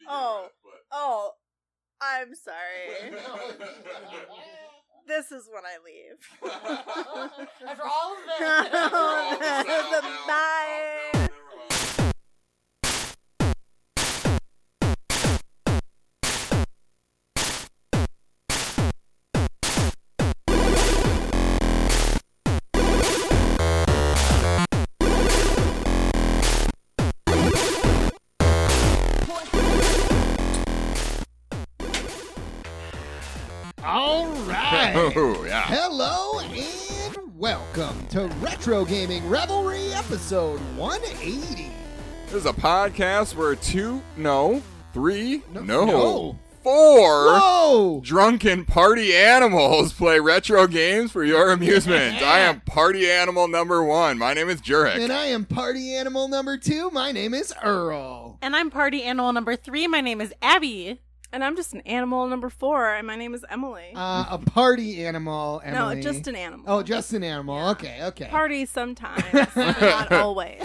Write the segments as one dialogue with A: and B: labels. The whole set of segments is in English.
A: Oh, I'm sorry. This is when I leave.
B: After all of
A: After
B: this.
A: all this. Bye.
C: All right.
D: Oh, yeah.
C: Hello and welcome to Retro Gaming Revelry episode 180.
D: This is a podcast where two, no, three,
C: No-
D: no,
C: no.
D: four
C: Whoa!
D: drunken party animals play retro games for your amusement. I am party animal number one. My name is Jurek.
C: And I am party animal number two. My name is Earl.
B: And I'm party animal number three. My name is Abby.
E: And I'm just an animal number four, and my name is Emily.
C: Uh, a party animal, Emily.
E: No, just an animal.
C: Oh, just an animal. Okay, okay.
E: Party sometimes, not always.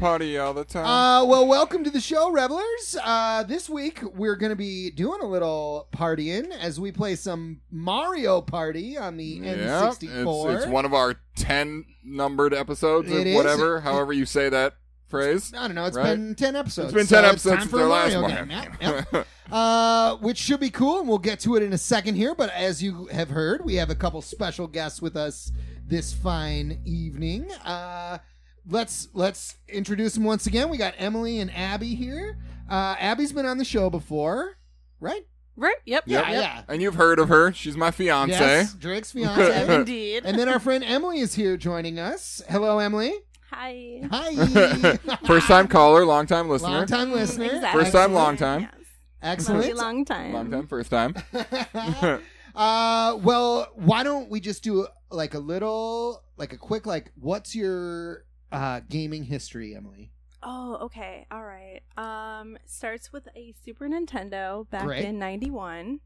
D: Party all the time.
C: Uh, well, welcome to the show, revelers. Uh, this week we're going to be doing a little partying as we play some Mario Party on the
D: Yeah, it's,
C: N64.
D: it's one of our ten numbered episodes,
C: It
D: or
C: is.
D: whatever, however you say that phrase.
C: I don't know. It's
D: Right?
C: been ten episodes.
D: It's been ten
C: so
D: episodes
C: time
D: since
C: for
D: their
C: a
D: last
C: Mario
D: one.
C: game. Yep, yep. uh, which should be cool, and we'll get to it in a second here. But as you have heard, we have a couple special guests with us this fine evening. Uh, let's let's introduce them once again. We got Emily and Abby here. Uh, Abby's been on the show before, right?
E: Right? Yep.
D: Yep.
C: Yeah, yeah.
D: And you've heard of her. She's my fiance.
C: Yes, Drake's fiance.
B: Indeed.
C: and then our friend Emily is here joining us. Hello, Emily.
E: Hi.
C: Hi.
D: First time caller, long time listener.
C: Long time listener.
E: Exactly.
D: First time, long time.
E: Yes. Very
C: Excellent.
E: long time.
D: Long time, first time.
C: uh, well, why don't we just do like a little, like a quick, like, what's your uh, gaming history, Emily?
E: Oh, okay. All right. Um, starts with a Super Nintendo back
C: Great.
E: in '91.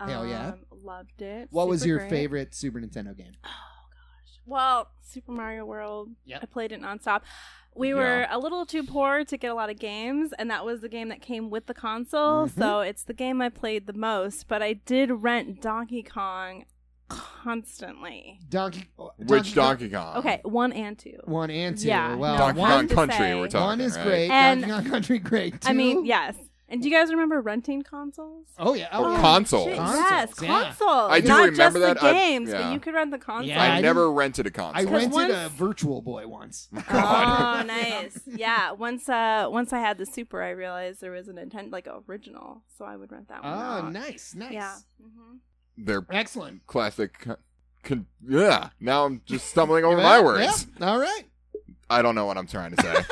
C: Hell yeah.
E: Loved it.
C: What was
E: Super
C: your
E: great.
C: favorite Super Nintendo game?
E: Well, Super Mario World.
C: Yep.
E: I played it nonstop. We were a little too poor to get a lot of games, and that was the game that came with the console.
D: Mm-hmm.
E: So it's the game I played the most, but I did rent Donkey Kong constantly.
C: Donkey. oh,
D: Which Donkey Kong?
E: Okay, one and two.
C: One and two.
E: Yeah,
C: well,
E: no,
D: Donkey
C: one,
D: Kong
E: to
D: Country.
E: say.
D: We're talking.
C: one is
D: right?
C: great.
E: And-
C: Donkey Kong Country, great. Two.
E: I mean, yes. And do you guys remember renting consoles?
C: Oh yeah.
D: Or
C: Oh,
D: console.
E: Shit,
C: Consoles,
E: Yes,
C: yeah.
E: consoles.
D: I do
E: Not
D: remember
E: just
D: that.
E: The
D: I-
E: games, but
D: yeah.
E: you could rent the console.
C: Yeah,
D: I,
C: I
D: never rented a console.
C: I rented
E: once-
C: a Virtual Boy once.
E: Oh, nice. Yeah. Once uh once I had the Super, I realized there was a Nintendo like a original, so I would rent that one.
C: Oh,
E: out.
C: nice, nice.
E: Yeah. hmm
D: They're
C: Excellent.
D: classic. Con- con- yeah. Now I'm just stumbling over
C: Yeah,
D: my words.
C: yeah, All right.
D: I don't know what I'm trying to say.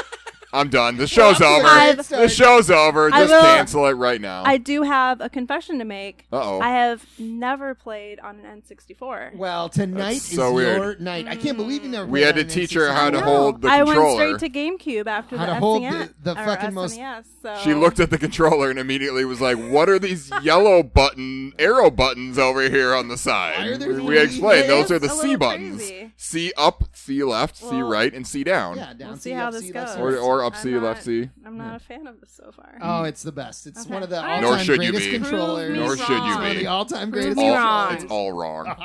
D: I'm done. The show's
C: Well,
D: over.
C: I'm
E: I've-
C: sorry.
D: The show's over.
E: I
D: Just
E: will-
D: cancel it right
C: Oh.
D: now.
E: I do have a confession to make.
D: Uh oh.
E: I have never played on an N64.
C: Well, tonight
D: That's
C: is
D: so weird.
C: your night. I can't believe you never.
D: We
C: played
D: had to
C: on an
D: teach her
C: N64.
D: how to
E: No,
D: hold the
E: I
D: controller.
E: went straight to GameCube after
C: How
E: the
C: to hold
E: SNES,
C: the- the
E: or
C: fucking most-
E: SNES, so.
D: She looked at the controller and immediately was like, "What are these yellow button arrow buttons over here on the
C: Why are
D: side?"
C: there
D: We
C: three?
D: explained those are the
E: It's a
D: C
E: little
D: buttons:
E: crazy.
D: C up, C left, C
E: Well-
D: right, and C down.
C: Yeah, down
E: We'll see
C: C,
E: how
C: up
E: this
C: C,
E: goes.
C: left
D: Or-
C: C.
D: or up
E: I'm
D: C,
E: not-
D: left C.
E: I'm not a fan of this so far.
C: Oh, it's the best. It's
E: Okay.
C: one of the
E: All right.
C: all-time
D: Nor should you
C: greatest
D: be.
C: controllers.
D: Nor should you
C: It's one of
D: be.
C: the all-time
E: Prove
C: greatest.
D: It's
E: me
D: all,
E: wrong.
D: it's all wrong.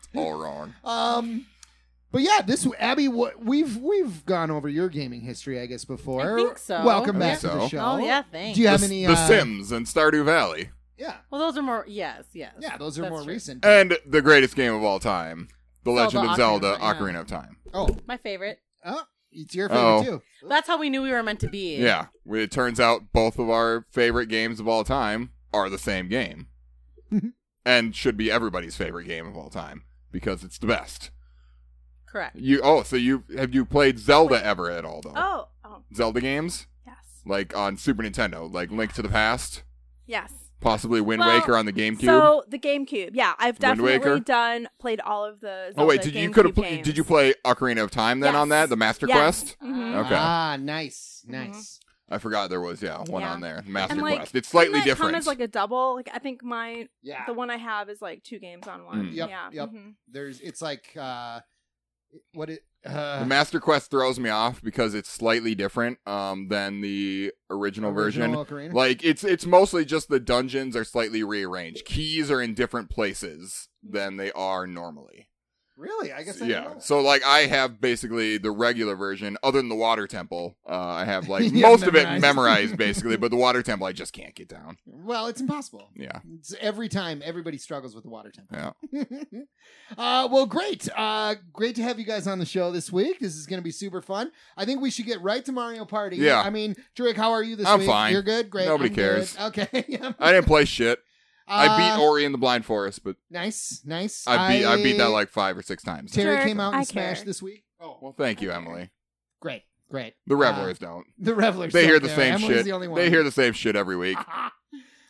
D: It's all wrong.
C: Um, but yeah, this Abby, what we've we've gone over your gaming history, I guess, before.
B: I think so.
C: Welcome
D: I
C: back
D: think
C: to the
D: so.
C: show.
B: oh yeah, thanks.
C: Do you have
D: the,
C: any?
D: the
C: uh,
D: Sims and Stardew Valley,
C: Yeah,
B: well, those are more. Yes, yes.
C: yeah, those are
B: That's
C: more
B: true.
C: recent.
D: and the greatest game of all time, The
B: Zelda,
D: Legend of
B: Ocarina
D: Zelda:
B: of Time.
D: Ocarina of Time.
C: oh,
B: My favorite.
C: oh, it's your favorite
D: Oh.
C: too.
B: That's how we knew we were meant to be.
D: Yeah, it turns out both of our favorite games of all time are the same game, and should be everybody's favorite game of all time because it's the best.
B: Correct.
D: You oh, so you have you played Zelda ever at all though?
E: Oh, oh,
D: Zelda games
E: yes.
D: like on Super Nintendo, like Link to the Past,
E: Yes.
D: possibly Wind
E: Well,
D: Waker on the GameCube.
E: So the GameCube, yeah, I've
D: Wind Waker?
E: definitely done played all of the. Zelda
D: oh wait, did you, you
E: GameCube
D: could have pl-
E: games.
D: did you play Ocarina of Time then on
E: Yes.
D: that the Master
E: Yes.
D: Quest?
E: Mhm.
D: Okay.
C: Ah, nice, nice.
D: I forgot there was yeah one
E: Yeah.
D: on there Master
E: And, like,
D: Quest. It's slightly
E: Didn't that Come
D: different.
E: as like a double. Like I think my
C: Yeah,
E: the one I have is like two games on one.
D: Mm.
C: Yep,
E: yeah. Mm-hmm.
C: yep.
E: mhm.
C: there's. It's like uh, what it Uh,
D: The Master Quest throws me off because it's slightly different um, than the original, version.
C: original Ocarina.
D: Like it's it's mostly just the dungeons are slightly rearranged. Keys are in different places than they are normally.
C: really? I guess. I didn't know
D: yeah.
C: that.
D: So like I have basically the regular version, other than the water temple. Uh, I have like
C: Yeah,
D: most of it
C: memorized.
D: memorized basically, but the water temple I just can't get down.
C: well, it's impossible.
D: Yeah.
C: It's every time everybody struggles with the water temple.
D: Yeah.
C: uh, well, great. Uh, great to have you guys on the show this week. This is going to be super fun. I think we should get right to Mario Party.
D: Yeah.
C: I mean, Drake, how are you this
D: I'm
C: week?
D: fine.
C: You're good. Great.
D: Nobody
C: I'm
D: cares.
C: good. Okay. Yeah.
D: I didn't play shit. I
C: Uh,
D: beat Ori in the Blind Forest, but
C: Nice. Nice.
D: I beat I, beat that like five or six times.
C: Terry
F: Jerk,
C: came out and
F: I
C: Smash
F: care.
C: this week. Oh,
D: well, thank you,
F: Okay.
D: Emily.
C: great. Great. Uh,
D: The revelers don't.
C: The revelers.
D: They
C: don't
D: hear the
C: care.
D: same
C: Emily's
D: shit.
C: The only one.
D: They hear the same shit every week.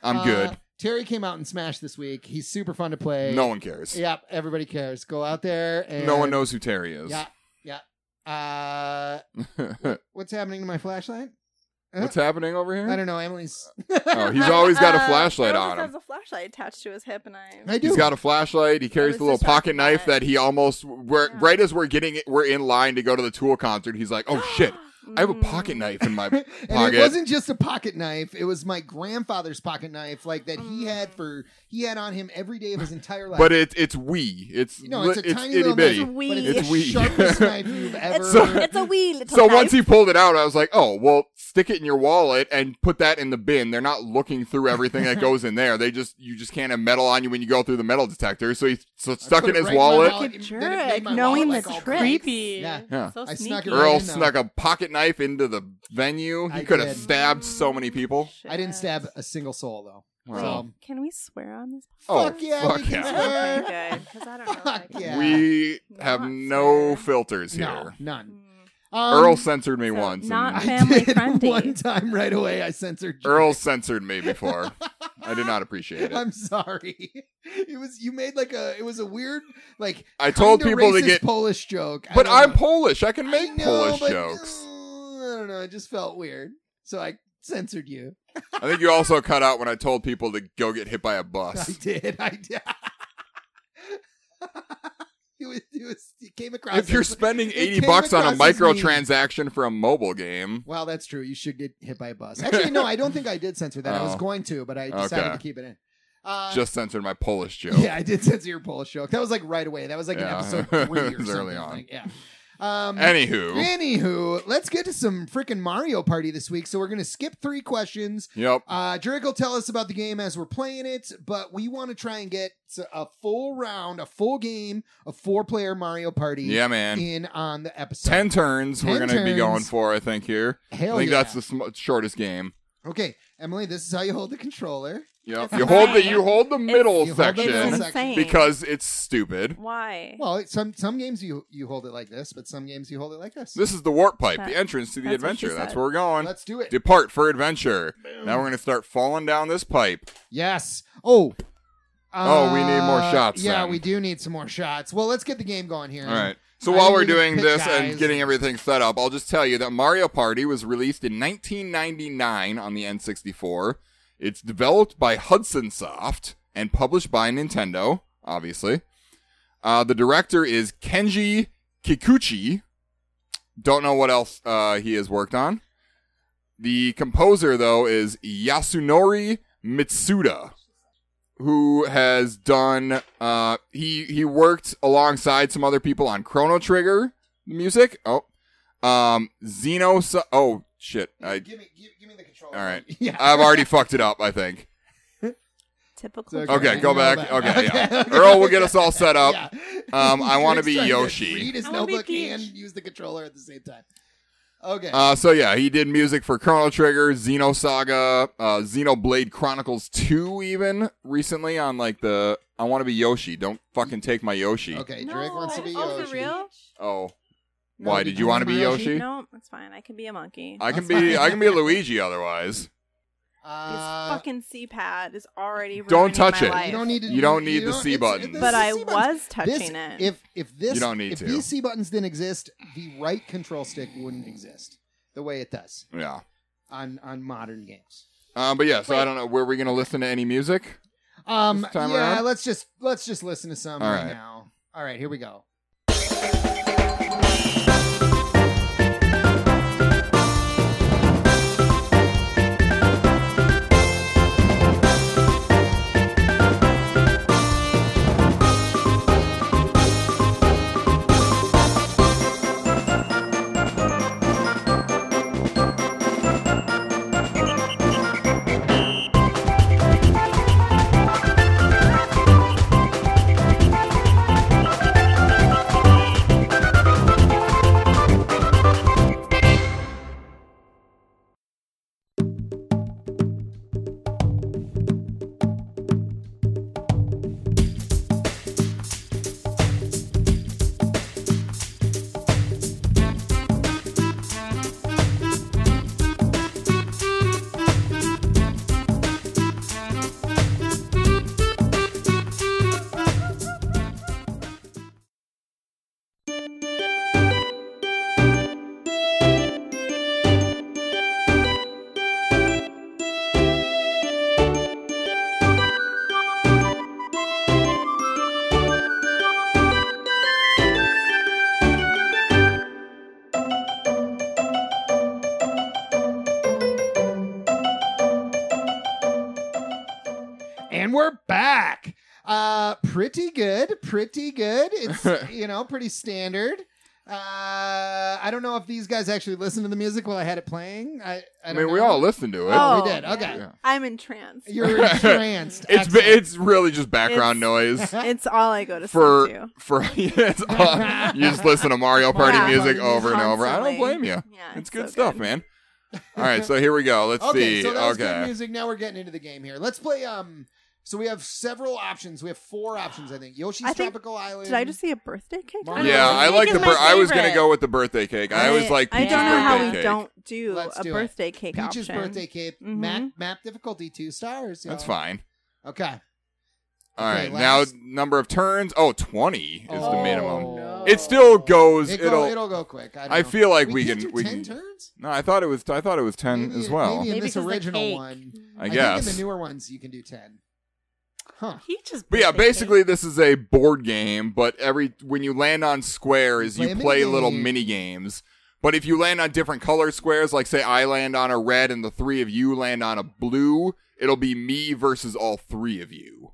D: I'm
C: Uh,
D: good.
C: Terry came out and Smash this week. He's super fun to play.
D: No one cares.
C: Yep, everybody cares. Go out there and
D: No one knows who Terry is.
C: Yeah, yeah. Uh, what's happening to my flashlight?
D: What's happening over here?
C: I don't know. Emily's.
D: Oh, he's always got a
F: Uh,
D: flashlight
F: Earl
D: on
F: just
D: him.
F: has a flashlight attached to his hip, and I.
C: I do.
D: He's got a flashlight. He carries
E: was
D: the little
E: just
D: pocket
E: talking about
D: knife
E: it.
D: that he almost we're,
F: Yeah.
D: right as we're getting we're in line to go to the Tool concert. He's like, "Oh shit, I
E: Mm.
D: have a pocket knife in my."
C: and
D: Uh, pocket.
C: it wasn't just a pocket knife. It was my grandfather's pocket knife, like that he
E: Mm.
C: had for he had on him every day of his entire life.
D: But it it's wee. It's
C: no,
D: li-
C: it's a tiny
D: itty
C: little
D: bitty.
C: knife,
E: Wee.
C: but
D: It's
C: it's the
D: wee.
C: sharpest knife you've ever.
E: It's,
D: So-
E: it's a wee little
D: So
E: knife.
D: once he pulled it out, I was like, "Oh well, stick it in your wallet and put that in the bin." They're not looking through everything that goes in there. They just you just can't have metal on you when you go through the metal detector. So he so
C: I
D: stuck
C: put
D: in
C: it
D: his
C: right in my
D: wallet.
C: wallet.
F: Like a
C: Then it made
F: jerk,
C: my
F: knowing
C: wallet,
F: the
C: all
F: trick.
G: Creepy.
C: Yeah.
D: Yeah.
G: So
C: I
G: sneaky.
C: snuck it right
D: Earl
C: in, though.
D: snuck a pocket knife into the venue. He
C: I
D: could have
C: did.
D: stabbed so many people.
C: I didn't stab a single soul though.
D: Wow.
C: So,
F: Can we swear on this?
D: Oh,
C: fuck yeah,
D: fuck
C: we can
D: yeah.
C: swear.
E: Okay, good.
F: 'Cause I don't know if I
C: Fuck
F: can.
C: yeah.
D: We
F: Not
D: have
F: fair.
D: no filters here.
C: No, none.
E: hmm,
F: Mm.
C: Um,
D: Earl censored me
F: So,
D: once.
F: not
D: and
F: fair. family friendly.
C: one time right away. I censored you.
D: Earl censored me before. I did not appreciate it.
C: I'm sorry. It was you made like a it was a weird like
D: I told
C: kinda
D: people to
C: racist
D: get-
C: Polish joke. I
D: But
C: don't
D: I'm
C: know.
D: Polish. I can
C: I
D: make
C: know,
D: Polish
C: but,
D: jokes.
C: uh, I don't know. It just felt weird, so I censored you.
D: I think you also cut out when I told people to go get hit by a
C: I
D: bus.
C: did. I did. it, was, it, was, it came across.
D: If you're
C: as-
D: spending
C: it
D: 80
C: came
D: bucks on a
C: across as mean.
D: microtransaction for a mobile game,
C: Well, that's true. You should get hit by a bus. Actually, no, I don't think I did censor that. I was
D: Oh.
C: going to, but I decided
D: Okay.
C: to keep it in. Uh,
D: just censored my Polish joke.
C: Yeah, I did censor your Polish joke. That was like right away. That was like
D: Yeah.
C: an episode three or
D: It was
C: something.
D: early on.
C: Like, yeah. Um,
D: Anywho.
C: anywho, let's get to some freaking Mario Party this week. So we're gonna skip three questions.
D: Yep.
C: Uh, Drake will tell us about the game as we're playing it, but we want to try and get to a full round, a full game, a four-player Mario Party
D: Yeah, man.
C: in on the episode.
D: Ten turns we're
C: 10
D: going to be going
C: turns.
D: for, I think, here.
C: Hell
D: I think
C: yeah.
D: that's the sm- shortest game.
C: okay, Emily. This is how you hold the controller.
D: Yep.
F: It's
D: You hold the
F: insane.
D: you hold the middle
C: You hold the
D: section
C: middle
F: Insane.
D: because it's stupid.
F: Why?
C: Well, it- some some games you you hold it like this, but some games you hold it like this.
D: This is the warp pipe,
F: That-
D: the entrance to the
F: that's what she
D: adventure. That's
F: said.
D: where we're going.
C: Let's do it.
D: Depart for adventure. Now we're gonna start falling down this pipe.
C: Yes. Oh.
D: Oh, we need more
C: Uh,
D: shots
C: Yeah,
D: then.
C: we do need some more shots. Well, let's get the game going here.
D: All right. So
C: I
D: while
C: think
D: we're
C: we can
D: doing
C: pick
D: this and
C: guys.
D: getting everything set up, I'll just tell you that Mario Party was released in 1999 on the N64. It's developed by Hudson Soft and published by Nintendo, obviously. Uh, the director is Kenji Kikuchi. Don't know what else uh, he has worked on. The composer, though, is Yasunori Mitsuda, who has done. Uh, he he worked alongside some other people on Chrono Trigger music. Oh, um, Xeno. Oh shit! I
C: give, me, give, give me the controller.
D: All right.
C: Yeah.
D: I've already fucked it up. I think.
F: Typical.
D: okay.
F: Japan.
D: go back. Okay, yeah. Earl will get us all set up.
C: Yeah.
D: Um, I wanna
C: Drake's
D: be
C: trying
D: Yoshi.
C: read his
G: I wanna be
C: notebook
G: Peach.
C: and use the controller at the same time. Okay.
D: Uh, so yeah, he did music for Chrono Trigger, Xeno Saga, uh, Xenoblade Chronicles Two, even recently on like the I want to be Yoshi. Don't fucking take my Yoshi.
C: okay.
F: No,
C: Drake wants to be
F: oh,
C: Yoshi.
F: for real?
D: Oh,
C: No,
D: why
C: you
D: did you want to
C: wanna
D: be
C: be Yoshi?
D: Yoshi?
F: No, that's fine. I can be a monkey.
D: I can
C: That's
D: be
C: fine.
D: I can be Luigi otherwise.
F: this
C: Uh,
F: fucking C pad is already
D: Don't
F: ruining
D: touch
F: my
D: it.
F: life.
C: you don't need to.
D: You don't need the
C: don't-
D: C
C: it's-
D: button.
C: this
F: but
C: is
F: I
C: C buttons.
F: was touching it.
C: This- If if this
D: You don't need
C: if
D: to.
C: these C buttons didn't exist, the right control stick wouldn't exist the way it does
D: Yeah.
C: on on modern games.
D: Uh, but yeah, so I don't know. Were we gonna listen to any music?
C: Um,
D: This
C: yeah,
D: time around?
C: let's just let's just listen to some
D: All
C: right
D: right.
C: now. All right, here we go. And we're back. Uh, pretty good. Pretty good. It's, you know, pretty standard. Uh, I don't know if these guys actually listened to the music while I had it playing. I, I,
D: I
C: don't
D: mean, we
C: know.
D: all listened to it.
C: Oh,
E: Oh,
C: we did. Okay.
D: Yeah.
E: I'm entranced.
C: You're entranced.
D: It's
C: Excellent.
D: it's really just background noise
E: It's all I go to
D: for
E: sleep
D: for yeah, it's all- you just listen to Mario Party
E: Yeah.
D: music over and
E: Constantly.
D: over. I don't blame you.
E: Yeah,
D: it's
E: it's
D: good
E: so
D: stuff,
E: good.
D: man. All right, so here we go. Let's
C: okay,
D: see.
C: so that was good
D: okay.
C: music. Now we're getting into the game here. Let's play. Um, so we have several options. We have four options, I think. Yoshi's
E: I think-
C: Tropical Island.
E: Did I just see a birthday cake?
C: Yeah,
E: don't know.
D: Yeah,
G: Birthday
D: I
G: cake
D: like
G: is
D: the.
G: my
D: Bir- I was gonna
G: favorite.
D: go with the birthday cake. I always like.
E: I
D: Peach's
E: don't know how
D: birthday
E: we
D: cake.
E: don't do
C: Let's
E: a
C: do it.
E: birthday cake
C: Peach's
E: option.
C: birthday cake.
E: Mhm.
C: Map map difficulty two stars. y'all.
D: That's fine.
C: Okay.
D: All
C: Okay,
D: right,
C: last-
D: now number of turns. Oh, 20 is the
C: Oh,
D: minimum.
C: no.
D: It still goes.
C: It
D: It will
C: will it'll go quick. I, don't
D: I
C: know.
D: feel like we
C: can't
D: can-
C: do
D: we
C: ten
D: can-
C: turns.
D: no, I thought it was. I thought it was ten
C: Maybe-
D: as well.
C: Maybe in
G: Maybe
C: this
G: 'cause the
C: original
G: cake.
C: one.
E: Hmm.
D: I
C: think in
D: guess.
C: the newer ones you can do ten. Huh.
G: He just.
D: But yeah,
G: birthday cake.
D: basically this is a board game, but every when you land on squares,
C: Play
D: you
C: a
D: play
C: minigame.
D: little mini games. But if you land on different color squares, like say I land on a red and the three of you land on a blue, it'll be me versus all three of you.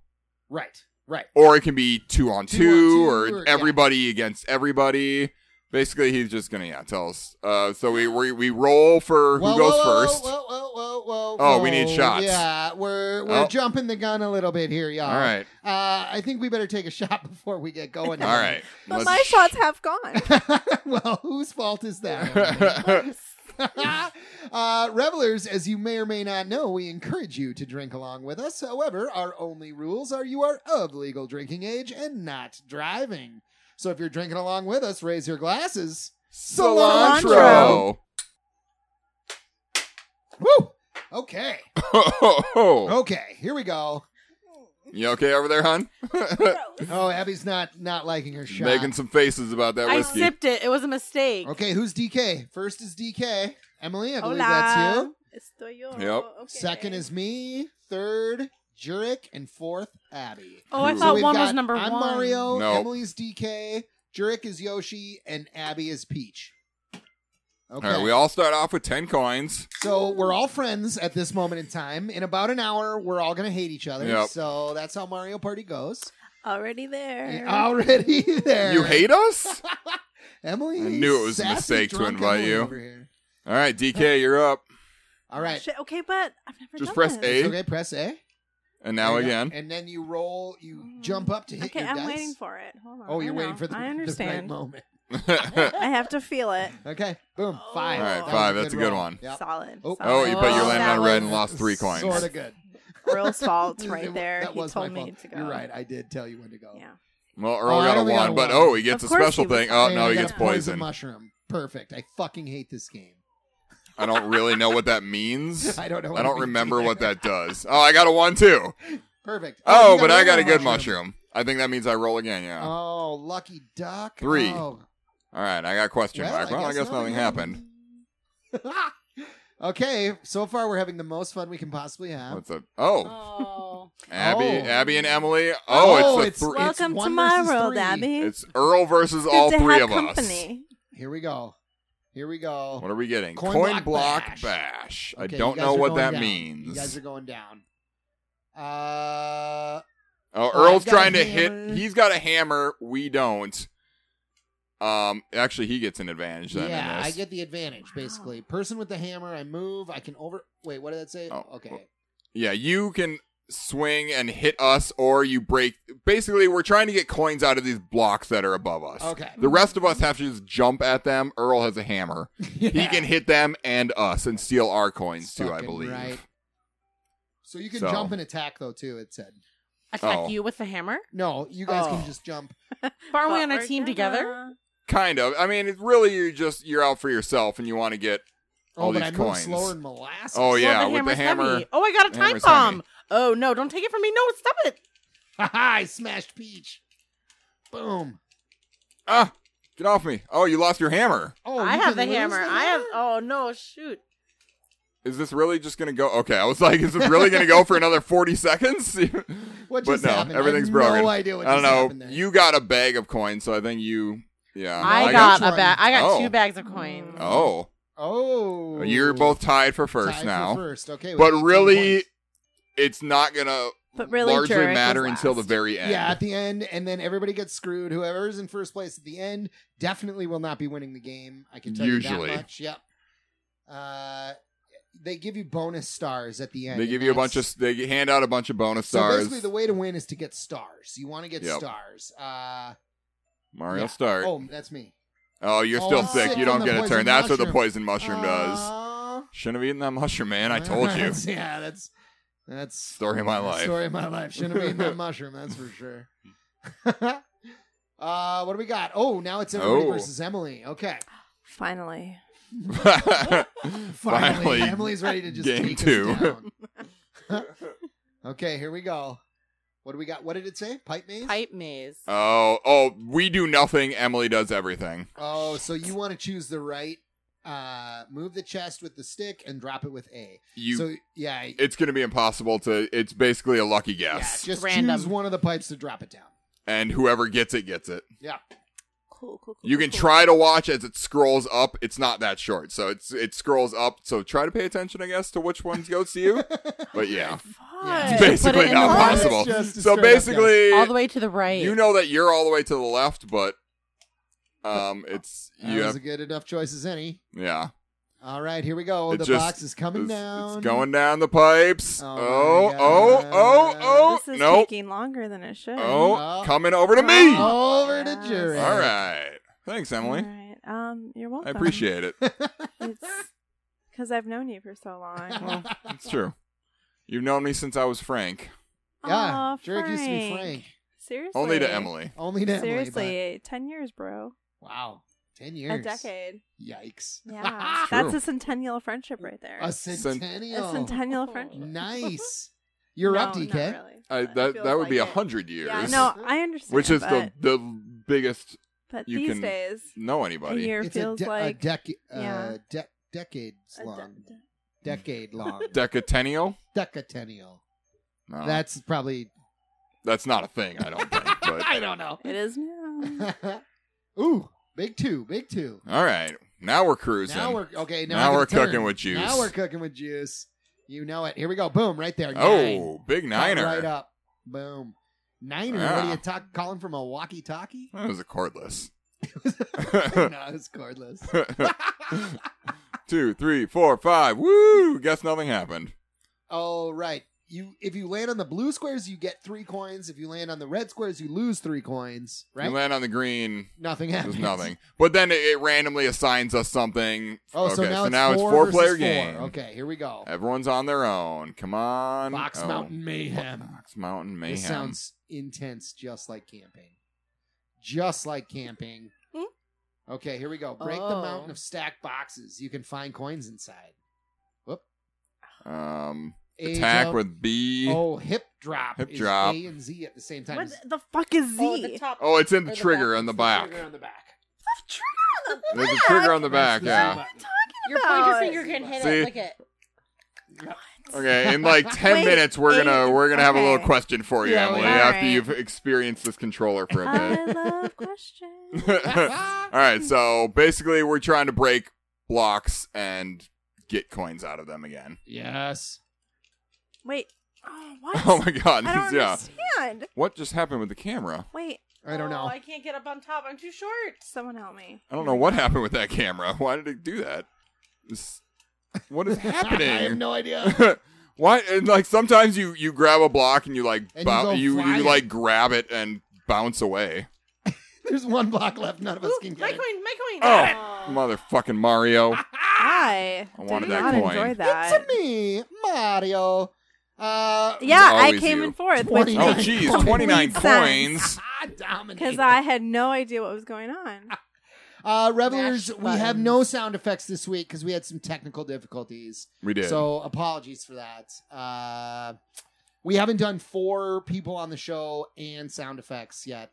C: Right. Right.
D: Or it can be two on two,
C: Two on two,
D: or,
C: or- yeah.
D: everybody against everybody. Basically, he's just gonna yeah tell us. Uh, so we we, we roll for who
C: Whoa,
D: goes
C: whoa, whoa,
D: first.
C: Whoa, whoa, whoa, whoa,
D: Oh,
C: whoa.
D: we need shots.
C: Yeah, we're we're
D: Oh.
C: jumping the gun a little bit here, y'all.
D: All right,
C: Uh, I think we better take a shot before we get going.
D: all right. Let's-
E: But my shots have gone.
C: well, whose fault is that? uh, revelers, as you may or may not know, we encourage you to drink along with us. However, our only rules are you are of legal drinking age and not driving. So if you're drinking along with us, raise your glasses.
D: Cilantro.
C: Woo! Okay.
D: Oh.
C: Okay, here we go.
D: You okay over there, hon?
C: Oh, Abby's not not liking her shot.
D: Making some faces about that
G: I
D: whiskey.
G: sipped it. It was a mistake.
C: Okay, who's DK? First is DK. Emily, I believe
E: Hola.
C: that's you.
F: Estoy yo.
D: Yep.
C: Second is me. Third, Jurek, and fourth, Abby.
G: Oh, I
D: Ooh.
C: So
G: thought
C: we've
G: one was
C: got-
G: number
C: I'm
G: one.
C: Mario.
D: No.
C: Emily's DK. Jurek is Yoshi, and Abby is Peach. Okay,
D: All right, we all start off with 10 coins.
C: so we're all friends at this moment in time. In about an hour, we're all gonna hate each other.
D: Yep.
C: So that's how Mario Party goes.
E: Already there.
C: Already there.
D: You hate us?
C: Emily.
D: I knew it was a
C: sassy,
D: mistake to
C: drunk
D: invite
C: Emily
D: you.
C: over here.
D: All right, DK, you're up.
C: All right.
F: Shit, okay, but I've never
D: Just
F: done
D: press
F: this.
D: A.
C: Okay, press A.
D: And now
C: There you go.
D: again.
C: And then you roll, you
F: Mm.
C: jump up to hit
F: Okay,
C: your
F: I'm
C: dice.
F: waiting for it. Hold on.
C: Oh,
F: I
C: you're
F: know.
C: waiting for the,
F: I
C: the right
F: understand.
C: moment.
E: I have to feel it.
C: Okay, boom, five.
D: All right,
C: That was
D: five, that's a good
C: roll.
D: one.
C: Yep.
E: Solid.
C: Oh.
E: solid.
D: Oh, you put your
G: Oh,
D: land
G: that
D: on red and lost three coins.
C: Sort of good.
E: Real salt
C: It
E: right
C: wa-
E: there.
C: That
E: He
C: was
E: told
C: my
E: me
C: fault.
E: to go.
C: You're right. I did tell you when to go.
E: Yeah.
D: Well, Earl
C: Oh, I
D: got a
C: only got a
D: one, but
C: one.
D: oh, he gets
F: Of
D: a
F: course
D: special
F: he was
D: thing. Oh,
C: And
D: no,
C: I
D: he
C: got
D: gets
C: a poison
D: poisoned.
C: mushroom. Perfect. I fucking hate this game.
D: I don't really know what that means.
C: I don't know.
D: I
C: what it
D: don't
C: means
D: remember
C: either.
D: what that does. Oh, I got a one too.
C: Perfect.
D: Oh,
C: you
D: but I got a
C: regular
D: good mushroom. I think that means I roll again, yeah.
C: Oh, lucky duck.
D: Three.
C: Oh.
D: All right, I got question
C: Well,
D: mark.
C: I
D: Well, I
C: guess
D: guess nothing
C: nothing
D: happened.
C: okay, so far we're having the most fun we can possibly have.
D: What's up? Oh,
G: Oh.
D: Abby,
C: Oh.
D: Abby and Emily. Oh, it's the three.
C: it's
F: Welcome to
C: one
F: my
C: versus
F: world,
C: three.
F: Abby.
D: It's Earl versus
F: Good
D: all
F: to
D: three
F: have
D: of us.
F: company.
C: Here we go. Here we go.
D: What are we getting?
C: Coin
D: Coin,
C: block
D: block,
C: bash.
D: bash.
C: Okay,
D: I
C: you
D: don't
C: guys
D: know
C: are
D: what
C: going
D: that
C: down. You
D: means.
C: guys are going down. Uh,
D: oh,
C: Oh,
D: Earl's
C: I've got a
D: trying to
C: hammer.
D: hit. He's got a hammer. We don't. Um, actually, he gets an advantage then. in
C: yeah,
D: this.
C: I get the advantage basically. Person with the hammer, I move. I can over. Wait, what did that say?
D: Oh,
C: okay.
D: Yeah, you can swing and hit us, or you break. Basically, we're trying to get coins out of these blocks that are above us.
C: Okay.
D: The rest of us have to just jump at them. Earl has a hammer. He
C: Yeah.
D: can hit them and us and steal our coins too, I
C: Fucking
D: believe.
C: right. So you can
D: So.
C: jump and attack though too. It said
G: Attack
D: Oh.
G: you with the hammer?
C: no. You guys
G: Oh.
C: can just jump.
G: But aren't we
F: But
G: on a
F: we're
G: team
F: gonna-
D: Oh,
G: together?
D: Kind of. I mean, it's really you're just you're out for yourself and you want to get
C: Oh,
D: All
C: but
D: these
C: I move
D: coins.
C: slower than molasses.
D: Oh
G: Well,
D: yeah, with the
G: hammer's
D: hammer.
G: heavy. Oh, I got a
D: the
G: time
D: hammer's heavy.
G: bomb. Oh no! Don't take it from me. No, stop it.
C: Ha ha! I smashed Peach. Boom.
D: Ah, get off me. Oh, you lost your hammer.
C: Oh,
G: I
C: you
G: have the
C: can lose
G: hammer. I have. Oh no! Shoot.
D: Is this really just gonna go? Okay, I was like, is this really gonna go for another forty seconds?
C: What
D: but
C: just
D: no,
C: happened?
D: everything's
C: I have
D: broken.
C: No idea what
D: I
C: just
D: don't
C: happened
D: know.
C: there.
D: You got a bag of coins, so I think you. Yeah,
G: I,
C: I got
G: got,
C: one.
G: a bag. I got
D: Oh.
G: two bags of coins.
D: Oh,
C: Oh,
D: you're both tied for first
C: Tied for
D: now.
C: First, okay. we
D: But
C: got 10
D: really,
C: points.
D: it's not gonna.
E: But really,
D: largely
E: Jurek was
D: matter until the
E: last.
D: very end.
C: Yeah, at the end, and then everybody gets screwed. Whoever is in first place at the end definitely will not be winning the game. I can tell you
D: Usually.
C: that much. Yep. Uh, they give you bonus stars at the end.
D: they
C: and
D: give you a bunch of
C: that's-
D: they hand out a bunch of bonus
C: So
D: stars.
C: basically, the way to win is to get stars. You want to get
D: Yep.
C: stars. Uh,
D: Mario
C: yeah.
D: start. Oh,
C: Oh, that's me.
D: you're
C: Oh,
D: still
C: I'm
D: sick.
C: sick
D: You
C: from
D: don't
C: the
D: get a
C: poison
D: turn. That's what the
C: mushroom. Uh.
D: poison mushroom does.
C: Aw.
D: Shouldn't have eaten that mushroom, man. I told you.
C: That's- yeah, that's that's
D: Story of my
C: that's
D: life.
C: Story of my life. Shouldn't have eaten that mushroom. That's for sure. uh, what do we got? Oh, now it's everybody
D: Oh.
C: versus Emily. Okay,
E: Finally.
C: finally,
D: Finally,
C: Emily's ready to just
D: game
C: take us
D: two.
C: down. okay, here we go. What do we got? What did it say? Pipe maze.
G: Pipe maze.
D: oh, oh, we do nothing. Emily does everything.
C: Oh, so you want to choose the right? Uh, move the chest with the stick and drop it with A.
D: You,
C: so yeah,
D: it's going to be impossible to. It's basically a lucky guess,
C: yeah, just
G: Random.
C: choose one of the pipes to drop it down.
D: and whoever gets it gets it.
C: Yeah.
E: Cool, cool, cool.
D: You can
E: cool.
D: try to watch as it scrolls up. It's not that short, so it's it scrolls up. So try to pay attention, I guess, to which ones go to you. But yeah,
C: Yeah.
D: it's
G: Put
D: basically
G: it in the
D: not
G: box.
D: possible.
C: It's just a
D: So
C: straight up guess.
D: basically,
G: All the way to the right.
D: you know that you're all the way to the left, but um, it's
C: That
D: you
C: was
D: have
C: a good enough choice as any.
D: yeah.
C: All right, here we go.
D: It
C: Oh, the
D: just-
C: box is coming
D: It's-
C: down.
D: It's going down the pipes.
C: Oh
D: Oh,
C: my
D: oh,
C: God.
D: oh, oh, oh,
E: This is
D: no.
E: taking longer than it should.
D: Oh,
C: Oh.
D: coming over to me.
E: Oh.
C: over to
E: Yes.
C: Jerry.
D: All right. Thanks, Emily.
E: All right. Um, you're
D: I
E: welcome.
D: appreciate it.
E: It's because I've known you for so long.
D: well, it's true. You've known me since I was Frank,
C: Yeah,
E: Aw,
C: Jerry used to be
E: Frank.
C: Frank.
E: Seriously.
D: only to Emily.
C: Only to Emily, but-
E: Seriously, ten years, bro.
C: wow, ten years.
E: A decade.
C: Yikes.
E: Yeah,
D: True.
E: that's a centennial friendship right there.
C: a
D: Cent-
C: centennial.
E: A centennial friendship.
C: Nice. You're up,
E: No, not
C: DK.
E: really,
D: I,
E: but
D: that
E: feels
D: that would
E: like
D: be a
E: it.
D: hundred years,
E: Yeah, no, I understand.
D: which is
E: but,
D: the the biggest
E: but
D: you
E: these
D: can-
E: days
D: know
E: a
D: anybody
E: year
C: It's
E: feels
C: a, de-
E: like
C: a decade. Uh,
E: yeah.
C: de- decades
E: a de-
C: long. decade long.
D: decennial.
C: Decatennial.
D: No,
C: That's probably.
D: that's not a thing. I don't think. But
C: I don't know.
E: it is now.
C: Ooh, big two, big two.
D: all right, now we're cruising.
C: Now we're okay. Now,
D: Now
C: I get a
D: we're
C: turn.
D: cooking with juice.
C: Now we're cooking with juice. You know it. Here we go. Boom! Right there. Nine.
D: oh, big
C: Cut
D: niner.
C: Right up. Boom. Niner. What are
D: Yeah.
C: you talk- calling from a walkie-talkie?
D: That was a cordless.
C: no, it's cordless.
D: Two, three, four, five. Woo! Guess nothing happened.
C: All right. You if you land on the blue squares, you get three coins. If you land on the red squares, you lose three coins. Right?
D: You land on the green.
C: nothing happens.
D: There's nothing. But then it, it randomly assigns us something.
C: Oh, so
D: Okay,
C: now
D: so
C: it's
D: now it's
C: four
D: four-player
C: versus
D: game.
C: Four. Okay, here we go.
D: Everyone's on their own. Come on.
C: Box
D: Oh,
C: Mountain Mayhem.
D: Box Mountain Mayhem.
C: This sounds intense, just like camping. Just like camping.
G: Hmm?
C: Okay, here we go. Break the
G: Oh.
C: mountain of stacked boxes. You can find coins inside.
D: um,
C: Age
D: attack
C: of-
D: with B. Oh,
C: Oh, hip drop.
D: Hip
C: is
D: drop.
C: A and Z at the same time.
E: what
C: It's
E: Oh, the fuck is Z?
G: Oh, top.
D: Oh, it's in
G: Or
D: the,
G: the
D: trigger
G: back.
D: on the
C: the
D: back.
C: trigger on the back.
D: There's a trigger on the back.
C: That's the Z
D: Yeah.
C: button.
G: Your
E: about?
G: pointer finger can hit
D: See?
G: it. Look at.
D: Okay. In like ten
E: Wait,
D: minutes, we're gonna
E: eight-
D: we're gonna have a little
E: okay.
D: question for you,
C: Yeah,
D: Emily,
C: we-
D: after
E: Alright.
D: you've experienced this controller for a bit.
E: I love questions.
D: All right, so basically, we're trying to break blocks and get coins out of them again.
C: Yes.
E: Wait. Oh, what?
D: Oh my god!
E: I
D: This
E: don't
D: is, yeah.
E: understand.
D: What just happened with the camera?
E: Wait,
C: I don't know.
G: Oh, I can't get up on top. I'm too short.
E: someone help me.
D: I don't know what happened with that camera. Why did it do that? This- what is happening?
C: I have no idea.
D: Why? And like sometimes you you grab a block and you like
C: And you
D: bou-
C: go
D: you you,
C: flying.
D: like grab it and bounce away.
C: There's one block left. None of us
G: Ooh,
C: can get
G: my
C: it.
G: coin, my coin. Ah.
D: Oh, motherfucking Mario!
E: I,
D: I wanted
E: did
D: that
E: not
D: coin.
E: enjoy that.
C: It's me, Mario. Uh,
E: Yeah, I
D: always
E: came
D: you.
E: in fourth
D: Oh,
C: 29
D: geez,
C: coins.
D: twenty nine
E: Complete
D: coins.
E: because I had no idea what was going on.
C: Uh, Revelers,
G: Mash
C: we have no sound effects this week because we had some technical difficulties.
D: We did.
C: So apologies for that. Uh, we haven't done four people on the show and sound effects yet.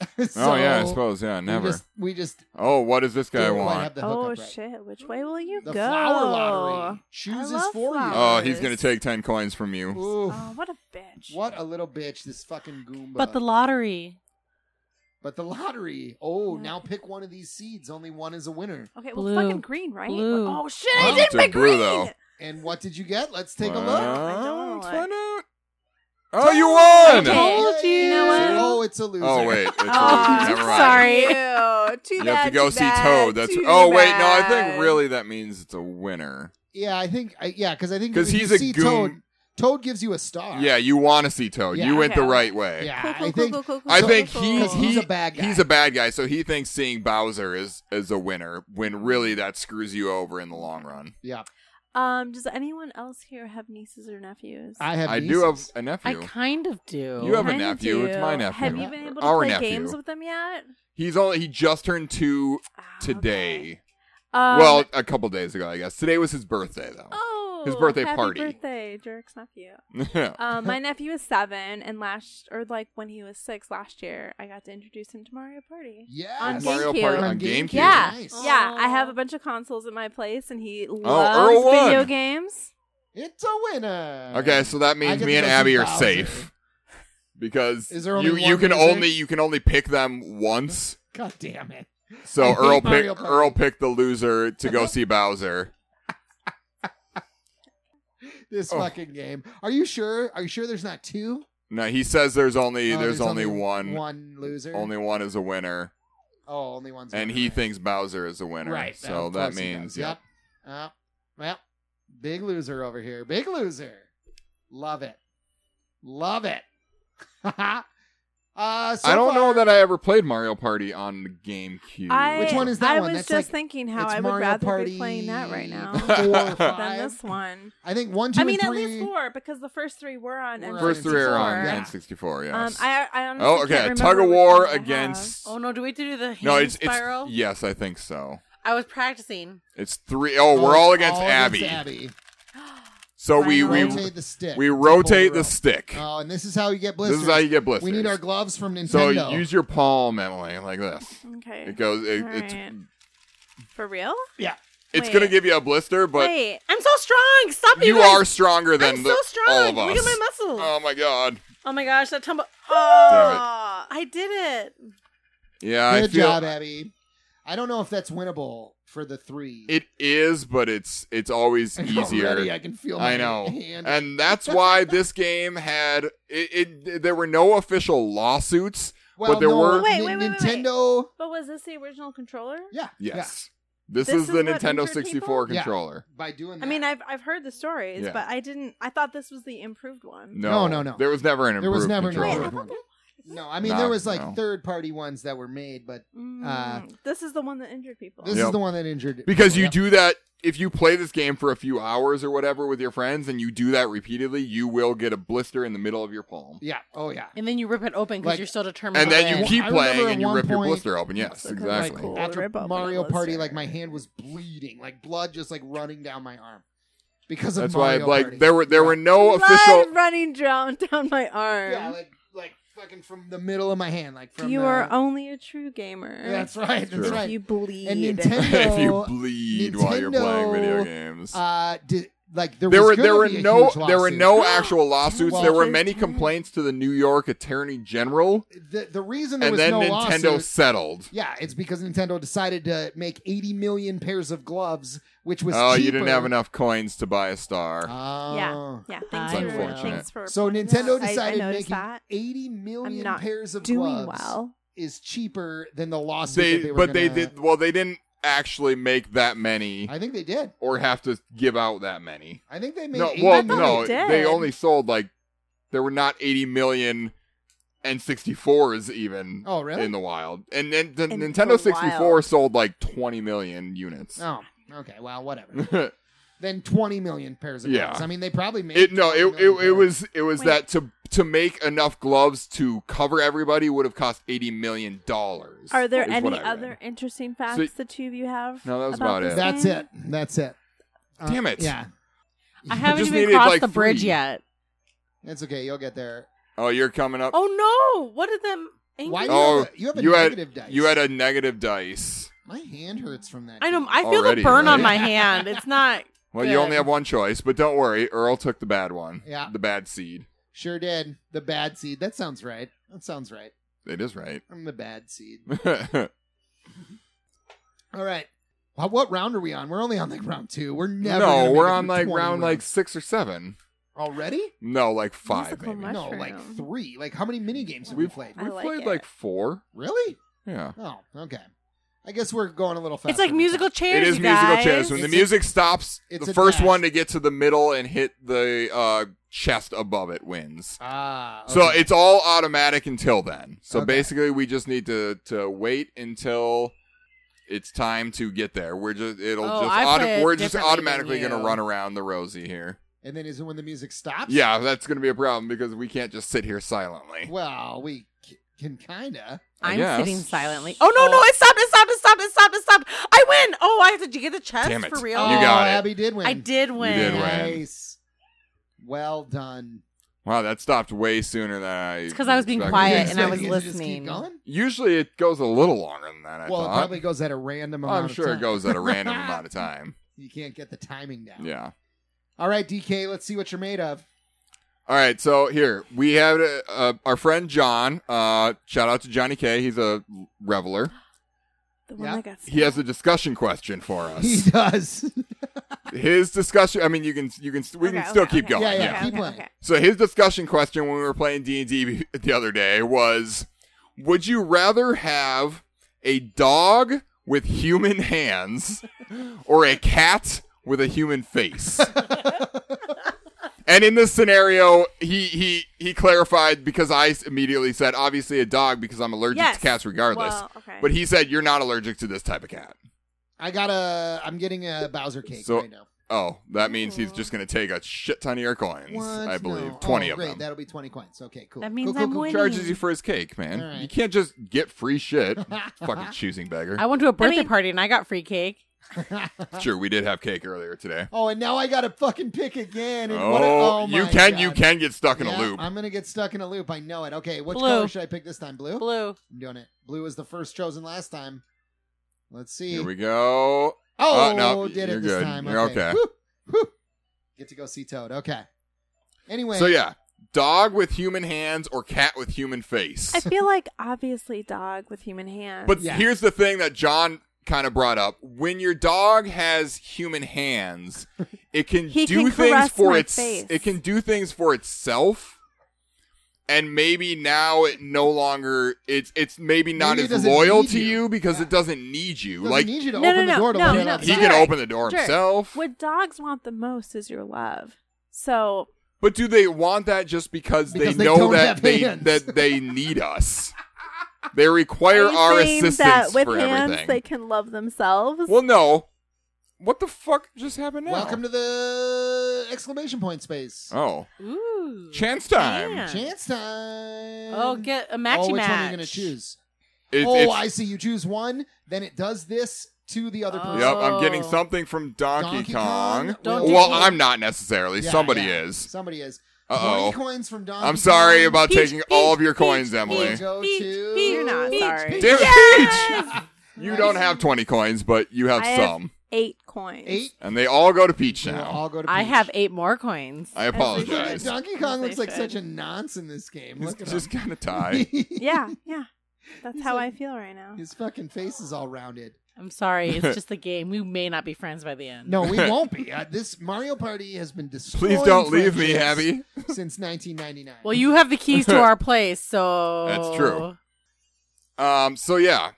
C: So
D: oh yeah, I suppose yeah. Never.
C: We just, we just
D: oh, what does this guy
C: didn't quite
D: want?
C: have the
E: Oh
C: hookup right.
E: shit! Which way will you
C: The
E: go?
C: flower lottery chooses
E: love
C: for
D: Oh,
E: flowers.
D: he's gonna take ten coins from you.
C: you. Oof.
E: Oh, what a bitch!
C: what a little bitch! This fucking goomba.
G: lottery.
C: But the lottery. Oh,
E: Yeah.
C: now pick one of these seeds. Only one is a winner.
E: Okay,
G: Blue.
E: well, fucking green, right?
G: Blue.
E: Oh shit!
D: Well,
E: I didn't
D: it's a
E: pick
D: blue,
E: green.
D: though.
C: And what did you get? Let's take a
D: Well,
C: look.
E: I don't
D: let's
E: wanna
D: find out. Oh, you won!
E: Okay.
C: Told
E: You know what?
C: Oh, it's a loser.
D: Oh wait, it's
E: Oh,
D: a- never mind.
G: sorry.
H: Ew, too
D: You
H: bad.
D: have to go
H: too
D: see
H: bad,
D: Toad. That's
H: too
D: oh wait, no, I
H: bad.
D: think really that means it's a winner.
C: Yeah, I think. I, yeah, because I think
D: 'Cause
C: when
D: he's
C: you
D: a
C: see
D: goon.
C: Toad, Toad gives you a star.
D: Yeah, you want to see Toad.
C: Yeah.
D: you went the
H: Okay.
D: right way.
C: yeah.
H: Cool, cool,
C: I
H: cool,
C: think
H: cool, cool, cool,
D: I
H: cool,
D: think
H: cool.
D: he,
C: 'Cause
D: he
C: he's a bad guy.
D: He's a bad guy, so he thinks seeing Bowser is is a winner when really that screws you over in the long run.
C: yeah.
E: Um, does anyone else here have nieces or nephews?
C: I have.
D: I do have
C: nieces.
D: a
G: I
D: nephew.
G: kind of do.
D: You have a
E: Kinda
D: nephew.
E: do.
D: It's my nephew.
E: Have you been able to
D: Our
E: play
D: nephew.
E: games with them yet?
D: He's only he just turned two
E: Ah,
D: today.
E: okay. Um,
D: well, a couple days ago, I guess. Today was his birthday though.
E: oh,
D: his birthday
E: happy
D: party. Oh.
E: birthday, Jerk's nephew.
D: yeah.
E: Um, my nephew is seven, and last or like when he was six last year, I got to introduce him to Mario Party.
C: Yeah.
E: on
D: Mario
E: GameCube.
D: Party
C: On
D: on
C: GameCube.
D: GameCube.
E: Yeah,
C: Nice. Oh,
E: yeah. I have a bunch of consoles at my place, and he
D: Earl
E: loves
D: won.
E: video games.
C: It's a winner.
D: Okay, so that
C: I
D: means
C: get
D: me
C: to
D: and
C: go see
D: Abby are
C: Bowser.
D: safe because
C: Is there only
D: you you
C: one
D: can
C: loser?
D: only you can only pick them once.
C: God damn it. I
D: So
C: hate
D: Earl pick,
C: Mario Uh-huh. Party.
D: Earl picked the loser to go see Bowser.
C: This
D: Oh.
C: fucking game. Are you sure? Are you sure there's not two?
D: No, he says there's only
C: Oh,
D: there's, only, one.
C: One loser.
D: Only one is a winner,
C: Oh, only one's. a
D: and
C: winner,
D: he
C: right.
D: thinks Bowser is a winner.
C: Right.
D: So
C: of
D: that
C: course he
D: means
C: does. Yep. Uh, well, big loser over here. Big loser. Love it. Love it. uh, so
D: I don't know
C: far-
D: that I ever played Mario Party on the GameCube.
E: I,
C: Which one is that
E: I
C: one?
E: was
C: That's
E: just
C: like-
E: thinking how
C: it's
E: I would
C: Mario
E: rather
C: Party
E: be playing that right now
C: Four, or
E: than
C: five.
E: this one.
C: I think one, two,
E: I mean,
C: and
E: at
C: three.
E: least four because the first three were on.
C: Were on
D: First three are on
C: Yeah.
D: N64. Yes.
E: Um, I, I honestly
D: oh, okay.
E: can't
D: Tug
E: remember
D: of
E: which
D: war
E: ones I have.
D: against.
G: Oh no! Do we have to do the hand
D: no, it's it's
G: spiral?
D: yes, I think so.
G: I was practicing.
D: It's three oh,
C: Oh,
D: we're
C: it's
D: all against Abby.
C: against Abby.
D: So we we
C: rotate the stick.
D: we
C: to
D: rotate
C: pull
D: the
C: rope.
D: stick.
C: Oh, and this is how you get
D: this
C: blisters.
D: is how you get blisters.
C: We need our gloves from
D: so
C: Nintendo.
D: use your palm, Emily, like this.
E: Okay.
D: It goes. It, it's
E: Alright.
C: Hmm.
E: For real?
C: yeah.
D: it's
E: Wait.
D: gonna give you a blister, but
E: Wait.
G: I'm so strong. Stop it,
D: you
G: guys.
D: are stronger than
G: I'm
D: the,
G: so strong.
D: all of us.
G: Look at my muscles.
D: Oh my god.
G: oh my gosh, that tumble.
D: Damn
G: Oh, I did it.
D: Yeah, I
C: Good
D: feel
C: job, Abby. I don't know if that's winnable for the three.
D: it is, but it's it's always easier.
C: Already I can feel. My
D: I know,
C: Hand.
D: and that's why this game had it, it. There were no official lawsuits.
C: well,
D: but there
C: no,
D: were-
E: Wait,
C: Ni-
E: wait, wait, wait, wait.
C: Nintendo.
E: But was this the original controller?
C: Yeah.
D: Yes, this,
E: This
D: is,
E: is
D: the
E: what
D: Nintendo
E: injured
D: 64
C: people? Yeah.
D: controller.
C: Yeah. By doing that.
E: I mean, I've I've heard the stories,
D: Yeah.
E: but I didn't. I thought this was the improved one.
D: No,
C: No, no, no.
D: There was never an improved
C: There was never an
D: controller.
E: Wait, I
C: improved
E: thought
C: one. No, I mean
D: Nah,
C: there was like
D: no.
C: third party ones that were made, but
E: Mm, this is the one that injured people.
C: this
D: Oh. Yep.
C: is the one that injured. Oh,
D: Because you
C: Yep.
D: do that if you play this game for a few hours or whatever with your friends and you do that repeatedly, you will get a blister in the middle of your palm.
C: Yeah. Oh yeah.
G: And then you rip it open because
C: Like-
G: you're so determined.
D: And
G: to
D: then you
G: win.
D: keep
C: I
D: playing
C: remember
D: and you
C: at
D: rip
C: one
D: your
C: point-
D: blister open. Yes,
E: That's okay.
D: exactly.
E: Like, cool.
C: After
E: rip open
C: Mario
E: the blister.
C: Party, like my hand was bleeding, like blood just like running down my arm because of
D: That's why
C: Mario
D: like
C: Party.
D: there were there were no
E: Blood
D: official
E: running down down my arm.
C: yeah, like like fucking from the middle of my hand, like from
E: you
C: the,
E: are only a true gamer.
C: That's right.
D: True.
C: That's
E: if
C: right.
E: You bleed.
C: and
D: if you
C: Nintendo,
D: bleed while you're playing video games.
C: uh, did like there,
D: there
C: was
D: were
C: gonna
D: there were
C: be a
D: no
C: huge
D: there were
C: lawsuit.
D: no actual lawsuits.
C: Well-
D: there were many complaints to the New York Attorney General,
C: The, the reason there
D: and
C: was
D: then
C: no
D: Nintendo
C: lawsuit
D: settled.
C: Yeah, it's because Nintendo decided to make 80 million pairs of gloves, which was
D: Oh, you
C: cheaper.
D: didn't have enough coins to buy a star.
C: Oh.
E: Yeah. Yeah. Thanks
G: It's
E: for,
D: unfortunate.
E: Thanks for
C: So
E: pointing
C: Nintendo
E: that out. I-
C: decided
E: I, noticed
C: making
E: that.
C: 80 million
E: I'm not
C: pairs of
E: Doing
C: gloves
E: well.
C: is cheaper than the lawsuit.
D: they,
C: that they were
D: but they
C: gonna-
D: did well they didn't actually make that many
C: I think they did.
D: or have to give out that many
C: I think they made.
D: no
C: 80
D: well
E: thought
C: million.
D: no
E: they did.
D: they only sold like there were not 80 million n64s even
C: Oh, really?
D: in the wild and then the
E: In
D: nintendo
E: the
D: 64
E: wild.
D: sold like 20 million units
C: Oh, okay. Well, whatever. then 20 million pairs of
D: Yeah.
C: gloves. I mean, they probably made.
D: it no
C: 20
D: it,
C: million
D: it, it
C: pairs.
D: was it was
E: Wait.
D: that to to make enough gloves to cover everybody would have cost 80 million dollars
E: Are there
D: is what
E: any
D: I read.
E: other interesting facts the two of you have?
D: No, that was about
E: this
D: it.
C: That's
E: game?
C: it. That's it. Uh,
D: Damn it.
C: Yeah,
G: I haven't
D: just
G: even
D: needed,
G: crossed
D: like,
G: the bridge
D: three.
G: yet.
C: that's okay. You'll get there.
D: oh you're coming up
G: Oh no! What did them?
C: Why do
D: Oh,
C: you have a, you have a
D: you
C: negative
D: had
C: dice?
D: you had a negative dice.
C: My hand hurts from that.
G: I know.
C: game.
G: I feel
D: Already,
G: the burn on my
D: right?
G: hand. It's not.
D: Well,
G: good.
D: you only have one choice, but don't worry. Earl took the bad one.
C: Yeah.
D: The bad seed.
C: Sure did. The bad seed. That sounds right. That sounds right.
D: It is right.
C: I'm the bad seed.
D: no,
C: All right. Wha- What round are we on? We're only on like round two. We're never. gonna make
D: we're
C: it
D: on
C: through
D: like
C: 20
D: round like
C: rounds.
D: six or seven.
C: already?
D: No, like five.
E: Musical
D: Maybe.
E: Mushroom.
C: No, like three. Like how many mini games have we
D: We've,
C: played?
F: I
D: we've
F: like
D: played
F: it.
D: like four.
C: Really?
D: Yeah.
C: Oh, okay. I guess we're going a little fast.
G: It's like musical chairs.
D: it is
G: you
D: musical
G: guys.
D: chairs. When the
C: It's a-
D: music stops,
C: it's
D: the
C: a
D: first
C: dash.
D: one to get to the middle and hit the uh, chest above it wins.
C: Ah,
D: So
C: okay.
D: it's all automatic until then. So
C: Okay.
D: basically, we just need to to wait until it's time to get there. We're just it'll
G: Oh,
D: just
G: I
D: auto-
G: play it
D: we're just
G: differently than
D: automatically going to
G: you.
D: run around the rosy here.
C: and then is it when the music stops?
D: Yeah, that's going to be a problem because we can't just sit here silently.
C: Well, we c- can kinda.
D: I
G: I'm
D: guess.
G: sitting silently. Oh no, no!
C: Oh.
G: It stopped! It stopped! It stopped! It stopped! It stopped! I win! Oh, I did you get the chest
D: Damn it.
G: for
D: You
G: real?
C: oh,
D: got it.
C: Abby did win.
G: I did win.
D: did win.
C: Nice. Well done.
D: Wow, that stopped way sooner than I.
G: It's 'cause I was being
D: expected.
G: quiet
C: You
G: and I
C: expected
G: was
C: it to just keep
G: listening.
C: going?
D: Usually, it goes a little longer than that. I
C: well,
D: thought.
C: it probably goes at a random amount.
D: I'm
C: of
D: sure it
C: time.
D: goes at a random amount of time.
C: You can't get the timing down.
D: Yeah.
C: All right, DK. Let's see what you're made of.
D: All right, so here we have uh, uh, our friend John. Uh, shout out to Johnny K. He's a reveler.
E: The one
C: Yeah.
E: that got
D: He has a discussion question for
C: He
D: us.
C: does.
D: his discussion. I mean, you can you can we can
E: Okay,
D: still
E: okay,
D: keep
E: okay.
D: going.
C: Yeah, yeah.
E: Okay,
C: keep
E: okay,
C: playing.
E: okay.
D: So his discussion question when we were playing D and D the other day was: Would you rather have a dog with human hands or a cat with a human face? and in this scenario, he he he clarified because I s- immediately said, obviously a dog because I'm allergic
F: Yes.
D: to cats regardless.
E: Well, okay.
D: But he said you're not allergic to this type of cat.
C: I got a. I'm getting a Bowser cake
D: So-
C: right now.
D: Oh, that means he's just going to take a shit ton of your coins.
C: What?
D: I believe
C: No.
D: twenty
C: Oh,
D: of
C: great.
D: them.
C: That'll be twenty coins. Okay, cool.
G: That means
C: cool, cool,
G: I'm
C: cool.
G: winning.
D: charges you for his cake, man.
C: All right.
D: You can't just get free shit. Fucking choosing beggar.
G: I went to a birthday
F: mean-
G: party and I got free cake.
D: sure, we did have cake earlier today.
C: Oh, and now I got to fucking pick again. And what a-
D: Oh,
C: oh
D: you
C: my
D: can you
C: God.
D: can get stuck in
C: Yeah,
D: a loop.
C: I'm gonna get stuck in a loop. I know it. Okay, which
G: Blue.
C: color should I pick this time? Blue.
G: Blue.
C: I'm doing it. Blue was the first chosen last time. Let's see.
D: Here we go.
C: oh,
D: Oh, no,
C: did
D: you're
C: it this
D: good.
C: time.
D: You're
C: okay.
D: okay.
C: Whoop, whoop. Get to go see Toad. Okay. Anyway.
D: So yeah, dog with human hands or cat with human face.
E: I feel like obviously dog with human hands.
D: But
C: Yeah.
D: here's the thing that John kind of brought up: when your dog has human hands, it can
E: He
D: do
E: can
D: things
E: caress
D: for
E: my
D: its.
E: face.
D: It can do things for itself, and maybe now it no longer it's it's maybe not
C: Maybe it
D: as
C: doesn't
D: loyal
C: need
D: to
C: you.
D: you because
C: Yeah.
D: it doesn't need you.
C: doesn't
D: like
C: need you to
E: No,
C: open
E: no,
C: the door to
E: no,
C: let
E: no,
C: it
E: no.
C: outside.
D: he can
E: Jerk.
D: open the door
E: Jerk.
D: himself.
E: what dogs want the most is your love. So
D: But do they want that just because,
C: Because they
D: know
C: don't
D: that
C: have
D: they
C: hands.
D: that they need us? They require
E: are you
D: our
E: saying
D: assistance
E: that with
D: for
E: hands
D: everything.
E: they can love themselves.
D: Well, no. What the fuck just happened now?
C: Welcome to the exclamation point space.
D: Oh,
G: Ooh.
D: chance time.
G: Yeah.
C: Chance time.
G: Oh, get a matchy
C: Oh, which
G: match.
C: one are you gonna choose?
D: It-
C: oh,
D: it's-
C: I see. You choose one, then it does this to the other
G: Oh.
C: person.
D: Yep, I'm getting
G: Oh.
D: something from Donkey,
C: Donkey
D: Kong.
C: Kong.
G: Don't do
D: well,
G: it.
D: I'm not necessarily.
C: Yeah,
D: uh, Somebody
C: yeah.
D: is.
C: Somebody is.
D: Uh
C: Twenty
D: oh.
C: coins from Donkey.
D: I'm sorry
C: Kong.
D: about
G: Peach,
D: taking all of your
G: peach,
D: coins,
G: peach,
D: Emily.
C: We'll Go
G: Peach,
C: to
G: peach,
E: You're not
G: Peach,
E: sorry.
G: peach.
D: Damn it,
G: Yes!
D: Peach! You don't have 20 coins, but you have
E: I have-
D: some.
E: Eight coins.
C: eight.
D: And they all go to Peach
C: We'll
D: now. Oh,
C: all go to
G: I
C: peach.
G: have eight more coins.
D: I
E: Every-
C: Look at
D: apologize.
C: Donkey Kong
E: They
C: looks like
E: should.
C: such a nonce in this game.
D: He's
C: Look at
D: just
C: him.
D: kind of tied.
E: Yeah, yeah. That's
C: He's
E: how
C: like-
E: I feel right now.
C: His fucking face is all rounded.
G: I'm sorry. It's just the game. We may not be friends by the end.
C: No, we won't be. Uh, this Mario Party has been destroyed.
D: Please don't leave me, Abby.
C: Since 1999.
G: Well, you have the keys to our place, so
D: That's true. Um, so, yeah.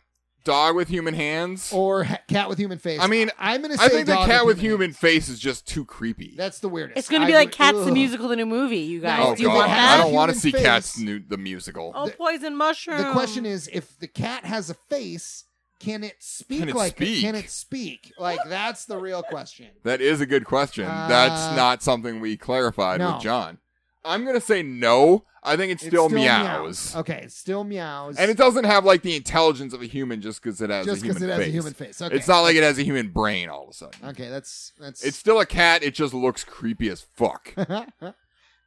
D: Dog with human hands.
C: or ha- cat with human face.
D: I mean,
C: I'm gonna. Oh, Say
D: I think the
C: dog
D: cat with
C: human.
D: human face is just too creepy.
C: That's the weirdest.
G: It's going to
C: I
G: be like
C: would-
G: Cats the
C: ugh.
G: Musical, the new movie, you guys.
D: Oh,
C: No,
G: Do you
D: God.
G: want
D: I
G: that?
D: don't want to
C: Human
D: see
C: face.
D: Cats new, the musical.
G: Oh, poison mushroom.
C: The question is, if the cat has a face, can it speak
D: Can it
C: like
D: speak?
C: can it speak? Like that's the real question.
D: That is a good question.
C: Uh,
D: That's not something we clarified
C: no.
D: with John. I'm gonna say no. I think it's
C: It
D: still, meows,
C: Okay, it's still meows.
D: and it doesn't have like the intelligence of a human just because it has
C: just
D: a human
C: because it has
D: face.
C: a human face. Okay,
D: It's not like it has a human brain all of a sudden.
C: Okay, that's that's
D: It's still a cat. It just looks creepy as fuck.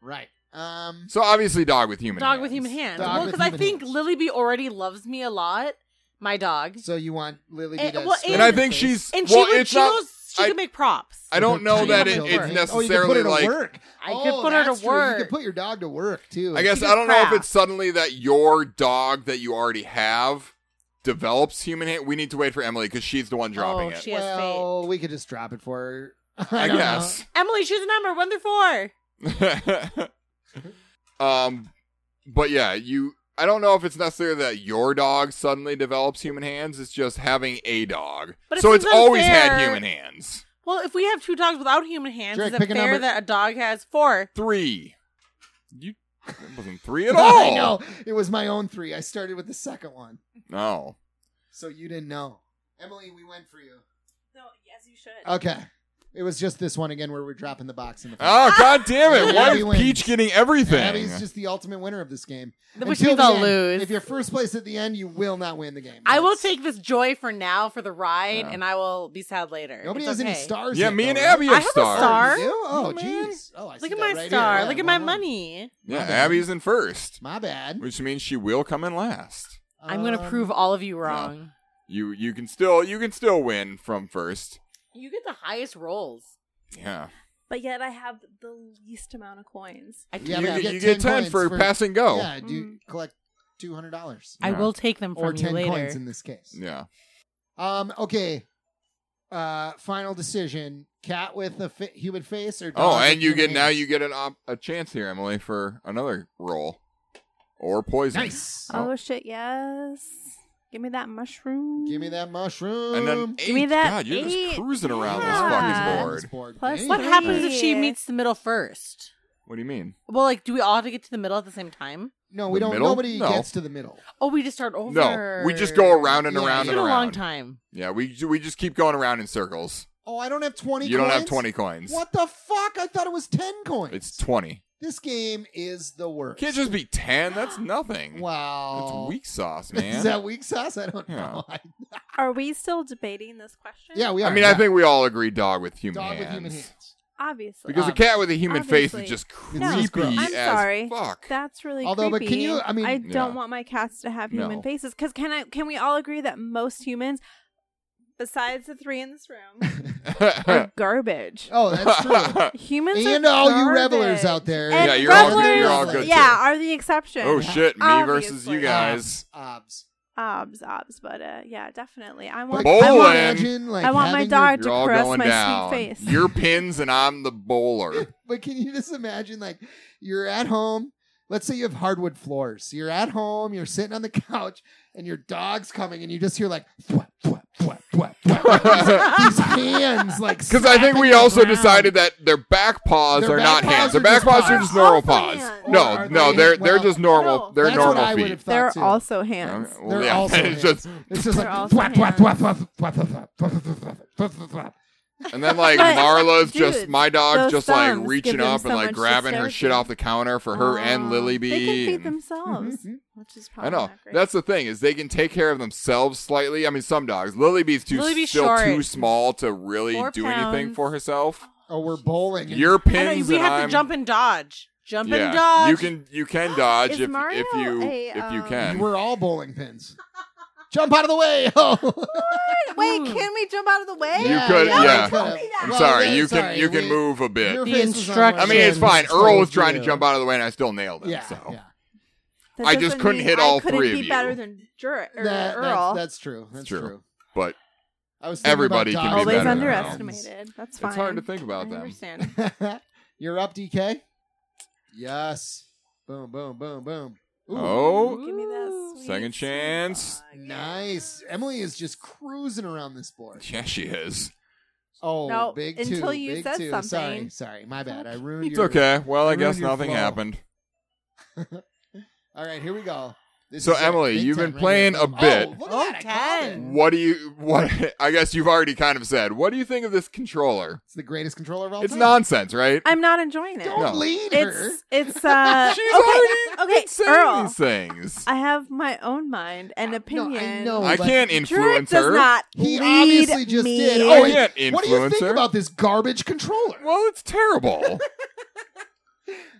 C: right. Um,
D: so obviously, dog with human
G: Dog
D: hands.
G: with human hands.
C: Dog
G: Well,
C: with
G: because I
C: human
G: think
C: hands.
G: Lily B already loves me a lot, my dog.
C: so you want Lily
G: And-
C: to
G: Eh, well,
C: scream
D: And I
C: in your
D: think
C: face?
D: she's
G: And
D: well.
G: she, would,
D: it's
G: she
D: not.
G: knows she
D: I-
G: can make props.
D: I don't know
G: She
D: that
G: can
D: it,
G: put
D: it's
C: Oh,
G: her to work.
C: you can put
D: necessarily
C: her to
D: like
C: work.
G: I
C: oh,
G: could put her to
C: that's true. You
G: work.
C: could put your dog to work too.
D: I guess
G: She
D: I don't know if
G: crap.
D: it's suddenly that your dog that you already have develops human hand. We need to wait for Emily because she's the one dropping
G: Oh,
D: it.
G: she has
C: well, we could just drop it for her.
D: I
C: don't know.
D: guess.
G: Emily, choose a number one through four.
D: um, but yeah, you. I don't know if it's necessary that your dog suddenly develops human hands. It's just having a dog,
G: But it
D: so it's
G: seems
D: always had
G: unfair.
D: human hands.
G: Well, if we have two dogs without human hands,
C: Drake,
G: is it
C: pick a
G: fair
C: number.
G: that a dog has four?
D: Three. You that wasn't three at all.
C: I know. It was my own three. I started with the second one.
D: No.
C: So you didn't know. Emily, we went for you.
E: No, as you should.
C: Okay. It was just this one again where we're dropping the box in the
D: Oh god damn it! Why
C: Abby
D: is
C: wins.
D: Peach getting everything?
C: Abby's just the ultimate winner of this game.
G: Which
C: Until
G: means
C: the
G: I'll
C: end.
G: lose.
C: If you're first place at the end, you will not win the game.
G: I will
C: That's-
G: take this joy for now for the ride,
D: Yeah.
G: and I will be sad later.
C: Nobody
G: It's
C: has any
G: okay.
C: stars.
D: yeah,
C: yet,
D: me
C: though,
D: and
C: right?
D: Abby have
G: I have a
D: stars.
G: star.
C: You do? Oh,
G: man.
C: jeez. Oh, I see
G: Look at
C: that
G: my
C: right here.
G: star.
C: Yeah,
G: Look at my
C: one more.
G: money.
D: Yeah,
C: My bad.
D: Abby's in first,
C: My bad.
D: which means she will come in last.
G: I'm gonna
C: Um,
G: prove all of you wrong.
D: You you can still you can still win from first.
G: You get the highest rolls.
D: Yeah,
E: But yet I have the least amount of coins.
G: I
C: Yeah, but
G: do
D: you,
G: that.
C: you
D: get,
C: get
D: you get
C: 10
D: ten, for,
C: points for-
D: pass and go.
C: Yeah, do you collect two hundred dollars
G: I
D: Yeah.
G: will take them Mm. from
C: or
G: you
C: ten
G: later.
C: coins in this case.
D: Yeah.
C: Um. Okay. Uh. Final decision: cat with a fi- human face or dog
D: Oh,
C: with
D: and you
C: human
D: get now
C: hands?
D: you get an op- a chance here, Emily, for another roll or poison.
C: nice.
D: Oh.
E: Oh, shit, yes. Give me that mushroom.
C: Give me that mushroom.
D: And then eight.
E: Give me that
D: God, you're
E: eight.
D: just cruising around
E: Yeah.
D: this fucking
C: This
D: board.
C: board
E: Plus
C: game.
G: What happens if she
E: Three.
G: meets the middle first?
D: What do you mean?
G: Well, like, do we all have to get to the middle at the same time?
C: No, we
D: The
C: don't.
D: middle?
C: Nobody
D: No.
C: gets to the middle.
G: Oh, we just start over.
D: No, we just go around and
C: Yeah.
D: around
G: It's
D: and
G: been a
D: around.
G: long time.
D: Yeah, we we just keep going around in circles.
C: Oh, I don't have twenty.
D: you don't have
C: coins?
D: 20 coins.
C: What the fuck? I thought it was ten coins.
D: It's 20.
C: this game is the worst.
D: Can't just be 10. That's nothing.
C: wow.
D: It's weak sauce,
C: Is
D: man.
C: that weak sauce? I don't
D: Yeah.
C: know. I-
E: Are we still debating this question?
C: yeah, we are.
D: I mean, I
C: yeah.
D: think we all agree dog with human
C: dog
D: hands.
C: with human hands.
E: Obviously.
D: Because a
C: Obviously.
D: cat with a human face is
E: Obviously.
D: just creepy
C: No. It's gross.
E: I'm
D: as
E: sorry.
D: fuck.
E: That's really
C: Although, but
E: creepy.
C: can you- I mean-
E: I
D: Yeah.
E: don't want my cats to have human
D: No.
E: faces. Because can I? Can we all agree that most humans, besides the three in this room, are garbage?
C: Oh, that's true.
E: Humans
C: and
E: are
C: all you
E: garbage.
C: revelers out there.
E: And
D: Yeah, you're all good-
E: revelers,
D: you're all good,
E: Yeah, are the exception.
D: oh, shit. Me versus
E: Obviously.
D: you guys.
C: Obs.
E: Obs, obs, but uh, yeah, definitely. I
C: But
E: want.
D: Bowling.
C: can you
E: I want
C: imagine, like,
E: I want my
C: having
E: dog-
C: Your,
E: to
D: You're all
E: caress
D: going
E: my sweet
D: down.
E: face.
D: You're pins and I'm the bowler.
C: but can you just imagine, like, you're at home? Let's say you have hardwood floors. You're at home. You're sitting on the couch, and your dog's coming, and you just hear like thwap thwap thwap thwap. thwap. These hands, like,
D: Because I think
C: slapping
D: we
C: the
D: also
C: ground.
D: decided that their back paws
C: Their
D: are
C: back
D: not
C: paws
D: hands.
C: are
D: Their back
C: just
D: paws
C: paws.
D: are just normal
E: Also
D: paws.
E: hands.
C: Or
D: No,
C: are
D: no,
C: they-
D: they're they're
C: well,
D: just normal.
E: no,
D: they're
C: That's
D: normal
C: what I would
D: feet.
C: have thought
E: They're
C: too.
E: also hands.
D: Okay, well,
C: They're
D: yeah,
C: also
D: it's
C: hands.
D: just
C: It's just like
E: They're also
C: thwap thwap
E: hands.
C: thwap thwap thwap thwap thwap thwap thwap thwap thwap.
D: And then like
E: But,
D: Marla's just
E: dude,
D: my dog's
E: those
D: just like
E: thumbs
D: reaching
E: give them
D: up
E: so
D: and like
E: much
D: grabbing her shit
E: dexterity.
D: off the counter for her and
E: Uh,
D: Lily Bee.
E: They can feed
D: and-
E: themselves,
C: Mhm.
E: which is
D: I
E: probably
D: know.
E: not great.
D: That's the thing is they can take care of themselves slightly. I mean, some dogs. Lily Bee's too
G: Lily Bee's
D: still
G: short.
D: too small to really
G: Four
D: do anything
G: pounds.
D: for herself.
C: Oh, we're bowling. and-
D: Your
G: I know,
D: pins.
G: we
D: and
G: have
D: I'm,
G: to jump and dodge. Jump
D: yeah,
G: and dodge.
D: You can you can dodge
E: Is
D: if
E: Mario
D: if you
E: a,
D: if you
E: um,
D: can.
C: We're all bowling pins. Jump out of the way! Oh.
E: Wait, can we jump out of the way?
D: You could-
E: No,
D: yeah.
E: tell me that.
D: I'm
C: Well,
D: sorry.
C: yeah,
D: You can
C: sorry,
D: you can
C: we-
D: move a bit.
C: your
G: The
C: face was on one
G: instruction-
D: I mean, it's
C: hand,
D: fine.
C: it's
D: Earl was
C: told
D: trying
C: you.
D: to jump out of the way, and I still nailed him.
C: Yeah,
D: so
C: yeah.
E: That
D: I just
E: doesn't
D: couldn't
E: mean
D: hit
E: I
D: all
E: couldn't
D: three of
E: be
D: you.
E: better than Jur- or
C: That-
E: Earl.
C: that's, that's true. That's
D: True.
C: true.
D: but
C: I was thinking
D: Everybody
C: about
D: can be
C: dogs.
E: Always
D: better than
E: underestimated. That's fine.
D: it's hard to think about
G: I
D: them.
G: understand.
C: You're up, DK. Yes. Boom, boom, boom, boom. Ooh,
D: Oh,
E: Give me that sweet,
D: Second
E: sweet
D: chance.
E: dog.
C: nice. Emily is just cruising around this board.
D: yeah, she is.
C: Oh,
E: No,
C: big two.
E: until you
C: big
E: said
C: two.
E: something.
C: Sorry, sorry. My bad. I ruined
D: It's
C: your.
D: okay. Well, I
C: you
D: guess
C: ruined your
D: nothing
C: flow.
D: happened.
C: All right, here we go. This
D: So,
C: is it.
D: Emily,
C: Big
D: you've
C: ten
D: been playing
C: right here.
D: a bit.
C: Oh, look at
G: Oh,
C: that. I called it.
G: 10.
D: What do you? What? I guess you've already kind of said. What do you think of this controller?
C: It's the greatest controller of all
D: It's
C: time.
D: nonsense, right?
E: I'm not enjoying it.
C: Don't
D: No.
C: lead her.
E: It's it's uh
D: She's
E: okay,
D: already
E: okay,
D: been saying
E: Earl.
D: these things.
E: I have my own mind and opinion.
C: know.
D: I can't
E: Jurek
D: influence
E: does
D: her.
E: not lead
C: He obviously just
E: me.
C: did.
D: Oh,
C: he-
D: yeah,
C: What do you think
D: influencer.
C: about this garbage controller?
D: Well, it's terrible.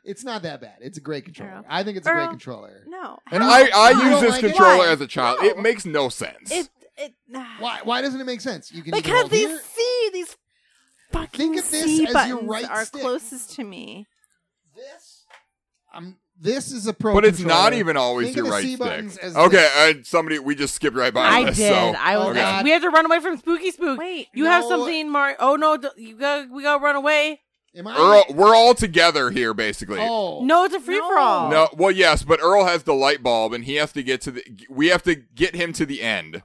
C: It's not that bad. It's a great controller.
E: Earl.
C: I think it's a great
E: Earl.
C: controller.
E: No.
D: and I, I
C: You
D: use
C: don't
D: this
C: like it?
D: controller
E: Why?
D: as a child.
E: No.
D: It makes no sense.
E: It it
C: Why? Why doesn't it make sense? You can either
E: because
C: hold
E: these
C: here-
E: C these fucking
C: Think of this
E: C
C: as your
E: buttons
C: right
E: are
C: stick.
E: closest to me.
C: This, um, this is a pro.
D: but it's not
C: controller.
D: even always
C: Think
D: your
C: of the
D: right
C: C buttons
D: stick.
C: as
D: Okay,
C: this.
D: uh, somebody we just skipped right by
G: I did.
D: this. So.
G: I was.
C: Oh, God.
G: we had to run away from Spooky Spook.
E: Wait,
G: you have
C: No.
G: something, Mario. Oh no, d- you got. We got to run away.
C: Am I?
D: Earl, we're all together here, basically.
C: oh
G: No, it's a free for all.
D: No, well, yes, but Earl has the light bulb, and he has to get to the. We have to get him to the end.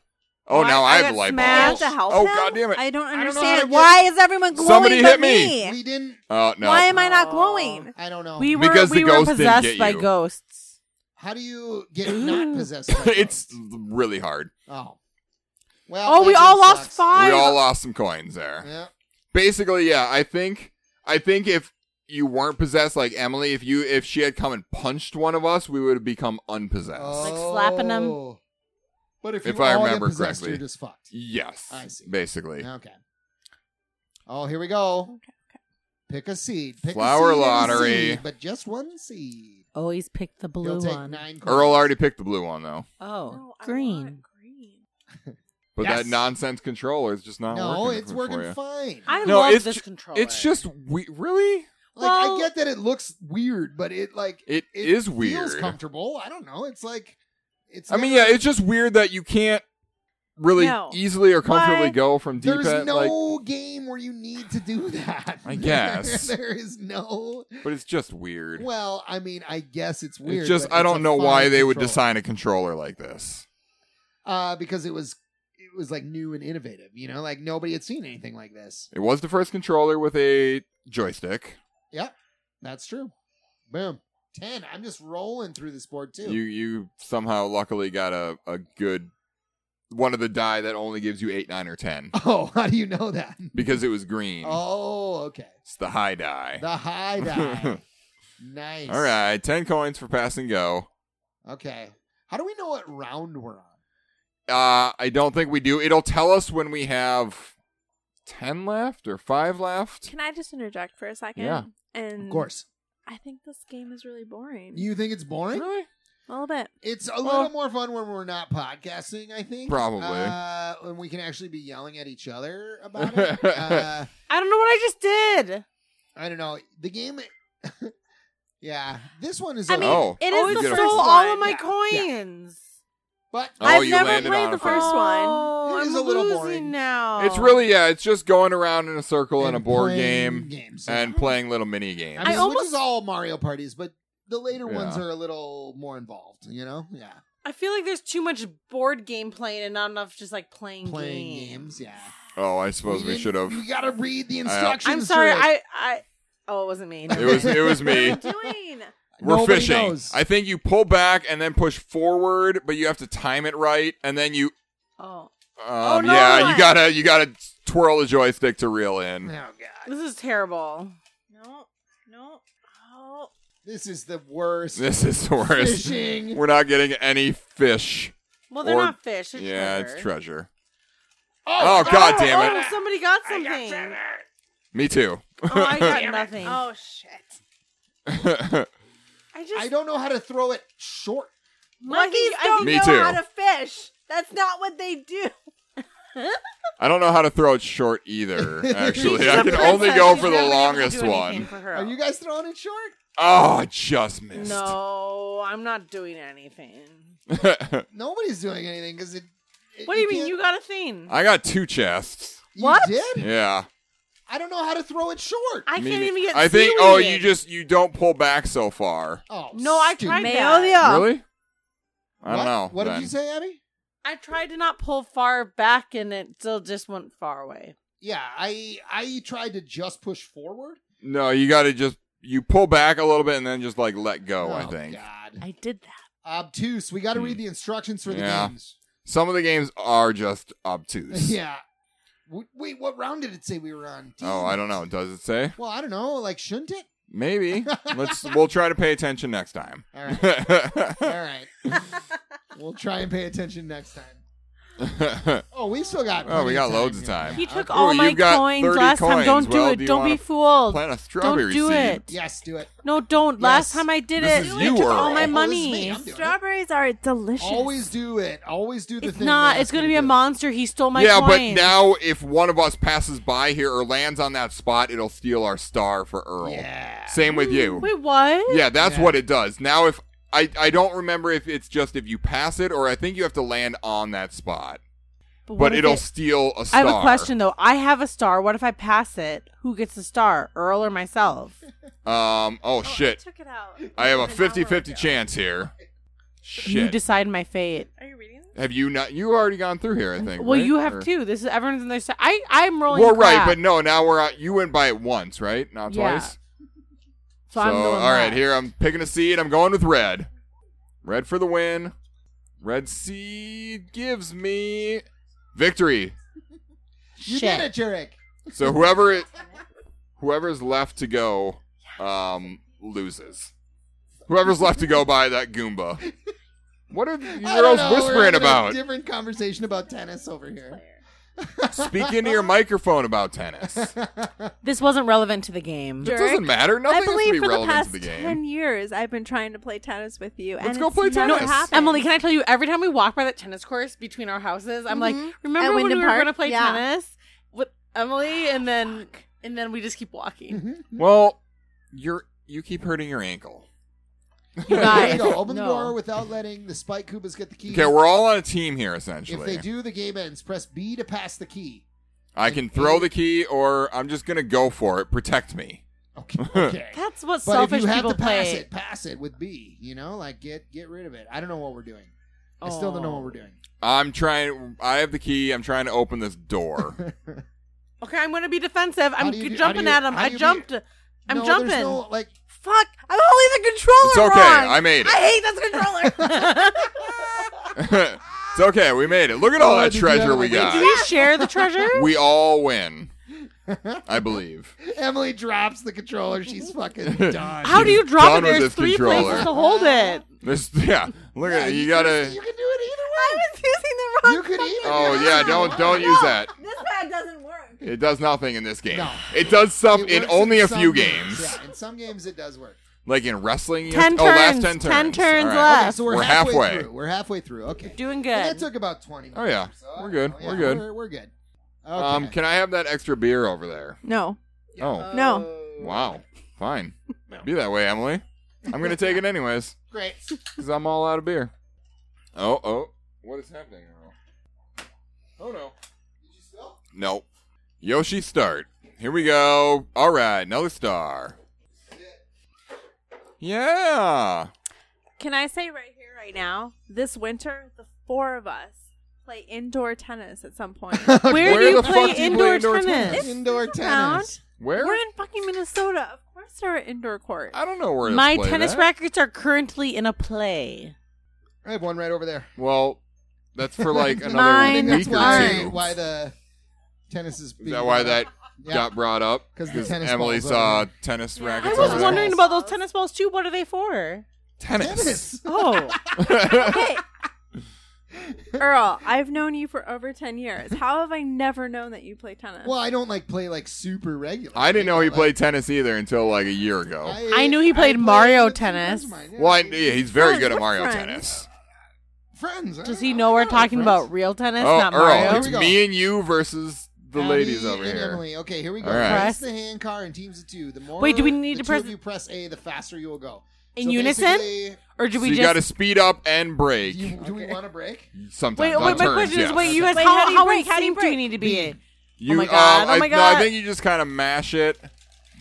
D: Oh,
G: Why?
D: now I,
G: I
D: have
G: got
D: the light
G: smashed.
D: bulb.
G: Have
I: have to help
D: Oh,
I: him?
D: God damn it.
I: I don't
C: I don't know how to
I: understand.
C: get-
I: Why is everyone glowing
D: Somebody
I: but
D: hit me.
C: We didn't.
D: Oh no!
I: Why am I not
G: Oh.
I: glowing?
C: I don't know.
G: We were
D: Because the
G: we were
D: ghost didn't
G: possessed
D: get
G: by
D: you.
G: ghosts.
C: How do you get not possessed? by
D: it's
C: ghosts?
D: really hard.
C: oh. Well,
G: Oh,
C: that
G: we
C: game
G: all lost
C: sucks.
G: five.
D: We all lost some coins there.
C: Yeah.
D: Basically, yeah. I think I think if you weren't possessed like Emily, if you if she had come and punched one of us, we would have become unpossessed.
I: Like slapping 'em.
C: Oh. But if,
D: If
C: you
D: I
C: all
D: remember
C: get possessed,
D: correctly.
C: you're just fucked.
D: Yes,
C: I see.
D: basically.
C: Okay. Oh, here we go. Pick a seed. Pick
D: Flower
C: a seed and a
D: lottery.
C: seed, but just one seed.
I: Always pick the blue
C: You'll take
I: one.
C: nine. Coins.
D: Earl already picked the blue one though,
I: Oh, green.
E: green.
D: but
G: Yes.
D: that nonsense controller is just not
C: No,
D: working.
C: it's
D: for-
C: working
D: for you.
C: fine.
G: I
D: No,
G: love
D: it's
G: this
D: ju-
G: controller.
D: It's just we really.
C: like I
G: Well-
C: get that it looks weird, but it like
D: It
C: it
D: is
C: feels
D: weird.
C: comfortable. I don't know. It's like it's.
D: I mean,
C: never-
D: yeah, it's just weird that you can't really
E: No.
D: easily or comfortably
E: Why?
D: go from deep
C: There's
D: end. like,
C: no game where you need to do that.
D: I guess.
C: there is no.
D: but it's just weird.
C: Well, I mean, I guess it's weird.
D: it's just
C: but
D: I
C: it's
D: don't
C: a
D: know why
C: fine
D: they would
C: controller.
D: design a controller like this.
C: Uh, because it was it was like new and innovative. You know, like nobody had seen anything like this.
D: It was the first controller with a joystick.
C: That's true. Boom. Ten. I'm just rolling through this board too.
D: You you somehow luckily got a, a good one of the die that only gives you eight, nine, or ten
C: Oh, how do you know that?
D: because it was green.
C: Oh, okay.
D: It's the high die.
C: The high die. nice.
D: All right, ten coins for pass and go.
C: Okay. How do we know what round we're on?
D: Uh, I don't think we do. It'll tell us when we have ten left or five left.
E: Can I just interject for a second?
D: Yeah.
E: And
C: Of course.
E: I think this game is really boring.
C: You think it's boring?
D: Really?
E: a little bit.
C: It's a
D: Well-
C: little more fun when we're not podcasting, I think.
D: Probably.
C: Uh, when we can actually be yelling at each other about it. uh,
G: I don't know what I just did.
C: I don't know. The game. yeah. This one is.
G: I
C: okay.
G: mean,
D: Oh.
G: it
E: it
G: is
E: is
G: oh,
D: the
G: it
D: first
G: stole
E: one.
G: all of my
C: Yeah.
G: coins.
C: But
D: Oh,
E: I've
D: you
E: never
D: landed
E: played
D: on
E: the
D: it
E: first
D: first.
E: one.
G: Oh,
C: It is
G: I'm
C: a little
G: losing
C: boring.
G: now.
D: It's really yeah. It's just going around in a circle in a
C: and
D: board game
C: playing Games.
D: and playing little mini games.
C: I mean,
G: I
C: which is
G: almost-
C: all Mario parties, but the later ones
D: Yeah.
C: are a little more involved. You know, yeah,
G: I feel like there's too much board game playing and not enough just like playing,
C: playing games. Yeah,
D: oh, I suppose we
C: didn't-
D: should have.
C: You gotta read the instructions.
G: I'm sorry.
C: to it.
G: I I oh, it wasn't me.
D: It was it was me.
E: What are you doing?
D: We're
C: Nobody
D: fishing.
C: knows.
D: I think you pull back and then push forward, but you have to time it right, and then you.
G: oh,
D: Um,
G: no,
D: yeah,
G: no,
D: you
G: I-
D: gotta you gotta twirl the joystick to reel in.
C: oh god,
G: this is terrible.
E: No, no. Oh.
C: this is the worst.
D: This is the worst.
C: Fishing.
D: We're not getting any fish.
G: Well, they're
D: Or-
G: not fish. They're
D: yeah,
G: treasure.
D: it's treasure. Oh, god
G: Oh,
D: damn it!
G: oh, somebody got something.
D: Me too.
G: oh, I got nothing.
E: Oh shit.
G: I
C: I
G: just
C: don't know how to throw it short.
I: Monkeys don't
D: Me
I: know
D: too.
I: how to fish. That's not what they do.
D: I don't know how to throw it short either. Actually,
G: She's
D: I
G: a
D: can
G: princess.
D: only go
G: She's
D: for the
G: not gonna be able to
D: longest
G: do anything
D: one.
G: for her.
C: Are you guys throwing it short?
D: Oh, I just missed.
G: No, I'm not doing anything.
C: Nobody's doing anything because it, it-
G: What do you mean?
C: can't-
G: You got a thing?
D: I got two chests.
C: you
G: What?
C: did?
D: Yeah.
C: I don't know how to throw it short.
G: I can't
D: Meaning-
G: even get.
D: I think. Oh,
G: seaweed.
D: you just you don't pull back so far.
C: Oh
G: No, I
C: stupid.
G: tried
I: Mayo the
G: that.
D: Really? I
C: What?
D: don't know.
C: What
D: then.
C: did you say, Abby?
G: I tried to not pull far back, and it still just went far away.
C: Yeah, I I tried to just push forward.
D: No, you got to just you pull back a little bit and then just like let go. Oh, I think
C: Oh, God.
I: I did that.
C: obtuse. We got to
D: Hmm.
C: read the instructions for the
D: Yeah.
C: games.
D: some of the games are just obtuse.
C: yeah. W- Wait, what round did it say we were on?
D: Oh, I don't know. Does it say?
C: Well, I don't know. Like, shouldn't it?
D: Maybe. Let's. We'll try to pay attention next time.
C: All right. All right. we'll try and pay attention next time. Oh, we still got.
D: Oh, we
C: plenty
D: got
C: of
D: loads of
C: here.
D: time.
G: He took
C: okay.
G: all
D: Ooh,
G: my
D: you've got
G: coins
D: 30
G: last time.
D: coins.
G: Don't do
D: Well,
G: it.
D: do you
G: don't
D: wanna
G: be fooled.
D: Plant a strawberry
G: do
D: seed.
G: it.
C: Yes, do it.
G: No, don't.
C: Yes.
G: Last time I did
D: This
G: it,
D: is
G: it
D: you,
G: took
D: Earl. Oh,
G: all my
D: this is
G: money.
C: I'm doing it.
E: Strawberries are delicious.
C: Always do it. Always do the
G: It's
C: thing.
G: not.
C: they
G: It's
C: ask
G: going
C: you
G: to be a
C: do.
G: monster. He stole my
D: yeah,
G: coins.
D: but now if one of us passes by here or lands on that spot, it'll steal our star for Earl.
C: Yeah.
D: Same with you.
G: Wait, what?
D: Yeah, that's
C: Yeah.
D: what it does. Now if I I don't remember if it's just if you pass it or I think you have to land on that spot.
G: what
D: but
G: if
D: it'll
G: it-
D: steal a
G: I
D: star.
G: have a question though. I have a star. What if I pass it? Who gets the star? Earl or myself?
D: Um. Oh, shit!
E: took it out.
D: I have a
E: An hour
D: 50-50
E: ago.
D: chance here.
G: You
D: Shit.
G: decide my fate.
E: Are you reading? this?
D: have you not? You already gone through here, I think.
G: Well,
D: right?
G: you have
D: Or-
G: two. This is everyone's on their side. I I'm rolling.
D: Well, right,
G: crap.
D: but no. Now we're on, you went by it once, right? Not
G: Yeah.
D: twice.
G: so, I'm
D: all
G: going
D: right,
G: last.
D: here I'm picking a seed. I'm going with red. Red for the win. Red seed gives me victory.
C: You
G: Shit.
C: did it, Jurek.
D: So whoever it, whoever's left to go um, loses. Whoever's left to go by that Goomba. What are you
C: I
D: girls
C: don't know, we're
D: whispering
C: having a
D: about?
C: different conversation about tennis over here.
D: Speak into your microphone about tennis. It
G: This wasn't relevant to the game.
F: Jerk.
D: doesn't matter. Nothing
F: I
D: has to
F: believe
D: be
F: for the
D: relevant
F: past
D: to the game.
F: ten years, I've been trying to play tennis with you,
D: Let's
F: and
D: go
F: it's
D: play
F: never
D: tennis.
F: happened.
G: Emily, can I tell you? Every time we walk by that tennis course between our houses,
C: Mm-hmm.
G: I'm like, remember
F: At
G: when we
F: Wyndham
G: were
F: Park?
G: going to play
F: Yeah.
G: tennis with Emily, and then and then we just keep walking.
D: Well, you're you keep hurting your ankle.
G: You
C: There you
G: guys,
C: go. Open
G: no.
C: the door without letting the spike Kubas get the key.
D: Okay, we're all on a team here
C: if
D: essentially.
C: they do, the game ends. Press B to pass the key.
D: I can throw the key or I'm just gonna go for it. Protect me.
C: Okay. okay.
G: That's what
C: but if
G: selfish
C: you have
G: people
C: to pass
G: play.
C: it, pass it with B. You know, like get get rid of it. I don't know what we're doing. I still don't know what we're
G: Oh.
C: doing.
D: I'm trying I have the key, I'm trying to open this door.
G: Okay, I'm going to be defensive. I'm
C: do you do- how do
G: jumping
C: you-
G: at him.
C: how
G: I
C: do you be-
G: jumped. I'm
C: No, there's
G: jumping.
C: no, like
I: Fuck! I'm holding the controller
D: it's okay,
I: wrong.
D: I made
I: I
D: it.
I: hate this controller.
D: it's okay, we made it. Look at all
C: Oh,
D: that
C: did you
D: treasure
C: have
D: we
C: a-
G: Do
D: got.
G: we share the treasure?
D: We all win. I believe.
C: Emily drops the controller. She's fucking done.
G: How do you drop
D: Done
G: it?
D: with
G: There's
D: this
G: three
D: controller.
G: places to hold it.
D: This yeah. Look
C: Yeah,
D: at it. You
C: can-
D: gotta
C: You can do it
I: I was using the wrong.
C: either. You could even.
D: Oh yeah, don't don't use that.
I: This pad doesn't work.
D: It does nothing in this game.
C: No.
D: It does some
C: It
D: in
C: works
D: only a
C: some
D: few games.
C: games. Yeah, in some games it does work.
D: Like in wrestling, you
G: Ten
D: have to- oh, last
G: turns.
D: ten turns.
G: Ten turns
D: All
G: left.
C: Okay, so we're,
D: We're
C: halfway,
D: halfway.
C: through. We're halfway through. Okay.
G: Doing
C: And that
G: good.
C: took about twenty.
D: Oh,
C: Minutes
D: yeah.
C: or so. oh,
D: We're good.
C: Yeah,
D: We're good.
C: We're, we're good. Okay.
D: Um, can I have that extra beer over there?
F: No,
D: Oh,
F: no.
D: wow. Fine. Be that way, Emily. I'm gonna take it anyways,
C: Great.
D: cause I'm all out of beer. Oh, oh, what is happening? Earl? Oh no. Nope. Yoshi, start. Here we go. All right, another star. Yeah.
F: can I say right here, right now, this winter, the four of us play indoor tennis at some point.
G: Where,
D: Where
G: do you
D: the fuck
G: play
D: do you play
G: indoor,
D: indoor
G: tennis?
D: tennis?
C: Indoor
F: around.
C: tennis.
D: Where?
F: We're in fucking Minnesota. Of course, there are indoor courts.
D: I don't know where. to
G: My
D: play
G: tennis
D: that.
G: rackets are currently in a play.
C: I have one right over there.
D: Well, that's for like another
F: Mine
D: week or
C: That's why,
D: two.
C: why the tennis is.
D: Is that why that
C: Yeah.
D: got brought up?
C: 'Cause the tennis
D: Emily
C: balls
D: saw
C: are-
D: tennis
I: Yeah.
G: I
D: rackets.
G: was
D: over there.
G: wondering about those tennis balls too. What are they for?
D: tennis.
C: tennis?
G: Oh,
F: Hey, Earl, I've known you for over ten years. How have I never known that you play tennis?
C: Well, I don't like play like super regular.
D: I didn't know he
C: Like,
D: played tennis either until like a year ago.
G: I knew he
C: I
G: played Mario
C: with friends
G: tennis.
C: of mine, yeah.
D: well, I, yeah, he's very
F: Friends,
D: good at
F: we're
D: Mario
F: friends.
D: tennis.
C: friends. I
G: does
C: don't
G: he know we're
C: I
G: talking
C: friends.
G: about real tennis,
D: oh,
G: not
D: Earl,
G: Mario?
D: it's
C: Here we go.
D: me and you versus the
C: Me
D: ladies over
C: and
D: here.
C: Emily. Okay, here we go.
D: All right.
C: Press
G: Press.
C: the hand car in teams of two. The more
G: Wait, do we need
C: the
G: to
C: two of
G: press-
C: you press A, the faster you will go.
G: In
C: So
G: unison?
C: basically,
G: Or do
D: So
G: we
D: you got to
G: just
D: speed up and
C: Do,
D: break.
C: you, do we want to break?
D: Sometimes
G: wait?
D: on
G: Wait, my
D: turns,
G: question
D: yes.
G: is, wait, you guys,
F: Wait,
G: how,
F: how do you
G: how
F: break?
G: in
F: How do you
G: sync do we
F: break?
G: need to be?
D: You,
G: my God,
D: um,
G: oh
D: I,
G: my
D: No,
G: God.
D: I think you just kind of mash it,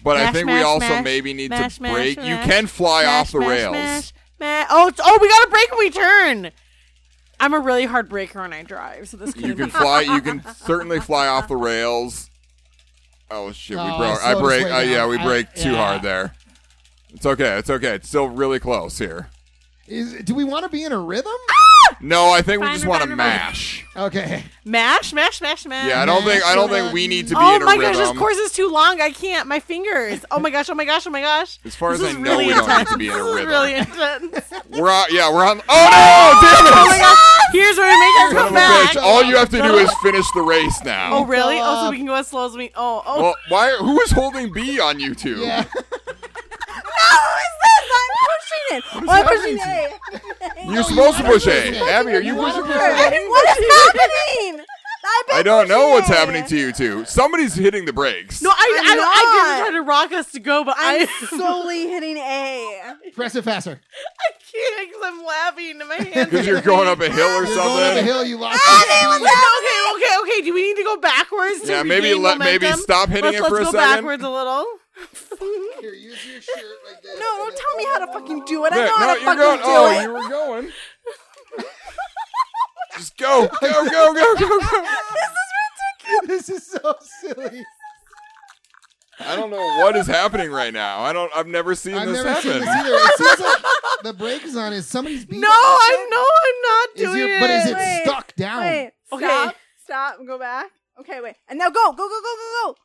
D: but I
G: Mash,
D: think we
G: mash,
D: also
G: mash,
D: maybe need
G: mash,
D: to
G: mash,
D: break. you
G: mash,
D: can fly
G: Smash,
D: off the
G: smash,
D: rails.
G: smash, smash. Oh, it's- oh, we got to break and we turn. I'm a really hard breaker when I drive, so this
D: You
G: could
D: can
G: be.
D: fly. You can certainly fly off the rails. Oh shit! We
C: Oh,
D: broke.
C: I
D: I
C: slowed
D: break.
C: us
D: Uh,
C: way
D: yeah,
C: down.
D: we
C: I-
D: break too
C: yeah.
D: hard there. It's okay. It's okay. It's still really close here.
C: Is do we want to be in a rhythm?
G: Ah!
D: No, I think we
F: Fine,
D: just
F: we're
D: want to
F: fine, we're fine.
D: mash.
C: Okay.
G: Mash, smash, smash, smash.
D: Yeah, I don't think. I don't think we need to be
G: oh
D: in a
G: my
D: rhythm.
G: gosh, this course is too long. I can't. My fingers. Oh my gosh. Oh my gosh. Oh my gosh.
D: As far
G: This
D: as
G: is
D: I know,
G: really
D: we don't need
G: intense.
D: to be in a
G: This is
D: rhythm.
G: really intense.
D: We're on. Yeah, we're on. Oh no! Damn it!
G: Oh my gosh. Here's where we make our
D: Son of a
G: comeback.
D: bitch. Oh, All you have to do is finish the race
G: Oh
D: now.
G: really? Oh, so we can go as slow as we. Oh oh.
D: Well, why? Who is holding B on YouTube?
C: Yeah.
I: no, is this? I'm pushing it. Oh, I'm pushing
D: happening
I: A.
G: Oh,
D: You're supposed to
C: wanna
D: push
C: push
D: A.
C: it.
D: Abby, are you
C: You wanna
D: pushing
C: push
D: A?
C: it.
I: What is happening? I've been
D: I don't know
I: pushing
D: what's
I: it.
D: happening to you two. Somebody's hitting the brakes.
G: no, I I,
I: I'm
G: I,
I: not.
G: didn't try to rock us to go, but I
I: I'm solely hitting A.
C: Press it faster.
G: I can't because I'm laughing and my hands.
D: because you're going up a hill or
C: You're going up a
D: something.
C: hill. You lost.
G: Ah,
I: Abby,
C: your
I: what's
C: speed.
I: happening?
G: Okay, Okay, do we need to go backwards? To
D: yeah, maybe
G: regain
D: let maybe
G: momentum?
D: stop hitting
G: let's,
D: it for
G: let's
D: a
G: go
D: second.
G: backwards a little.
C: Here, use your shirt like this.
I: No, don't tell me how to fucking do it. I
D: There,
I: know how to
D: you're
I: fucking
D: going.
I: do
D: oh,
I: it.
D: you were going. Just go, go, go, go, go, go.
C: This is so silly.
D: I don't know what is happening right now. I don't. I've never seen
C: I've
D: this
C: never
D: happen.
C: seen this either. It seems like the brake is on. Is somebody's beat
G: No,
C: up
G: I no, I'm
C: yourself?
G: not
C: Is
G: doing
C: your- But is it
I: Wait,
C: stuck down?
I: Wait,
G: Okay.
I: stop, stop, and go back. Okay, wait, and now go, go, go, go, go, go.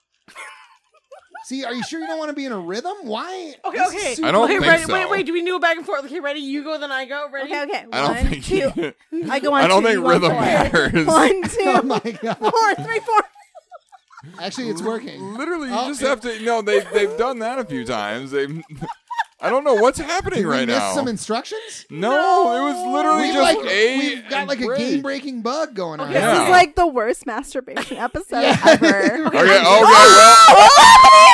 C: See, are you sure you don't want to be in a rhythm? Why?
G: Okay,
C: This is
G: okay.
C: super-
D: I don't
G: okay,
D: think
G: ready,
D: so.
G: Wait, wait. Do we need to go back and forth? Okay, ready. You go, then I go. Ready.
I: Okay, okay.
D: I don't
I: One,
D: think.
I: two.
D: you-
I: I go on.
D: I don't
I: two,
D: think
I: you go on
D: rhythm
I: four.
D: matters.
I: One,
C: Oh
I: two,
C: my god!
I: four, three, four.
C: Actually, it's working.
D: Literally, you
C: Oh,
D: just
C: it-
D: have to. No, they they've done that a few times. They. I don't know what's happening
C: Did we
D: right
C: miss
D: now.
C: some instructions?
D: no, it was literally
C: We've
D: just
C: like
D: a.
C: we've got
D: and
C: like a
D: break.
C: game breaking bug going on.
I: This
D: Yeah.
I: is like the worst masturbation episode ever.
D: Okay. oh, Okay. Well,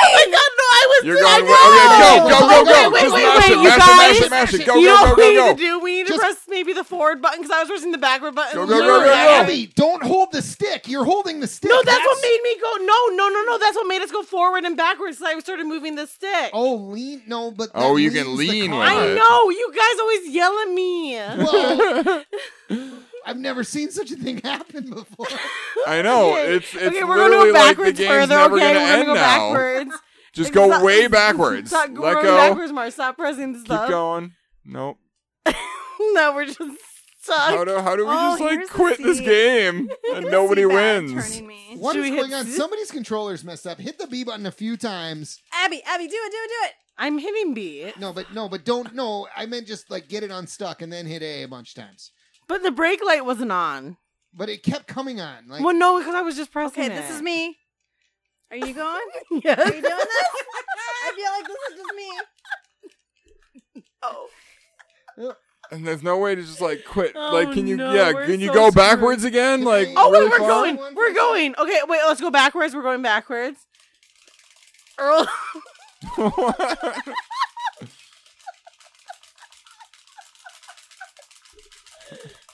G: Oh my god, no! I was.
D: you're
G: I
D: going.
G: know.
D: Okay. Go. Go. Go. Go.
G: Wait, wait,
D: Just
G: wait,
D: mash
G: wait,
D: it.
G: you
D: Mash it.
G: guys.
D: Mash it. Mash it. Go.
G: you know
D: Go.
G: what we
D: Go.
G: need to
D: Go.
G: do? We need to
C: Just-
G: press maybe the forward button because I was pressing the backward button.
D: Go, go,
G: You
D: go,
G: were
D: go,
G: at
D: go.
G: it.
C: Abby, don't hold the stick. You're holding the stick.
G: No, that's, what made me go. No, no, no, no. That's what made us go forward and backwards. 'cause I started moving the stick.
C: Oh, lean. No, but that
D: Oh, you can
C: leans the
D: lean
C: car.
D: with
G: I
D: it.
G: know. You guys always yell at me.
C: Well, I've never seen such a thing happen before.
D: I know.
G: Okay,
D: Oh, It's it's
G: okay, we're gonna
D: literally
G: go
D: like the
G: backwards
D: game's
G: further.
D: never
G: okay,
D: gonna
G: we're gonna
D: end
G: go
D: now.
G: backwards.
D: Just
G: Like,
D: go
G: stop-
D: way backwards.
G: Stop
D: Let
G: going
D: go.
G: backwards, Mar. Stop pressing
D: Keep
G: stuff.
D: going. Nope.
G: no, we're just
D: How
G: stuck.
D: do how do we
F: Oh,
D: just like
F: here's the
D: quit this
F: seat.
D: game and nobody wins?
F: Turning me.
C: What
G: Should
C: is
G: we
C: going
G: hit
C: on?
G: Z?
C: Somebody's controller's messed up. Hit the B button a few times.
I: Abby, Abby, do it, do it, do it.
G: I'm hitting B,
C: No, but no, but don't. No, I meant just like get it unstuck and then hit A a bunch of times.
G: but the brake light wasn't on.
C: But it kept coming on. Like
G: Well, no, because I was just pressing
I: Okay,
G: it.
I: this is me. Are you going? Are you
G: Yes.
I: doing this? I feel like this is just me. Oh,
D: And there's no way to just like quit.
G: Oh,
D: like can you
G: no,
D: yeah,
G: we're
D: can you
G: so
D: go
G: screwed.
D: backwards again?
C: Can
D: Like
C: I-
G: Oh
D: really
G: wait, we're
D: far?
G: going.
C: One
G: We're
C: person.
G: going. Okay, wait. Let's go backwards. We're going backwards. Earl.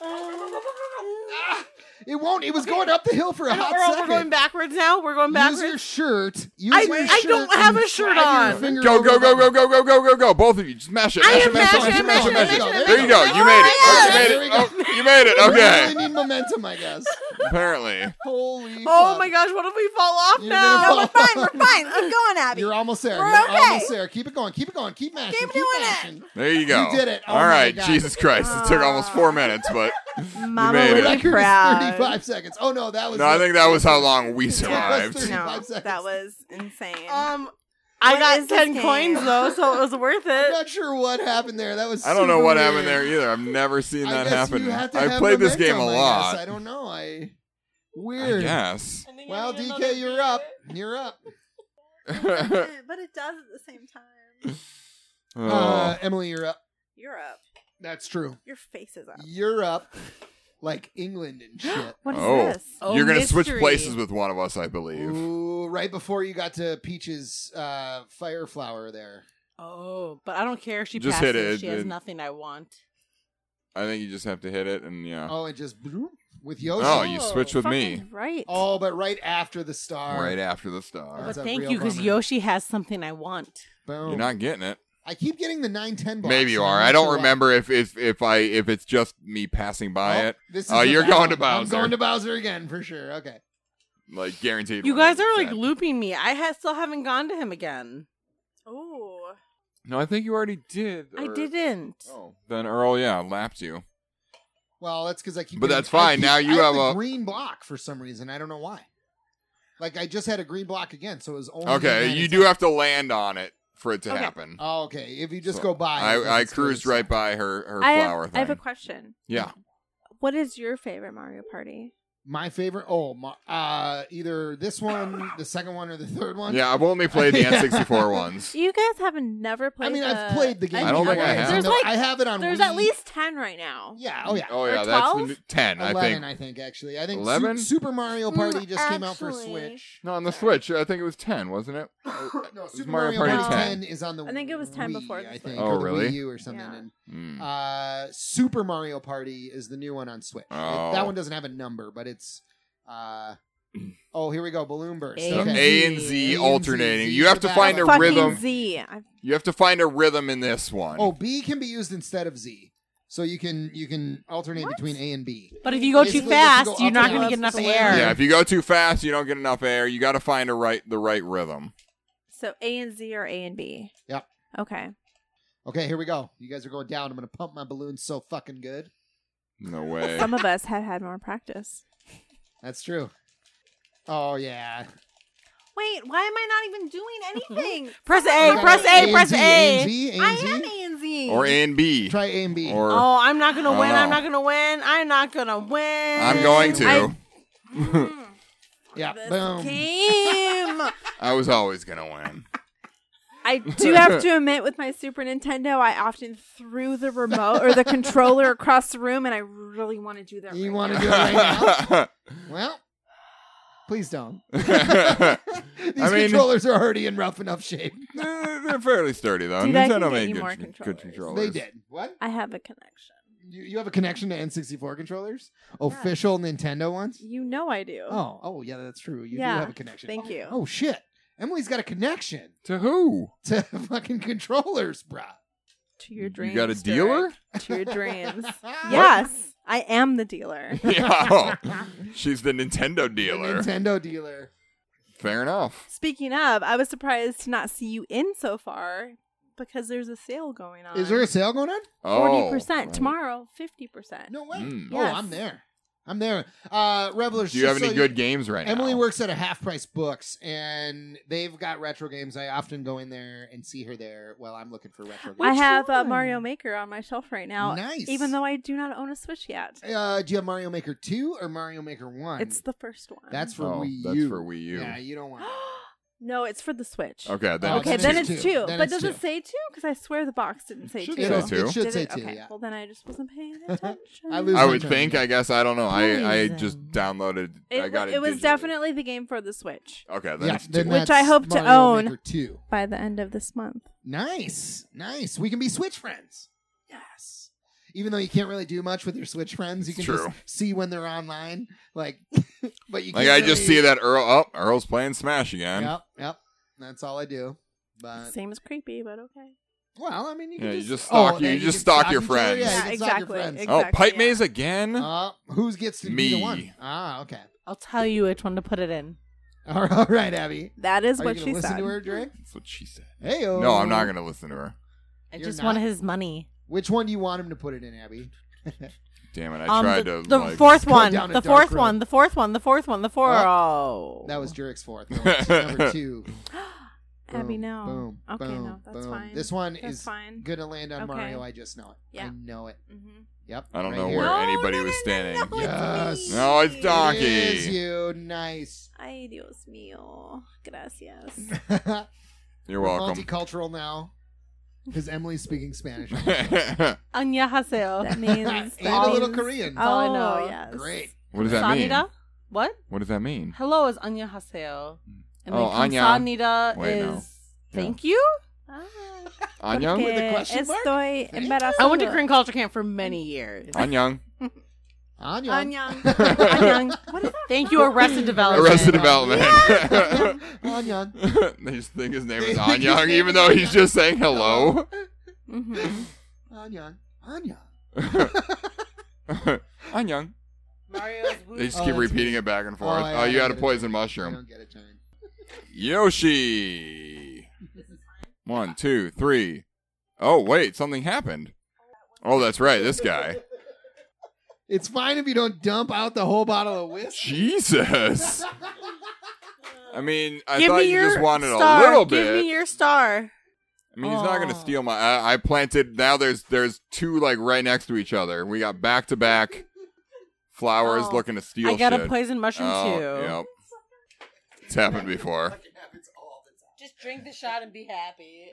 C: ah, it won't. It was going up the hill for a hot
G: Earl,
C: second.
G: we're going backwards now. We're going
C: Use your
G: backwards.
C: shirt. Use
G: I-
C: your
G: I
C: shirt
G: don't
C: and
G: have a shirt
C: drag your
G: on.
C: finger
D: Go
C: over
D: go
C: the
D: go go
C: button.
D: go go go go go! Both of you, just mash it, mash
G: I am
D: it, mash it,
G: mashing,
D: mash it, mash it, mash
G: I'm mashing,
D: it.
G: I'm
C: mashing,
D: There you go.
C: I'm
D: You made
C: mashing.
D: it. You
C: There we
D: made it.
C: go.
D: Oh, you made it.
C: We
D: Okay.
C: really need momentum, I guess.
D: Apparently,
C: Holy.
G: Oh
C: fuck.
G: my gosh, what if we fall off
C: You're
G: now?
C: gonna
I: we're
C: fall.
I: fine. We're fine. Keep going, Abby.
C: You're almost there.
I: We're
C: You're
I: okay.
C: almost there. Keep it going. Keep it going. Keep mashing.
I: Keep
C: Keep,
I: doing it.
C: mashing.
D: there you go.
C: You did it. Oh
D: All
C: my
D: right,
C: God. Ah.
D: Jesus Christ! It took almost four minutes, but
F: Mama
D: made
F: would
D: it.
F: be
C: Record is
F: proud.
C: 35 seconds. Oh no, that was.
D: no, I think that was how long we
C: That was
D: survived.
C: 35
F: No,
C: seconds.
F: that was insane.
I: Uh,
G: Um, I
F: What
G: got
F: is this
G: ten
F: game?
G: coins though, so it was worth
C: I'm
G: it.
C: not sure what happened there. That was.
D: I don't know
C: super
D: what
C: weird.
D: happened there either. I've never seen
C: I
D: that
C: guess
D: happen.
C: You have to
D: I
C: have
D: played this game
C: momentum,
D: a
C: I guess.
D: lot.
C: I don't know. I.
D: I
C: Weird.
D: guess.
C: Well, DK, you're up. You're up.
I: but it does at the same time.
D: Oh.
C: Uh, Emily, you're up.
I: You're up.
C: That's true.
I: Your face is up.
C: You're up, like England and shit.
F: What is
D: Oh.
F: this?
G: Oh,
D: You're gonna switch
G: mystery.
D: places with one of us, I believe.
C: Ooh, right before you got to Peach's uh, fire flower there.
G: Oh, but I don't care. She
D: Just
G: just
D: hit it,
G: She has
D: it-
G: nothing I want.
D: I think you just have to hit it, and yeah.
C: Oh, and just bloop with Yoshi.
D: Oh, you switch with me
F: Fucking Right.
C: Oh, but right after the star.
D: right after the star.
C: That's
G: But
C: a
G: thank
C: real
G: you, because
C: bummer.
G: Yoshi has something I want.
C: Boom.
D: You're not getting it.
C: I keep getting the 910 box.
D: Maybe you are.
C: I'm not
D: I don't
C: sure why.
D: remember if if if I if it's just me passing by
C: Oh,
D: it.
C: This is
D: Oh,
C: a
D: you're
C: bad
D: going to
C: one. I'm
D: Bowser.
C: going to Bowser again for sure. Okay.
D: Like guaranteed.
G: You guys are like
D: 100%.
G: looping me. I ha- still haven't gone to him again.
F: Oh.
D: No, I think you already did.
G: I
D: or-
G: didn't.
D: Oh, then Earl, yeah, lapped you.
C: Well, that's because I keep.
D: But
C: getting-
D: that's fine.
C: I keep-
D: Now you
C: I
D: have
C: the
D: a-
C: green block for some reason. I don't know why. Like I just had a green block again, so it was only.
D: Okay,
C: the
D: you
C: 910.
D: do have to land on it for it to
F: Okay.
D: happen.
C: Oh, okay. If you just
D: So
C: go by, it doesn't
D: I, I
C: screw
D: cruised
C: this
D: right
C: up.
D: by her her
F: I
D: flower
F: have,
D: thing.
F: I have a question.
D: yeah.
F: What is your favorite Mario Party?
C: My favorite. Oh, my, uh, either this one, the second one, or the third one.
D: Yeah, I've only played the
C: Yeah.
D: N64 ones.
F: You guys haven't never played.
C: I mean, I've
F: the-
C: played the game.
D: I don't think
C: before.
D: I have.
F: There's
C: No,
F: like
C: I have it on.
F: there's
C: Wii.
F: at least ten right now.
C: Yeah. Oh yeah.
D: Oh yeah,
F: Or
D: that's the
F: 12?
D: new- 10, I
C: Eleven,
D: think.
C: I think. actually. I think Su-
D: 11?
C: Super Mario Party just came out for
F: Mm, actually.
C: Switch.
D: No, on the Switch, I think it was 10, wasn't it?
C: No,
D: was
C: Super
D: Mario
C: Mario,
D: Party
C: Party
D: 10.
C: 10. is on the.
F: I think it was 10
C: Wii,
F: before the
C: I
F: Switch.
C: think,
D: Oh,
C: or the
D: really?
C: Wii U or something.
F: Yeah.
C: And,
D: Mm.
G: Hmm.
C: uh, Super Mario Party is the new one on Switch. It-
D: Oh.
C: that one doesn't have a number, but it's uh, Oh, here we go. Balloon burst.
G: A
D: So
G: and
C: Okay.
D: A and
G: Z.
D: Z
C: A and
D: alternating.
C: Z.
D: You have to find a
E: Fucking
D: rhythm.
E: Z. I-
D: You have to find a rhythm in this one.
C: Oh, B can be used instead of Z. So you can you can alternate between A and B.
G: But if you go
C: Basically,
G: too
C: they can
G: fast,
C: go
G: you're
C: up
G: not
C: and
G: going to
C: up.
G: get enough
C: So
G: air.
D: Yeah, if you go too fast, you don't get enough air. You got to find a right the right rhythm.
E: So A and Z or A and B.
C: Yep.
E: Okay.
C: Okay, here we go. You guys are going down. I'm gonna pump my balloon so fucking good.
D: No way.
E: Some of us had had more practice.
C: That's true. Oh yeah.
I: Wait, why am I not even doing anything?
G: Press
C: You
G: A,
C: gotta
G: press
C: and
G: A, press
C: Z, and
G: A.
C: Z, and
I: I
C: Z.
I: am A and Z.
D: Or A and B.
C: Try E. A and B.
D: Or
G: Oh, I'm not going to
D: I don't
G: win. I'm
D: know.
G: not going to win. I'm not going to win.
D: I'm going to.
E: I-
D: I,
C: yeah. Boom.
E: Game.
D: was always gonna win.
E: I do have to admit, with my Super Nintendo, I often threw the remote or the controller across the room, and I really want to do that.
C: You
E: right
C: want to
E: now.
C: do it right now? Well, please don't. These
D: I mean-
C: controllers are already in rough enough shape.
D: Eh, They're fairly sturdy though.
E: Dude, I can
D: Nintendo
E: get
D: made
E: you more
D: good, good
E: controllers.
D: controllers.
C: They did. What?
E: I have a connection.
C: You, you have a connection to N64 controllers? Official Nintendo ones?
E: You know I do.
C: Oh, oh yeah, that's true. You do
E: Yeah,
C: have a connection.
E: thank
C: Oh,
E: you.
C: Oh shit. Emily's got a connection
D: To who?
C: to fucking controllers, bruh.
E: To your dreams.
D: you got a
E: Derek.
D: dealer?
E: To your dreams. yes, I am the dealer.
D: yeah. She's the Nintendo
C: The
D: dealer.
C: Nintendo dealer.
D: Fair enough.
E: Speaking of, I was surprised to not see you in so far because there's a sale going on.
C: Is there a sale going on?
D: Oh,
E: forty percent
D: right.
E: tomorrow? Fifty percent.
C: No way.
D: Mm.
C: Oh,
E: Yes.
C: I'm there. I'm there. Uh Revelers.
D: Do you have
C: just
D: any
C: so
D: good games right
C: Emily
D: now?
C: works at a half price books and they've got retro games. I often go in there and see her there while I'm looking for retro games.
E: I have uh,
G: one?
E: Mario Maker on my shelf right now,
C: Nice.
E: even though I do not own a Switch yet.
C: uh, do you have Mario Maker 2 or Mario Maker 1?
E: It's the first one.
C: That's for
D: Oh,
C: Wii
D: that's
C: U.
D: for Wii U.
C: Yeah, you don't want that.
E: no, it's for the Switch.
D: Okay, then
C: Oh,
E: Okay,
D: it's
E: then
D: two.
E: it's two.
C: two. Then
E: but
C: it's
E: does
C: two.
E: it say two? Because I swear the box didn't say
D: Should
E: two.
D: say two.
C: It should
E: Did
C: say
E: it?
C: two,
E: Okay.
C: yeah.
E: Well, then I just wasn't paying attention.
C: I lose
D: I
C: my
D: would
C: turn.
D: think. I guess I don't know. I, I
G: Poison.
D: just downloaded.
E: It,
D: I got
E: wa-
D: it.
E: it was
D: digitally.
E: definitely the game for the Switch
D: okay. Then
C: Yeah,
D: it's
C: then
D: two.
E: Which
C: that's
E: I hope to
C: Mario
E: own.
C: Maker 2.
E: by the end of this month.
C: Nice. Nice. We can be Switch friends. Yes. Even though you can't really do much with your Switch friends, you can
D: True.
C: just see when they're online. Like, but you
D: Like I
C: can't
D: just
C: really-
D: see that Earl. Oh, Earl's playing Smash again.
C: Yep, yep. That's all I do. But
E: Same as creepy, but okay.
C: well, I mean, you can
D: Yeah, you
C: just,
D: just stalk-
C: oh,
D: you
C: yeah,
D: just
C: can
D: stalk your
C: each other.
D: friends.
C: Yeah, you
E: Yeah,
C: can stalk your
E: exactly.
C: friends.
E: Ex-
D: Oh,
E: Exactly,
D: Pipe
E: yeah.
D: Maze again.
C: Uh, who gets to be the
D: Me.
C: one? Ah, okay.
G: I'll tell you which one to put it in.
C: All right, all right, Abby.
E: That is
C: Are
E: what
C: you
E: she
C: gonna listen
E: said.
C: to her, Drake?
D: That's what she said.
C: Hey,
D: No, I'm not gonna listen to her.
G: I
C: You're
G: just
C: not.
G: want his money.
C: Which one do you want him to put it in, Abby?
D: Damn it! I
G: Um,
D: tried
G: the,
D: to.
G: the
D: like,
G: fourth
C: Go
G: one,
C: down a
G: the
C: dark
G: fourth
C: road.
G: one, the fourth one, the fourth one, the four. Oh,
C: That was Jurek's fourth. No, it's number two.
E: Abby,
C: Boom,
E: no.
C: Boom.
E: okay,
C: boom,
E: no, that's
C: boom.
E: fine.
C: This one
E: That's
C: is
E: fine.
C: gonna land on
E: Okay.
C: Mario. I just know it. I
E: Yeah.
C: know it.
E: Mhm.
C: Yep.
D: I don't
C: right
D: know
C: here.
D: where
E: No,
D: anybody
E: no,
D: was
E: no,
D: standing.
E: no,
C: Yes.
D: No, it's
C: It
D: Donkey.
C: is you. Nice.
E: Ay, Dios mío. Gracias.
D: You're
C: We're
D: welcome.
C: Multicultural now, because Emily's speaking Spanish.
G: annyeonghaseyo.
E: That means.
C: And
E: that
C: a little
E: means-
C: Korean.
E: Oh,
G: all I know.
E: yes.
C: Great.
D: what does that mean?
G: Sanida? What?
D: What does that mean?
G: Hello is annyeonghaseyo. And
D: Oh,
G: then comes
D: Anya.
G: Sanida
D: Wait, no.
G: is thank you.
E: Ah,
D: Anyang?
C: With a
E: que
C: question mark?
E: Estoy embarazada.
G: I went to Korean culture camp for many years.
D: Anyang.
C: Anya.
E: Anyang.
G: Annyeong. Thank you, Arrested Development.
D: Arrested Development.
C: Anya.
D: they just think his name is
C: They think his
D: Anyang,
C: name
D: even
C: is
D: though he's
C: Anyang.
D: just saying hello.
G: Mm-hmm.
E: Mhm.
C: Anya. Anya.
D: Anyang.
G: Mario's
D: They just
C: Oh,
D: keep
C: that's
D: repeating it back and forth.
C: yeah,
D: oh,
C: I
D: you
C: don't
D: had a
C: get it.
D: poison
C: I
D: mushroom.
C: don't get it, John.
D: Yoshi. One, two, three. Oh, wait, something happened. Oh, that's right, this guy.
C: It's fine if you don't dump out the whole bottle of whiskey.
D: Jesus. I mean, I
G: Give
D: thought
G: me
D: you
G: your
D: just wanted
G: star.
D: a little
G: Give
D: bit.
G: me your star.
D: I mean, he's not going to
G: Aw.
D: steal my. I, I planted. Now there's there's two like right next to each other. We got back to back flowers
G: Oh.
D: looking to steal.
G: I got
D: shit.
G: a poison mushroom
D: oh,
G: too.
D: Yep. It's happened before.
G: Just drink the shot and be happy.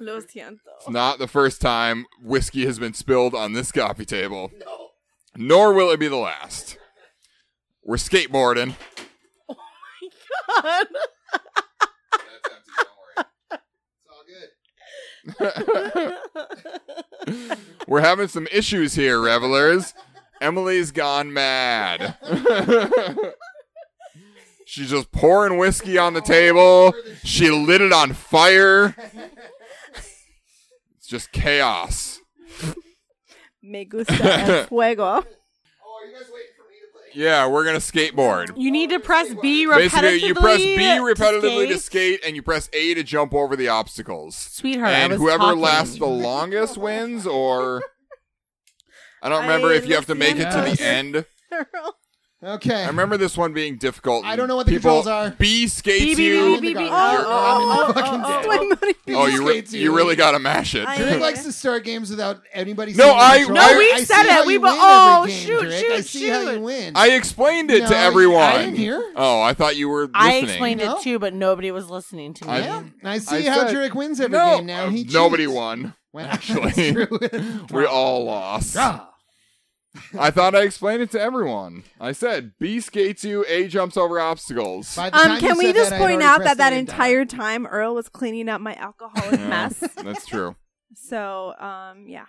E: Lo siento.
D: It's not the first time whiskey has been spilled on this coffee table. Nor will it be the last. We're skateboarding.
G: God.
C: It's all good.
D: We're having some issues here, revelers. Emily's gone mad. She's just pouring whiskey on the table. She lit it on fire. It's just chaos.
F: Me gusta el fuego.
C: Oh, are you guys waiting for me to play?
D: Yeah, we're gonna skateboard.
G: You need to press B repetitively.
D: Basically, you press B repetitively to
G: skate.
D: skate, and you press A to jump over the obstacles.
G: Sweetheart, I
D: And
G: was
D: whoever
G: talking.
D: lasts the longest wins, or I don't remember
F: I
D: if you have to make it to
C: understand.
D: the end.
C: Okay.
D: I remember this one being difficult.
C: I don't know what the
D: People-
C: controls are.
D: B skates
G: B, B,
D: you.
C: I'm
G: B,
C: in the
G: B, B.
C: garden.
D: Oh,
C: I'm in the
I: oh,
C: fucking
I: oh,
C: den.
I: oh.
D: Oh, you, re-
C: Skates
D: you really gotta mash it.
C: Drake
F: I-
C: likes to start games without anybody.
D: No,
C: seeing the
D: I-
C: controller.
D: No, we
C: see
G: said it.
C: how
G: We
C: you
G: were-
C: win every
G: oh,
C: game,
G: shoot,
C: Drake.
G: shoot,
C: I see how you
G: shoot.
C: win.
D: I explained it
C: No,
D: to
C: you-
D: everyone.
C: I didn't hear.
D: Oh, I thought you were listening.
G: I explained
C: No.
G: it too, but nobody was listening to me.
D: I-
C: yeah, I see
D: I
C: how
D: said-
C: Drake wins every
D: No,
C: game now.
D: uh,
C: He
D: nobody
C: cheats. Oh.
D: won.
C: Well,
D: actually.
C: that's true.
D: We all lost.
C: Draw.
D: I thought I explained it to everyone. I said B skates you, A jumps over obstacles.
C: By the
E: Um,
C: time you
E: can we
C: said
E: just
C: that, I had
E: point
C: already
E: out
C: pressed
E: that that
C: the end button.
E: entire time Earl was cleaning up my alcoholic
D: Yeah,
E: mess?
D: That's true.
E: So, um, yeah,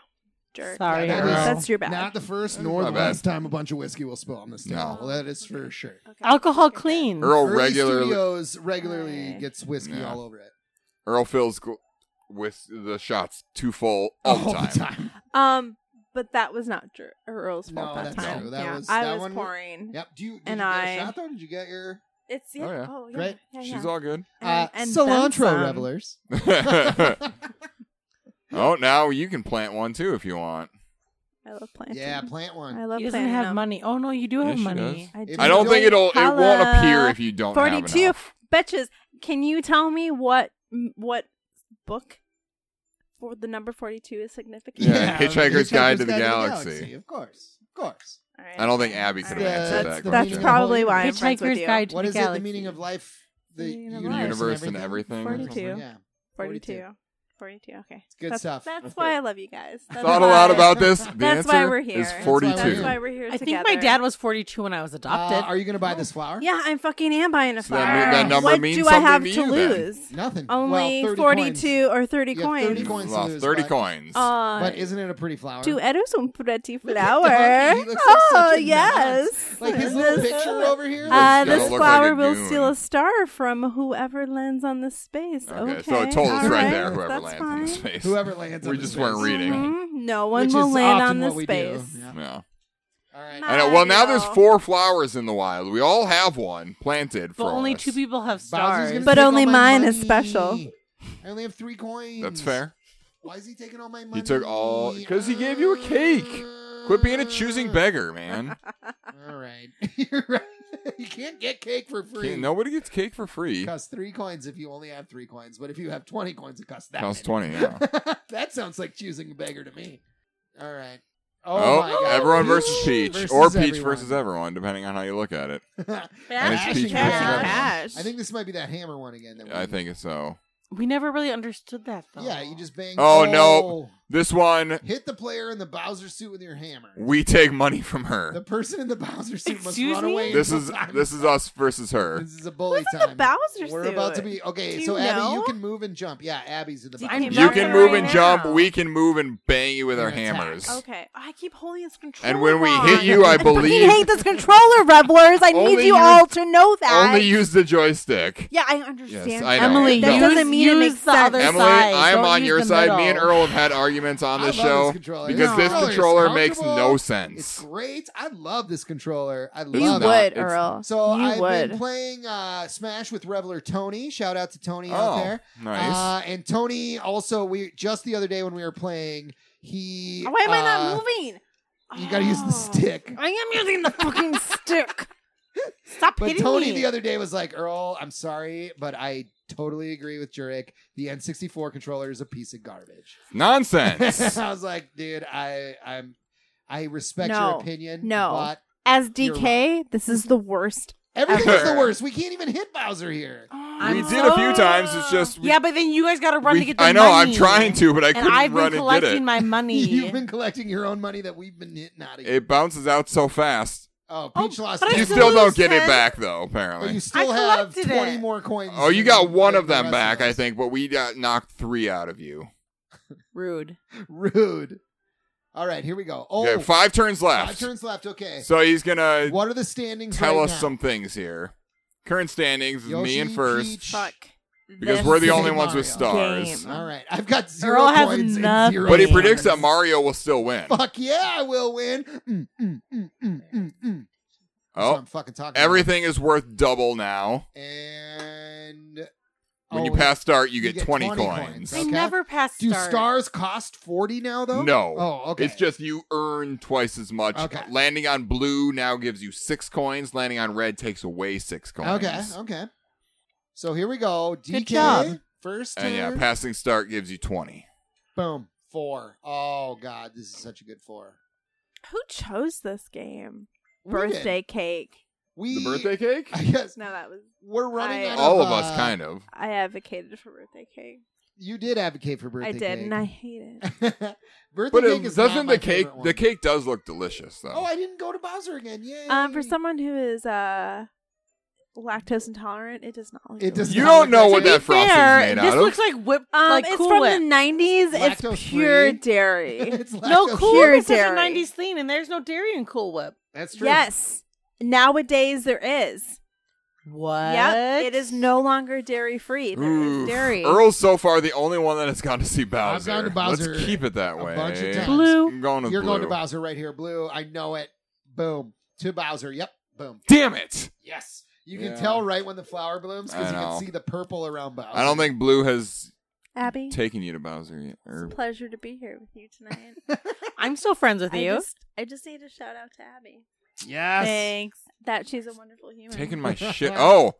E: jerk.
G: Sorry,
C: Yeah,
G: Earl.
C: that is-
E: That's your bad.
C: Not the first nor
D: my
C: the
D: bad.
C: last time a bunch of whiskey will spill on this
D: No.
C: table. That is for sure.
G: Alcohol clean.
D: Earl
C: Early
D: regularly
C: Studios regularly
E: Right.
C: gets whiskey
D: Yeah.
C: all over it
D: Earl fills gl- with the shots too full all, the, time.
E: Um, but that was not Jer- Earl's
C: No,
E: fault that
C: that's
E: time.
C: true. That
E: yeah,
C: was-
E: I
C: that
E: was
C: one-
E: pouring.
C: Yep. Do you, did
E: And
C: you get a
E: I-
C: shot though? Did you get your
E: It's yeah.
D: Oh, yeah.
E: Oh yeah.
C: Great.
E: yeah,
D: She's
E: yeah.
D: all good.
C: uh,
E: And- and then
C: cilantro
E: some.
C: revelers?
D: oh, now you can plant one too if you want.
E: I love planting.
C: yeah, plant one.
E: I love
G: He doesn't
E: planting
G: have
E: them.
G: money. Oh no, you do
D: Yeah,
G: have
D: she
G: money.
E: I, do.
D: I don't think it'll it won't
E: Holla.
D: appear if you don't have
E: 42.
D: enough.
E: Betches, can you tell me what m- what book for the number 42 is significant?
D: Yeah, Hitchhiker's Guide to the Galaxy.
C: Of course. Of course.
E: All right.
D: I don't think Abby could have
C: Yeah,
D: answered
C: that's
D: that
C: the
E: That's
D: question.
C: meaning of-
E: probably why I'm friends with
G: Hitchhiker's
E: you.
G: Guide to
C: What
G: the
C: is it?
G: Galaxy.
C: The meaning of life? The,
E: The meaning of life.
C: universe,
D: universe
C: and
D: and
C: everything?
D: everything.
E: Forty-two.
C: Yeah.
E: 42. 42. Okay.
C: good
E: that's,
C: stuff.
E: That's why I love you guys. That's
D: Thought a
E: why-
D: lot about this. The
E: That's
D: answer
E: why we're here.
D: is 42.
E: That's why we're here
G: I
E: together.
G: think my dad was 42 when I was adopted.
C: Uh, are you going to buy this flower?
E: Oh. Yeah, I'm fucking am buying a
D: So that
E: flower.
D: mean- that number
E: what
D: means
E: do I
D: something
E: have
D: to
E: to,
D: you then.
E: lose?
C: Nothing.
E: Only
C: well, 30
E: 42 or 30
C: You have
E: coins.
C: 30 coins.
D: Lost
C: to lose,
D: 30
C: but-
D: coins.
E: Uh,
C: Coins. But isn't it a pretty flower?
E: Tu eres un pretty
C: Look at the
E: flower.
C: dog. He looks like
E: oh,
C: such a
E: yes.
C: nonce. Like his little
E: This-
C: picture over here.
E: Uh,
D: It's
E: this
D: gotta look
E: flower
D: like a
E: will
D: dune.
E: steal a star from whoever lands on this space. Okay,
D: Okay, so it told us
E: all
D: right there whoever
E: that's
D: lands on the
E: fine.
D: space.
C: Whoever lands.
D: We
C: on
D: just
C: this
D: weren't
C: face.
D: reading.
E: Mhm, No one
C: Which
E: will
C: is
E: land
C: often
E: on
C: what
E: this
C: we do.
E: space.
C: Yeah.
D: Yeah.
C: All right.
E: Not
D: I know. Well,
E: I
D: now there's
E: know.
D: four flowers in the wild. We all have one planted
G: but
D: for
G: only
D: us.
G: two people have
C: Bowser's
G: stars.
C: gonna
E: But
C: take all
E: only
C: my
E: mine is
C: money.
E: special.
C: I only have three coins.
D: That's fair.
C: Why is he taking all my money?
D: He took all because he gave you a cake. Quit being a
C: Uh,
D: choosing beggar, man.
C: All right. You're right. You can't get cake for free.
D: Can't- nobody gets cake for free.
C: It costs three coins if you only have three coins, but if you have 20 coins, it costs that.
D: Costs
C: many.
D: twenty. Yeah.
C: that sounds like choosing a beggar to me. All right.
D: Oh,
C: my God.
D: everyone versus Peach,
C: versus
D: or Peach
C: everyone.
D: versus everyone, depending on how you look at it.
C: Bash
D: Peach
C: and
D: versus everyone.
C: Cash. I think this might be that hammer one again. That we,
D: I think so.
G: we never really understood that though.
C: Yeah, you just bang.
D: Oh, no. This one,
C: Hit the player in the Bowser suit with your hammer.
D: we take money from
C: The
D: her.
C: person in the Bowser suit must
G: Excuse
C: run
G: me?
C: away.
D: This
C: until
D: is
C: time
D: this is us versus her.
C: This is a bully
E: Who's in the
C: time.
E: Bowser
C: We're
E: suit?
C: about to be okay.
E: Do
C: so
E: you
C: Abby, you
E: know?
C: can move and jump. Yeah, Abby's in the
E: Do you
C: Bowser.
E: think
C: suit.
D: You
E: Jumping
D: can move and
E: right
D: jump.
G: now.
D: We can move and bang you with our
C: Attack.
D: hammers.
E: Okay, I keep holding this controller.
D: And when we hit
E: on.
D: you, I
E: fucking
D: believe
E: hate this controller, revelers. I
D: Only
E: need you
D: use-
E: all to know that.
D: only use the joystick.
E: yeah, I understand.
D: Yes, I
E: that.
D: know.
G: Emily,
D: No.
E: that
G: use,
E: doesn't mean it
G: use
E: makes
G: the
E: sense.
G: other
D: Emily,
G: side.
D: I am
G: Don't
D: on
G: use
D: your
G: the
D: side. Me
G: middle.
D: and Earl have had arguments on
C: I
D: this
C: love
D: show
C: this controller.
D: because
C: This
D: this
C: controller is
D: controller makes no
C: comfortable.
D: sense.
C: It's great. I love this controller. I
D: It's
E: You
D: not.
C: love it.
E: would,
D: It's-
E: Earl.
C: So
E: you
C: I've
E: would.
C: been playing uh, Smash with Reveler Tony. Shout out to Tony out
D: oh,
C: there.
D: nice.
C: Uh, and Tony also we just the other day when we were playing, he
E: Why am I
C: uh,
E: not moving? Oh,
C: You gotta use the stick.
G: I am using the fucking stick. Stop
C: But
G: hitting
C: Tony
G: me.
C: the other day was like, Earl, I'm sorry, but I totally agree with Jurek. The N64 controller is a piece of garbage.
D: Nonsense.
C: I was like, dude, I I'm I respect
E: No.
C: your opinion.
E: No.
C: But
E: As DK, this is the worst.
C: everything's the
D: Ever.
C: worst. We can't even hit Bowser here.
D: we did a few times. It's just we,
G: yeah, but then you guys got to run
D: we-
G: to get the
D: I know I'm
G: money.
D: trying to, but I
G: and
D: couldn't
G: I've
D: run
G: been
D: and
G: collecting
D: get it.
G: my money.
C: You've been collecting your own money that we've been hitting out of you.
D: it bounces out so fast.
C: Oh, Peach
G: Oh,
C: lost.
G: but I
C: it.
D: You
G: still
D: still don't
G: lose
D: get it
G: 10.
D: back though,
C: But
D: apparently.
C: you still
G: I
C: have
G: collected
C: 20
G: it.
C: more coins.
D: Oh, you
C: than
D: got one
C: than
D: of
C: the
D: them
C: rest
D: back, I
C: us.
D: think, but we got knocked three out of you.
G: Rude.
C: Rude. All right, here we go. Oh,
D: Okay, five turns
C: five
D: left.
C: turns left. Okay.
D: So he's gonna
C: what are the standings
D: tell
C: right
D: us
C: now?
D: some things here. Current standings is me
C: Yoshi,
D: in first
C: Peach.
E: Fuck.
D: because
E: this
D: we're the
C: is
D: only
C: a
D: ones with
E: Mario.
D: stars.
E: Game.
C: All right, I've got zero
G: Earl has
C: points and
G: nothing.
C: zero.
D: But he
G: Game.
D: predicts that Mario will still win.
C: Fuck yeah, I will win. Mm, mm, mm, mm, mm, mm. That's what
D: Oh,
C: I'm fucking talking.
D: everything is worth double now.
C: About. And
D: When
C: oh,
D: you pass start, you
C: you
D: get,
C: get
D: 20,
C: 20
D: coins.
C: coins. Okay.
G: I never passed
C: Do
G: stars.
C: stars cost forty now though?
D: No.
C: Oh, okay.
D: It's just you earn twice as much.
C: Okay.
D: Landing on blue now gives you six coins. Landing on red takes away six coins.
C: okay. Okay. So here we go. DK
G: Good job.
C: first.
D: And yeah,
C: turn.
D: passing start gives you 20.
C: Boom. Four. Oh god, this is such a good four.
E: Who chose this game?
C: We did.
E: Birthday cake.
C: We
D: The birthday cake?
C: I guess
E: No, that was
C: we're running
E: I-
C: out
D: All of
C: uh,
D: us, kind of.
E: I advocated for birthday cake.
C: You did advocate for birthday.
E: I did, and I hate it.
C: birthday
D: But
C: cake
D: it
C: is not
D: doesn't
C: my
D: the cake
C: favorite one.
D: the cake does look delicious though.
C: Oh, I didn't go to Bowser again. Yay!
E: Um, for someone who is uh lactose intolerant, it does not look.
C: It does
E: delicious.
D: you
C: not look
D: don't know
C: like
D: what
G: To be
D: that frosting's
G: fair,
D: made
G: this
D: out of.
G: looks like whip,
E: Um,
G: like
E: it's
G: Cool
E: from
G: Whip.
E: the '90s.
C: Lactose-free.
E: It's pure dairy.
C: it's
G: no,
C: lactose-
G: Cool Whip is such a
E: dairy.
G: '90s thing, and there's no dairy in Cool Whip.
C: That's true.
E: yes, nowadays there is.
G: What?
E: Yep, it is no longer dairy free.
D: Ooh,
E: dairy.
D: Earl's so far the only one that has gone to see Bowser.
C: I've gone to Bowser
D: Let's keep it that
C: a
D: way.
C: bunch of times.
G: blue.
D: I'm going with
C: You're
D: blue.
C: going to Bowser right here, Blue. I know it. Boom to Bowser. Yep. Boom.
D: Damn it!
C: Yes. You can
D: Yeah.
C: tell right when the flower blooms because
D: I
C: you
D: know.
C: can see the purple around Bowser.
D: I don't think blue has
E: Abby,
D: taken you to Bowser yet.
E: it's a
D: Or
E: pleasure to be here with you tonight.
G: I'm still friends with
E: I
G: you.
E: just, I just need a shout out to Abby
C: Yes.
G: Thanks.
E: that she's a wonderful human.
D: taking my shit. Oh,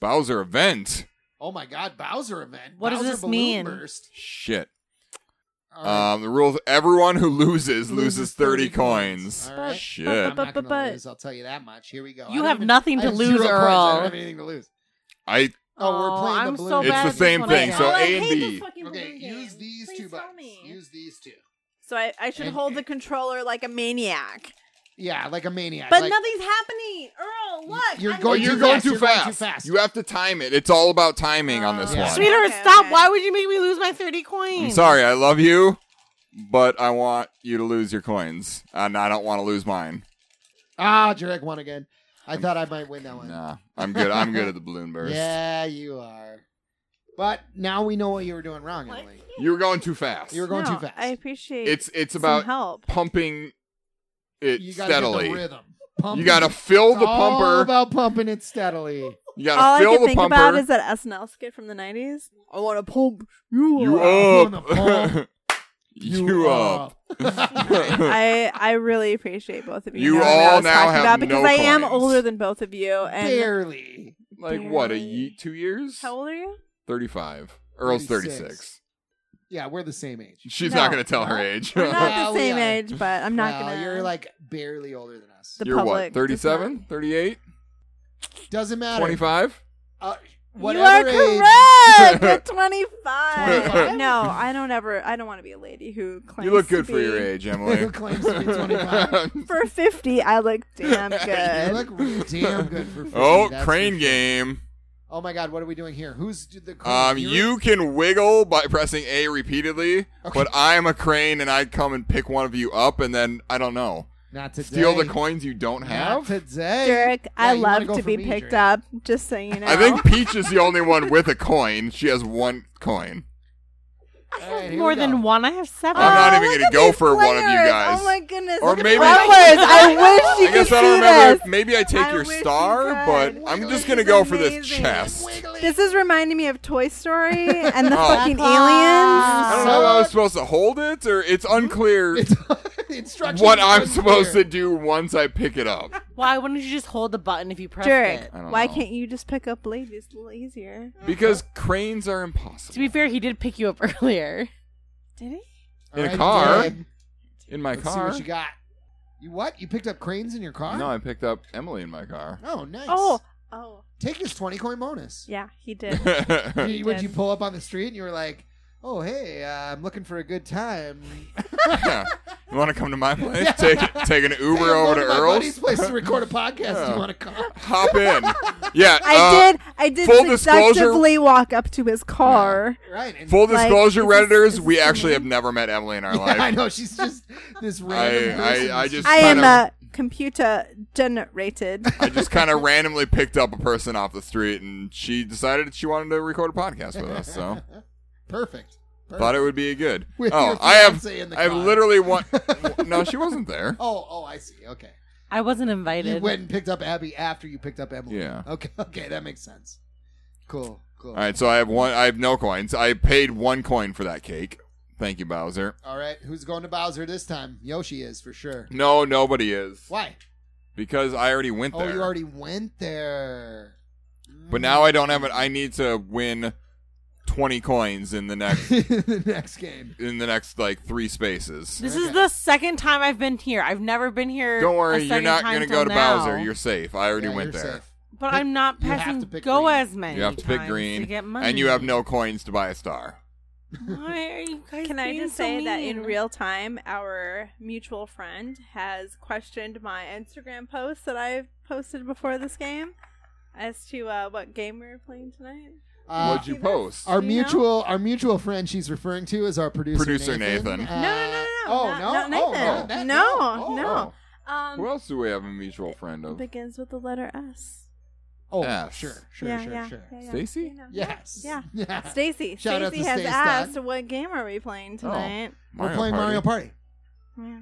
D: Bowser event.
C: Oh my God, Bowser event.
G: What does
C: Bowser
G: this
C: balloon
G: mean?
C: Burst.
D: Shit.
C: All right.
D: Um, the rules: everyone who loses loses, thirty, coins.
C: All right.
D: Shit.
C: I'm not
E: But-
C: gonna
E: but- but-
C: lose, I'll tell you that much. Here we go. I
G: You
C: don't
G: have
C: even-
G: nothing
C: I
G: to
C: have
G: lose,
C: zero coins. I don't
G: Earl.
C: have anything to lose.
D: I
C: Oh, we're
G: Oh,
C: playing the
G: I'm
C: balloon.
G: so
D: It's
G: bad
D: the
G: at this
D: same
G: one.
D: thing,
G: I
D: so
G: know.
D: A and B.
C: Okay, use these two buttons. Use these two.
J: So I, I should
C: And-
J: hold the controller like a maniac.
C: Yeah, like a maniac.
J: But
C: like,
J: nothing's happening. Earl, look.
C: You're
J: I'm
D: Oh,
C: going
D: you're
C: too
D: going
C: fast,
D: too
C: you're going too
D: fast.
C: fast. Uh,
D: You have to time it. It's all about timing on this
C: Yeah.
D: one.
G: Sweetheart,
J: Okay,
G: stop.
J: okay.
G: Why would you make me lose my 30 coins?
D: I'm sorry, I love you, but I want you to lose your coins, and I don't want to lose mine.
C: Ah, Jarek won again. I thought I might win that one.
D: Nah, I'm good. I'm good at the balloon burst.
C: Yeah, you are. But now we know what you were doing wrong, Emily.
D: You were going too fast.
C: You were going
E: No,
C: too fast.
E: I appreciate
D: It's it's
E: some
D: about
E: help.
D: pumping it
C: you gotta
D: steadily.
C: Get the rhythm. Pump
D: you got to
C: it.
D: fill
C: It's
D: the
C: all
D: pumper.
C: about pumping it steadily.
D: You got to
E: All I
D: fill
E: can
D: the
E: think
D: pumper.
E: about is that SNL skit from the '90s. I want to pump
D: you
C: I'm gonna
D: up. you up.
E: I I really appreciate both of you.
D: You
E: knowing what I
D: all
E: was
D: now
E: talking
D: have
E: about because
D: no
E: I am
D: coins.
E: older than both of you. And
C: Barely.
D: Like what? A
E: Barely.
D: ye- two years?
E: how old are you?
D: Thirty-five. Earl's
C: 36.
D: thirty-six.
C: Yeah, we're the same age.
D: She's
E: No.
D: not going to tell her age.
E: We're not
C: Yeah,
E: the
C: we
E: same
C: are.
E: age, but I'm not
C: Well,
E: gonna.
C: You're like barely older than us.
E: the
D: You're
E: public
D: what? 37, 38,
C: Doesn't matter.
D: 25?
C: Uh,
E: You are
C: whatever age-
E: correct. At 25.
C: 25?
E: no, I don't ever. I don't want to be a lady who claims.
D: You look
E: to
D: good for your
E: be-
D: age, Emily.
C: Who claims to be 25?
E: For 50, I look damn
C: You
E: good.
C: look really damn good for 50,
D: oh,
C: that's for
D: crane
C: sure.
D: game.
C: Oh my god, what are we doing here? Who's did the crane?
D: Um,
C: You're-
D: you can wiggle by pressing A repeatedly, but I'm a crane and I come and pick one of you up, and then I don't know,
C: not today.
D: steal the coins you don't
C: Not
D: have.
C: today.
E: Derek, I
C: Yeah, you wanna
E: love
C: go
E: to
C: for
E: be
C: me,
E: picked up.
C: Derek.
E: Just so you know.
D: I think Peach is the only one with a coin. She has one coin.
C: All right, here
G: More
C: we go.
G: than one. I have seven.
D: I'm not
E: Oh,
D: even
E: look
D: gonna
E: at
D: go
E: these
D: for one of you
E: players.
D: guys.
E: Oh my goodness.
D: Or
E: look at the
D: maybe-
E: flowers. I wish you
D: I
E: could
D: guess I
E: see
D: don't remember.
E: this.
D: If maybe I take
E: I
D: your
E: wish you
D: star, but
E: could.
D: I'm
E: This
D: just
E: is
D: gonna go for this
E: amazing.
D: chest.
E: This is reminding me of Toy Story and the
D: Oh.
E: fucking aliens.
D: I don't know if I was supposed to hold it, or it's unclear
C: It's, instructions
D: what
C: are
D: I'm
C: unclear.
D: supposed to do once I pick it up.
G: Why wouldn't you just hold the button if you pressed
E: Derek,
G: it?
D: I don't
E: why
D: know.
E: can't you just pick up ladies? It's a little easier.
D: Because cranes are
G: To
D: impossible.
G: be fair, he did pick you up earlier.
E: Did he?
C: All
D: In a
C: right,
D: car.
C: Derek,
D: In my
C: Let's see
D: car.
C: what you got. You what? You picked up cranes in your car?
D: No, I picked up Emily in my car.
C: Oh, nice.
E: Oh, oh,
C: Take this 20 coin bonus.
E: yeah, he did.
D: I
C: You, when
E: did.
C: you pull up on the street and you were like, oh, hey, uh, I'm looking for a good time.
D: you want to come to my place? Take take an Uber
C: Hey, I'm
D: over
C: going
D: to
C: my
D: Earl's.
C: buddy's place to record a podcast. Do you want to come?
D: Hop in. Yeah.
E: I
D: uh,
E: did. I did
D: full disclosure-
E: seductively walk up to his car.
C: Right. And
D: Full
E: Like,
D: disclosure,
E: this is-
D: redditors,
E: this
D: we
E: is
D: actually
E: me.
D: have never met Emily in our
C: Yeah, I
D: life.
C: know she's just this
D: I-
C: random.
D: I-
C: person
D: I
C: that's
D: just
E: I am uh,
D: Kind
E: a computer generated.
D: I just kind of randomly picked up a person off the street, and she decided that she wanted to record a podcast with us. So
C: Perfect. Perfect.
D: thought it would be good.
C: With
D: oh,
C: your
D: I have.
C: fiancé in the
D: I have
C: car.
D: literally one. no, she wasn't there.
C: Oh, oh, I see. Okay.
G: I wasn't
C: You
G: invited.
C: went and picked up Abby after you picked up Emily.
D: Yeah.
C: Okay. Okay, that makes sense. Cool. Cool.
D: All right, so I have one. I have no coins. I paid one coin for that cake. Thank you, Bowser.
C: All right. Who's going to Bowser this time? Yoshi is for sure.
D: No, nobody is
C: Why?
D: because I already went
C: Oh,
D: there.
C: you already went there.
D: But now I don't have it. I need to win twenty coins in the next
C: the next game.
D: in the next like three spaces.
G: This is the second time I've been here. I've never been here.
D: Don't
G: a
D: worry, you're
G: second
D: not
G: time
D: gonna
G: till
D: go to
G: now.
D: Bowser. You're safe. I already
C: Yeah,
D: went
C: you're
D: there.
C: safe.
G: But I'm not
C: You have to
G: passing
C: pick
G: go
C: green.
G: as many.
D: You have to pick
G: times
D: green,
G: to get money.
D: and you have no coins to buy a star.
G: Why are you guys
F: Can I
G: being
F: just
G: so
F: say that in
G: mean?
F: real time, our mutual friend has questioned my Instagram post that I've posted before this game as to uh, what game we were playing tonight?
C: Uh,
D: What'd you post?
C: our
F: Do you know?
C: mutual, our mutual friend she's referring to is our producer,
D: Producer
C: Nathan.
D: Nathan.
F: No,
C: Uh,
F: no, no, no,
C: Oh
F: not-
C: no,
F: not
C: Oh,
F: Nathan.
C: that-
F: No,
C: Oh,
F: no.
C: oh.
F: Um,
D: Who else do we have a mutual friend of?
F: begins with the letter S.
C: Oh,
D: F.
C: sure, sure,
F: yeah,
C: sure,
F: yeah,
C: sure.
F: yeah, yeah.
D: Stacy?
F: You know.
C: Yes.
F: Yeah.
C: Yeah.
F: Stacy.
C: Shout out
F: Stacy
C: to
F: has
C: Stace Oh. Dog.
F: asked, "What game are we playing tonight?"
C: We're playing Mario Party.
F: Yeah.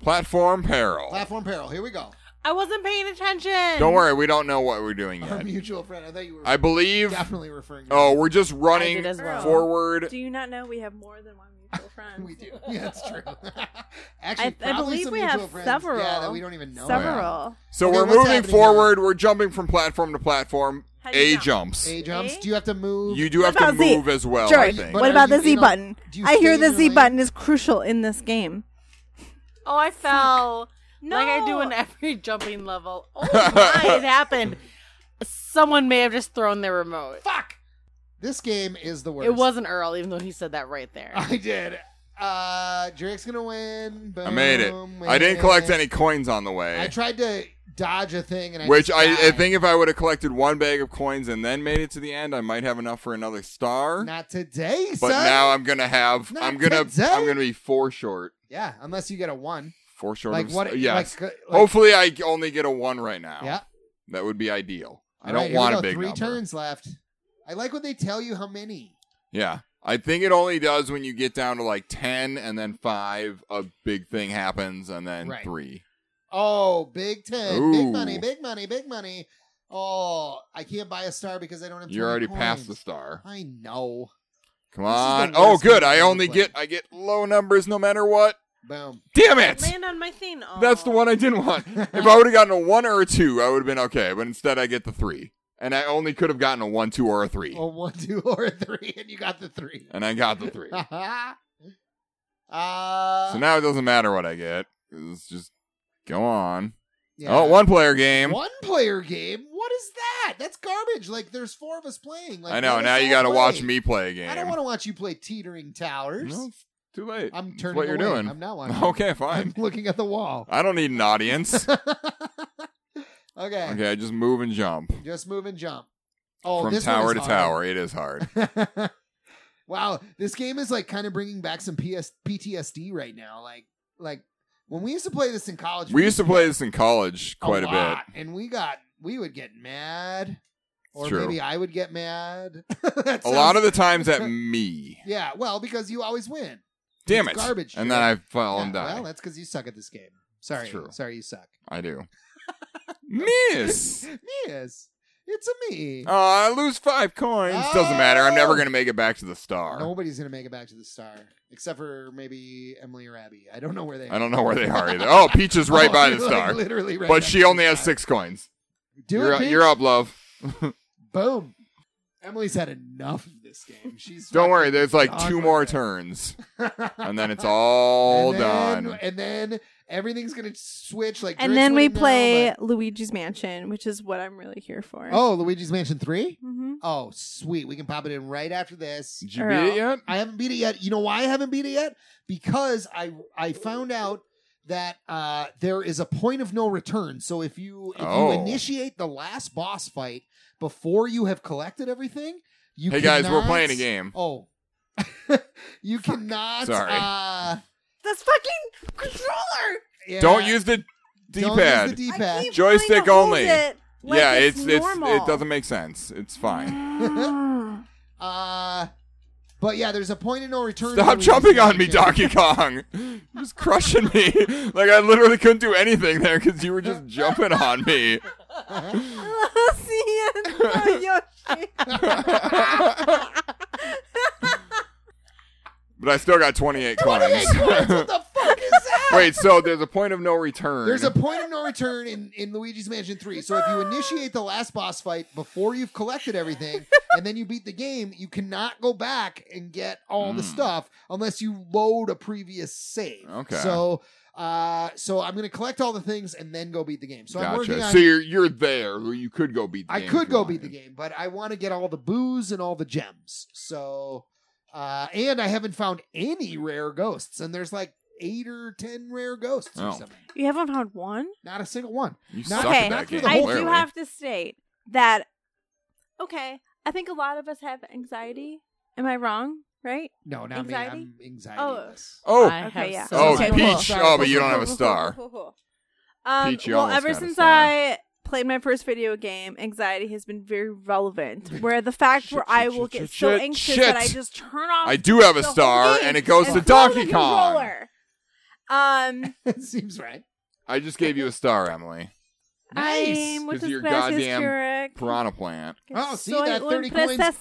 D: Platform Peril.
C: Platform Peril. Here we go.
G: I wasn't paying attention.
D: Don't worry, we don't know what we're doing
C: Our
D: yet.
C: mutual friend. I thought you were
D: I believe.
C: definitely referring. to
D: Oh, we're just
G: I
D: running
G: did as well.
D: forward.
F: Do you not know we have more than one mutual friend?
C: we do. Yeah, that's true. Actually,
F: I
C: probably
F: believe
C: some
F: we
C: mutual
F: have
C: friends,
F: several.
C: Yeah, that we don't even know.
F: Several.
D: So
C: Okay,
D: we're
C: what's
D: moving
C: happening
D: forward. We're jumping from platform to platform.
F: How do you
D: A
F: jump?
D: jumps.
C: A jumps.
F: A?
C: Do you have to move?
D: You do have to
E: about Z?
D: move as well. Oh, I
E: George,
D: think.
C: Oh, But
E: what
C: are
E: about
C: you
E: the Z
C: in a-
E: button?
C: do you
E: I
C: stay
E: hear
C: in
E: the
C: your
E: Z
C: lane?
E: button is crucial in this game.
G: Oh, I fell.
F: No.
G: Like I do in every jumping level. Oh my, it happened. Someone may have just thrown their remote.
C: Fuck. This game is the worst.
G: It wasn't Earl, even though he said that right there.
C: I did. Uh, Drake's gonna win.
D: I made it.
C: Boom,
D: I didn't collect
C: win.
D: any coins on the
C: Um, I
D: way,
C: tried to dodge a thing, and I
D: which
C: just
D: I, I
C: died.
D: think if I would have collected one bag of coins and then made it to the end, I might have enough for another star.
C: not today.
D: but
C: son.
D: now I'm gonna have.
C: Not
D: I'm gonna.
C: today.
D: I'm gonna be four short.
C: yeah, unless you get a one.
D: Four short.
C: Like
D: of,
C: what?
D: Yes. Oh,
C: Like, like,
D: Hopefully, I only get a one right now.
C: Yeah.
D: That would be ideal. I
C: All
D: don't
C: right, here we
D: want
C: go.
D: a big
C: Three
D: number.
C: turns left. I like when they tell you how many.
D: Yeah. I think it only does when you get down to like 10 and then 5, a big thing happens, and then
C: Right.
D: 3.
C: Oh, Big Ten, big
D: Ooh.
C: money, big money, big money. Oh, I can't buy a star because I don't have.
D: You're
C: 20
D: already past the
C: coins.
D: star.
C: I know.
D: Come
C: This is
D: on.
C: the
D: Oh,
C: worst
D: good.
C: game
D: I
C: I've
D: only
C: played.
D: get I get low numbers no matter what.
C: Boom.
D: Damn it.
G: Land on my thing. Aw.
D: That's the one I didn't want. if I would have gotten a 1 or a 2, I would have been okay, but instead I get the 3. And I only could have gotten a 1, 2 or a 3.
C: A one, two, or a three, and you got the three.
D: And I got the 3.
C: uh,
D: so now it doesn't matter what I get. 'cause It's just go on.
C: yeah.
D: Oh, one player game.
C: One player game? What is that? That's garbage. Like, there's four of us playing. Like,
D: I know.
C: let
D: Now
C: us
D: you
C: all
D: got to
C: play.
D: watch me play a game.
C: I don't want to watch you play Teetering Towers.
D: No, it's too late.
C: I'm
D: It's
C: turning
D: what you're
C: away.
D: doing.
C: I'm not watching.
D: Okay, fine.
C: I'm looking at the wall.
D: I don't need an audience.
C: okay.
D: okay, I just move and jump
C: Just move and jump. Oh,
D: from
C: this
D: tower
C: one
D: to
C: is
D: tower. It is hard.
C: tower. wow, this game is like kind of bringing back some PS- PTSD right now. Like, like when we used to play this in college,
D: We used to play this in college quite a, bit.
C: lot, and we got we would get mad, or
D: true.
C: maybe I would get mad. That
D: A lot
C: sounds-
D: of the times at me.
C: yeah, well, because you always win.
D: Damn it!
C: It's garbage,
D: and
C: Drew.
D: then I fall
C: Yeah,
D: and die.
C: Well, that's because you suck at this game. Sorry,
D: It's true.
C: sorry, you suck.
D: I do. Miss.
C: Yes, it's a me.
D: Oh, I lose five coins. Doesn't matter. I'm never
C: Oh.
D: gonna make it back to the star.
C: Nobody's gonna make it back to the star except for maybe Emily or Abby. I don't know where they.
D: I don't know where they are either. Oh, Peach is right
C: Oh,
D: by the
C: like,
D: star,
C: literally right
D: but
C: next
D: she
C: to the
D: only has
C: star.
D: six coins.
C: Do
D: you're,
C: it, Peach.
D: you're up, love.
C: Boom. Emily's had enough of this game. She's
D: Don't
C: fucking
D: worry. There's like
C: done
D: two
C: with
D: more
C: it.
D: turns, and then it's all
C: And then-
D: done.
C: And then everything's gonna switch. Like,
F: And
C: Drake's
F: then we
C: winning now,
F: play
C: but-
F: Luigi's Mansion, which is what I'm really here for.
C: oh, Luigi's Mansion Three.
F: hmm
C: Oh, sweet. We can pop it in right after this.
D: Did you
F: Earl.
D: beat it yet?
C: I haven't beat it yet. You know why I haven't beat it yet? Because I I found out that uh, there is a point of no return. So if you if
D: Oh.
C: you initiate the last boss fight before you have collected everything, you
D: hey guys, we're
C: cannot-
D: playing a game.
C: Oh, you cannot.
D: Sorry.
C: Uh,
F: This fucking controller.
C: yeah.
D: Don't use the
C: Don't use
D: D-pad.
C: the D-pad.
I: keep
D: Joystick
I: trying to hold
D: only.
I: it like
D: yeah,
I: it's
D: it's it's,
I: normal.
D: it doesn't make sense. It's fine.
F: Ah.
C: Uh, but yeah, there's a point of no return. where
D: Stop
C: we
D: jumping
C: just-
D: on me, Donkey Kong. You're just crushing me. Like I literally couldn't do anything there because you were just jumping on me.
I: Lucy and Yoshi.
D: But I still got 28 coins.
C: what the fuck is that?
D: Wait, so there's a point of no return.
C: There's a point of no return in, in Luigi's Mansion 3. So if you initiate the last boss fight before you've collected everything and then you beat the game, you cannot go back and get all the
D: Mm.
C: stuff unless you load a previous save.
D: Okay.
C: So uh so I'm gonna collect all the things and then go beat the game. So I'm working
D: gotcha.
C: on
D: So you're you're there. where You could go beat. The
C: I
D: game if
C: could
D: you
C: go
D: wanted.
C: beat the game, but I want to get all the booze and all the gems. So uh and I haven't found any rare ghosts, and there's like eight or ten rare ghosts or
D: Oh.
C: something.
E: You haven't found one?
C: Not a single one.
D: You
C: Not-
D: suck
E: Okay,
D: at that
C: not through
D: game.
C: the
E: I
C: whole
E: do
D: clearly.
E: have to state that, okay, I think a lot of us have anxiety. Am I wrong? Right?
C: No, not
E: Anxiety?
C: me. I'm anxiety-less.
D: Oh,
G: I
E: Okay,
G: have
E: yeah.
G: so
D: oh,
E: Okay,
G: much-
E: cool.
D: Peach. Oh, but you don't have a star.
E: Cool, cool, cool, cool. Um,
D: Peach, you
E: well,
D: almost
E: ever
D: got a
E: since
D: star.
E: I played my first video game, anxiety has been very relevant. Where the fact where I will get so
D: shit,
E: anxious
D: shit.
E: that I just turn off.
D: I do have a
E: the whole
D: star,
E: game
D: and it goes to
E: and throw the
D: Donkey Kong.
E: controller. Um,
C: It seems right.
D: I just gave you a star, Emily.
C: Nice.
E: I'm with
D: Because
E: this
D: your
E: Gracias
D: goddamn
E: Keurig.
D: Piranha plant.
C: Oh, see
E: Soy Mm.
C: that
E: un
C: 30 coins.
E: princesa.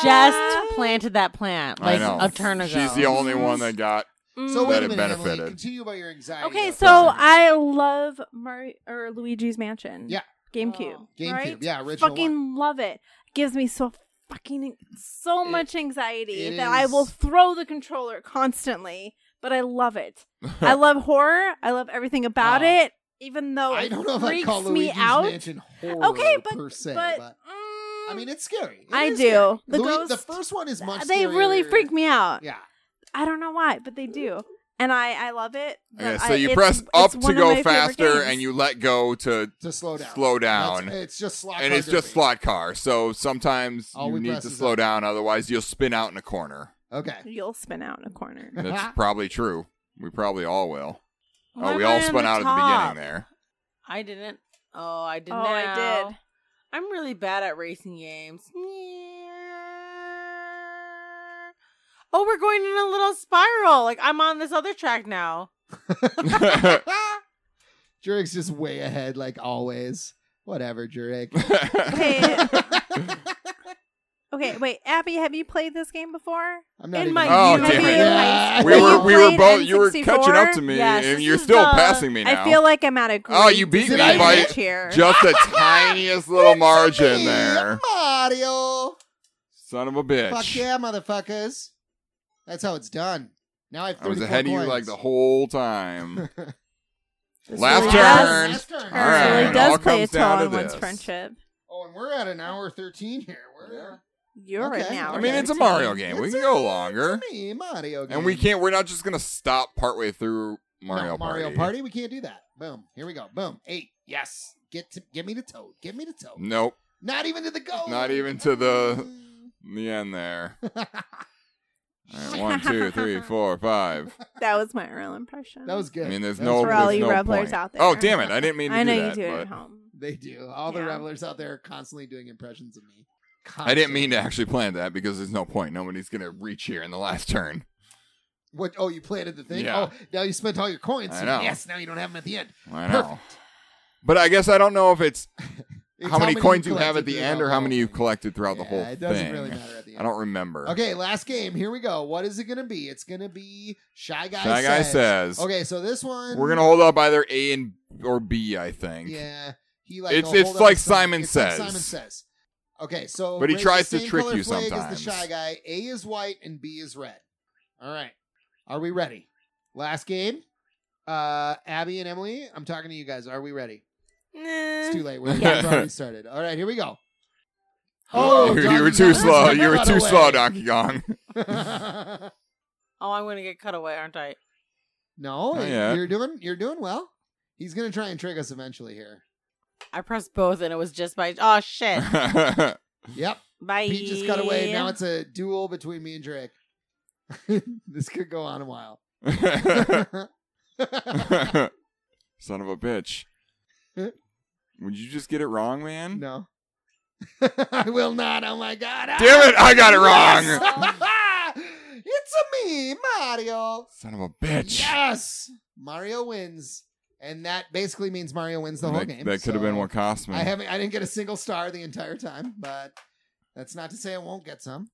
G: She just planted that plant
D: I
G: like
D: know.
G: a turn ago.
D: She's the only one that got.
C: So
D: Mm.
C: wait
D: That
C: a
D: it
C: minute, Emily.
D: benefited.
C: Continue about your anxiety.
E: Okay,
C: though.
E: so I love Mario or Luigi's Mansion.
C: Yeah.
E: GameCube.
G: Oh.
C: GameCube,
E: right?
C: yeah, original
E: Fucking
C: one.
E: love it. Gives me so fucking so
C: It-
E: much anxiety
C: it
E: that I
C: is-
E: will throw the controller constantly, but I love it. I love horror. I love everything about
C: Uh,
E: it, even though
C: I
E: it
C: don't know if I
E: freaks
C: call
E: me
C: Luigi's
E: out.
C: Mansion horror
E: okay, but
C: per se,
E: but,
C: but,
E: mm,
C: I mean it's scary. It
E: I
C: is
E: do.
C: scary.
E: The
C: Lui- the
E: ghost-
C: first one is much.
E: they really
C: scarier.
E: freak me out.
C: Yeah.
E: I don't know why, but they do, and I I love it.
D: Okay,
E: But
D: so
E: I-
D: you
E: it's-
D: press
E: it's
D: up
E: one
D: to
E: of my
D: go
E: favorite
D: faster,
E: games.
D: and you let go to,
C: To slow down.
D: Slow down.
C: That's- it's just slot.
D: and
C: car
D: it's just
C: derby.
D: slot car. So sometimes
C: All
D: you
C: we
D: need
C: press
D: to
C: is
D: slow
C: up.
D: down, otherwise you'll spin out in a corner.
C: Okay.
E: you'll spin out in a corner.
D: That's probably true. We probably all will.
G: Why
D: Oh, we
G: am I
D: all
G: on
D: spun
G: the
D: out at the
G: top?
D: beginning there.
G: I didn't. Oh, I did
E: Oh,
G: now.
E: I did.
G: I'm really bad at racing games. Oh, we're going in a little spiral. Like I'm on this other track now.
C: Jurek's just way ahead, like always. Whatever, Jurek.
E: Okay. Okay, wait, Abby, have you played this game before?
C: I'm not
G: In
C: even
G: my
D: Oh,
G: youth,
D: damn it.
C: Yeah.
D: we were
E: You
D: we were
E: played
D: both you were catching up
E: N64?
D: to me,
G: Yes,
D: and
G: this
D: you're
G: is
D: still
G: the-
D: passing me now.
E: I feel like I'm at a great
D: oh, you beat me
C: disadvantage
D: by
E: here.
D: just a tiniest little margin there,
C: Mario.
D: son of a bitch.
C: Fuck yeah, motherfuckers. That's how it's done. Now I have
D: I was
C: 34
D: ahead of you
C: coins.
D: like the whole time.
E: This
D: Last
E: really
D: turn.
E: does-
C: Last turn.
D: All right.
E: This really
D: it all
E: does play a
D: comes down
E: toll
D: to
E: on one's
D: this.
E: friendship.
C: Oh, and we're at an hour 13 here. We're
E: You're
C: Okay.
E: it now.
D: I mean, it's a
E: Rosie.
D: Mario game. We
C: It's
D: can
C: a-
D: go longer,
C: it's me, Mario.
D: and we
C: game.
D: can't. We're not just gonna stop partway through Mario
C: No, Mario
D: Party.
C: Party. We can't do that. Boom. Here we go. Boom. Eight. Yes. Get to get me to Toad. Get me to Toad.
D: Nope,
C: Not even to the goal.
D: Not even to the- the end there. All right, one, two, three, four, five.
E: That was my Earl impression.
C: that was good.
D: I mean, there's
C: That
D: no.
C: was
E: For
C: good.
E: all
D: Oh, there's
E: you
D: no
E: revelers
D: point.
E: out there.
D: Oh damn it! I didn't mean to
E: I know
D: do that.
E: you do it at
D: but
E: home.
C: They do. All the
E: Yeah.
C: revelers out there are constantly doing impressions of me.
E: Oh,
D: I didn't mean to
C: Constantly.
D: actually plan that because there's no point. Nobody's gonna reach here in the last turn.
C: What? Oh, you planted the thing.
D: Yeah.
C: Oh, now you spent all your coins.
D: I know.
C: Yes. Now you don't have them at the end.
D: I know. But I guess I don't know if it's,
C: It's
D: how many coins you have
C: collected
D: at the
C: throughout
D: end or
C: the
D: how
C: whole
D: many you've
C: thing.
D: collected throughout the
C: Yeah,
D: whole
C: It doesn't
D: thing.
C: really matter at the end.
D: I don't remember.
C: Okay, last game. Here we go. What is it going to be? It's going to be Shy Guy.
D: Shy Guy says,
C: Okay, so this one
D: We're gonna hold up either A and or B, I think.
C: Yeah, he like
D: It's-
C: will
D: it's
C: hold up
D: like
C: his thumb.
D: Simon
C: It's like
D: says.
C: Simon says. Okay, so
D: But he
C: raise
D: tries
C: the
D: to
C: same
D: trick
C: color
D: you
C: flag As
D: sometimes.
C: the shy guy, A is white and B is red. All right, are we ready? Last game. Uh, Abby and Emily, I'm talking to you guys. Are we ready? It's too late. We're
D: Yeah.
C: we've already started. All right, here we go.
D: Oh, you, you were too
C: Donkey
D: slow.
C: Kong
D: You were
C: got
D: too
C: away.
D: slow, Donkey Kong.
G: Oh, I'm gonna get cut away, aren't I?
C: no,
D: Not yet.
C: you're doing you're doing well. He's gonna try and trick us eventually here.
G: I pressed both, and it was just my. Oh shit!
C: Yep.
G: Bye.
C: Pete just got away. Now it's a duel between me and Drake. this could go on a while.
D: Son of a bitch. Would you just get it wrong, man?
C: No. I will not. Oh my god.
D: Damn it, I got it wrong.
C: it's a me, Mario.
D: Son of a bitch.
C: Yes. Mario wins. And that basically means Mario wins the whole
D: that
C: game.
D: that could have
C: so
D: been what cost me.
C: I haven't I didn't get a single star the entire time, but that's not to say I won't get some.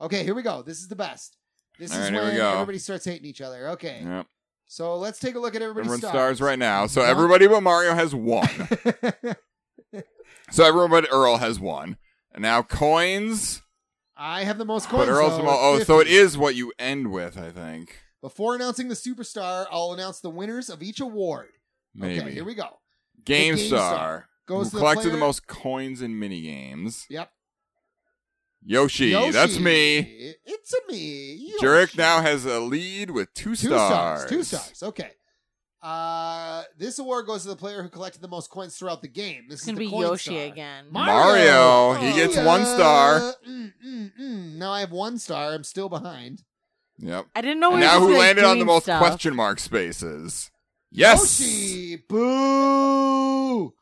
C: Okay, here we go. This is the best. This
D: All
C: is
D: right, here we
C: when
D: go.
C: everybody starts hating each other. Okay.
D: Yep.
C: So let's take a look at everybody's
D: Everyone
C: stars.
D: stars right now. So
C: One.
D: everybody but Mario has one.
C: right.
D: so everyone but Earl has one. And now coins.
C: I have the most coins.
D: but Earl's
C: though,
D: the
C: with
D: mo- oh, so
C: 50.
D: it is what you end with, I think.
C: Before announcing the superstar, I'll announce the winners of each award.
D: Maybe.
C: Okay, here we go.
D: Game
C: GameStar.
D: Star.
C: Goes to
D: who
C: the
D: collected the
C: player-
D: most coins in minigames.
C: Yep.
D: Yoshi,
C: Yoshi.
D: that's me.
C: It's a me. Yoshi.
D: Jurek now has a lead with two
C: two
D: stars.
C: Two stars. Okay. Uh, this award goes to the player who collected the most coins throughout the game. This
G: It's
C: is
G: gonna
C: the
G: be
C: coin
G: Yoshi
C: star. Oh,
G: again.
D: Mario, he gets one star.
C: Mm, mm, mm. Now I have one star. I'm still behind.
D: Yep.
G: I didn't know we
D: and
G: were
D: now
G: just,
D: who
G: like,
D: landed on the
G: doing
D: most
G: stuff.
D: question mark spaces? Yes.
C: Yoshi. Boo.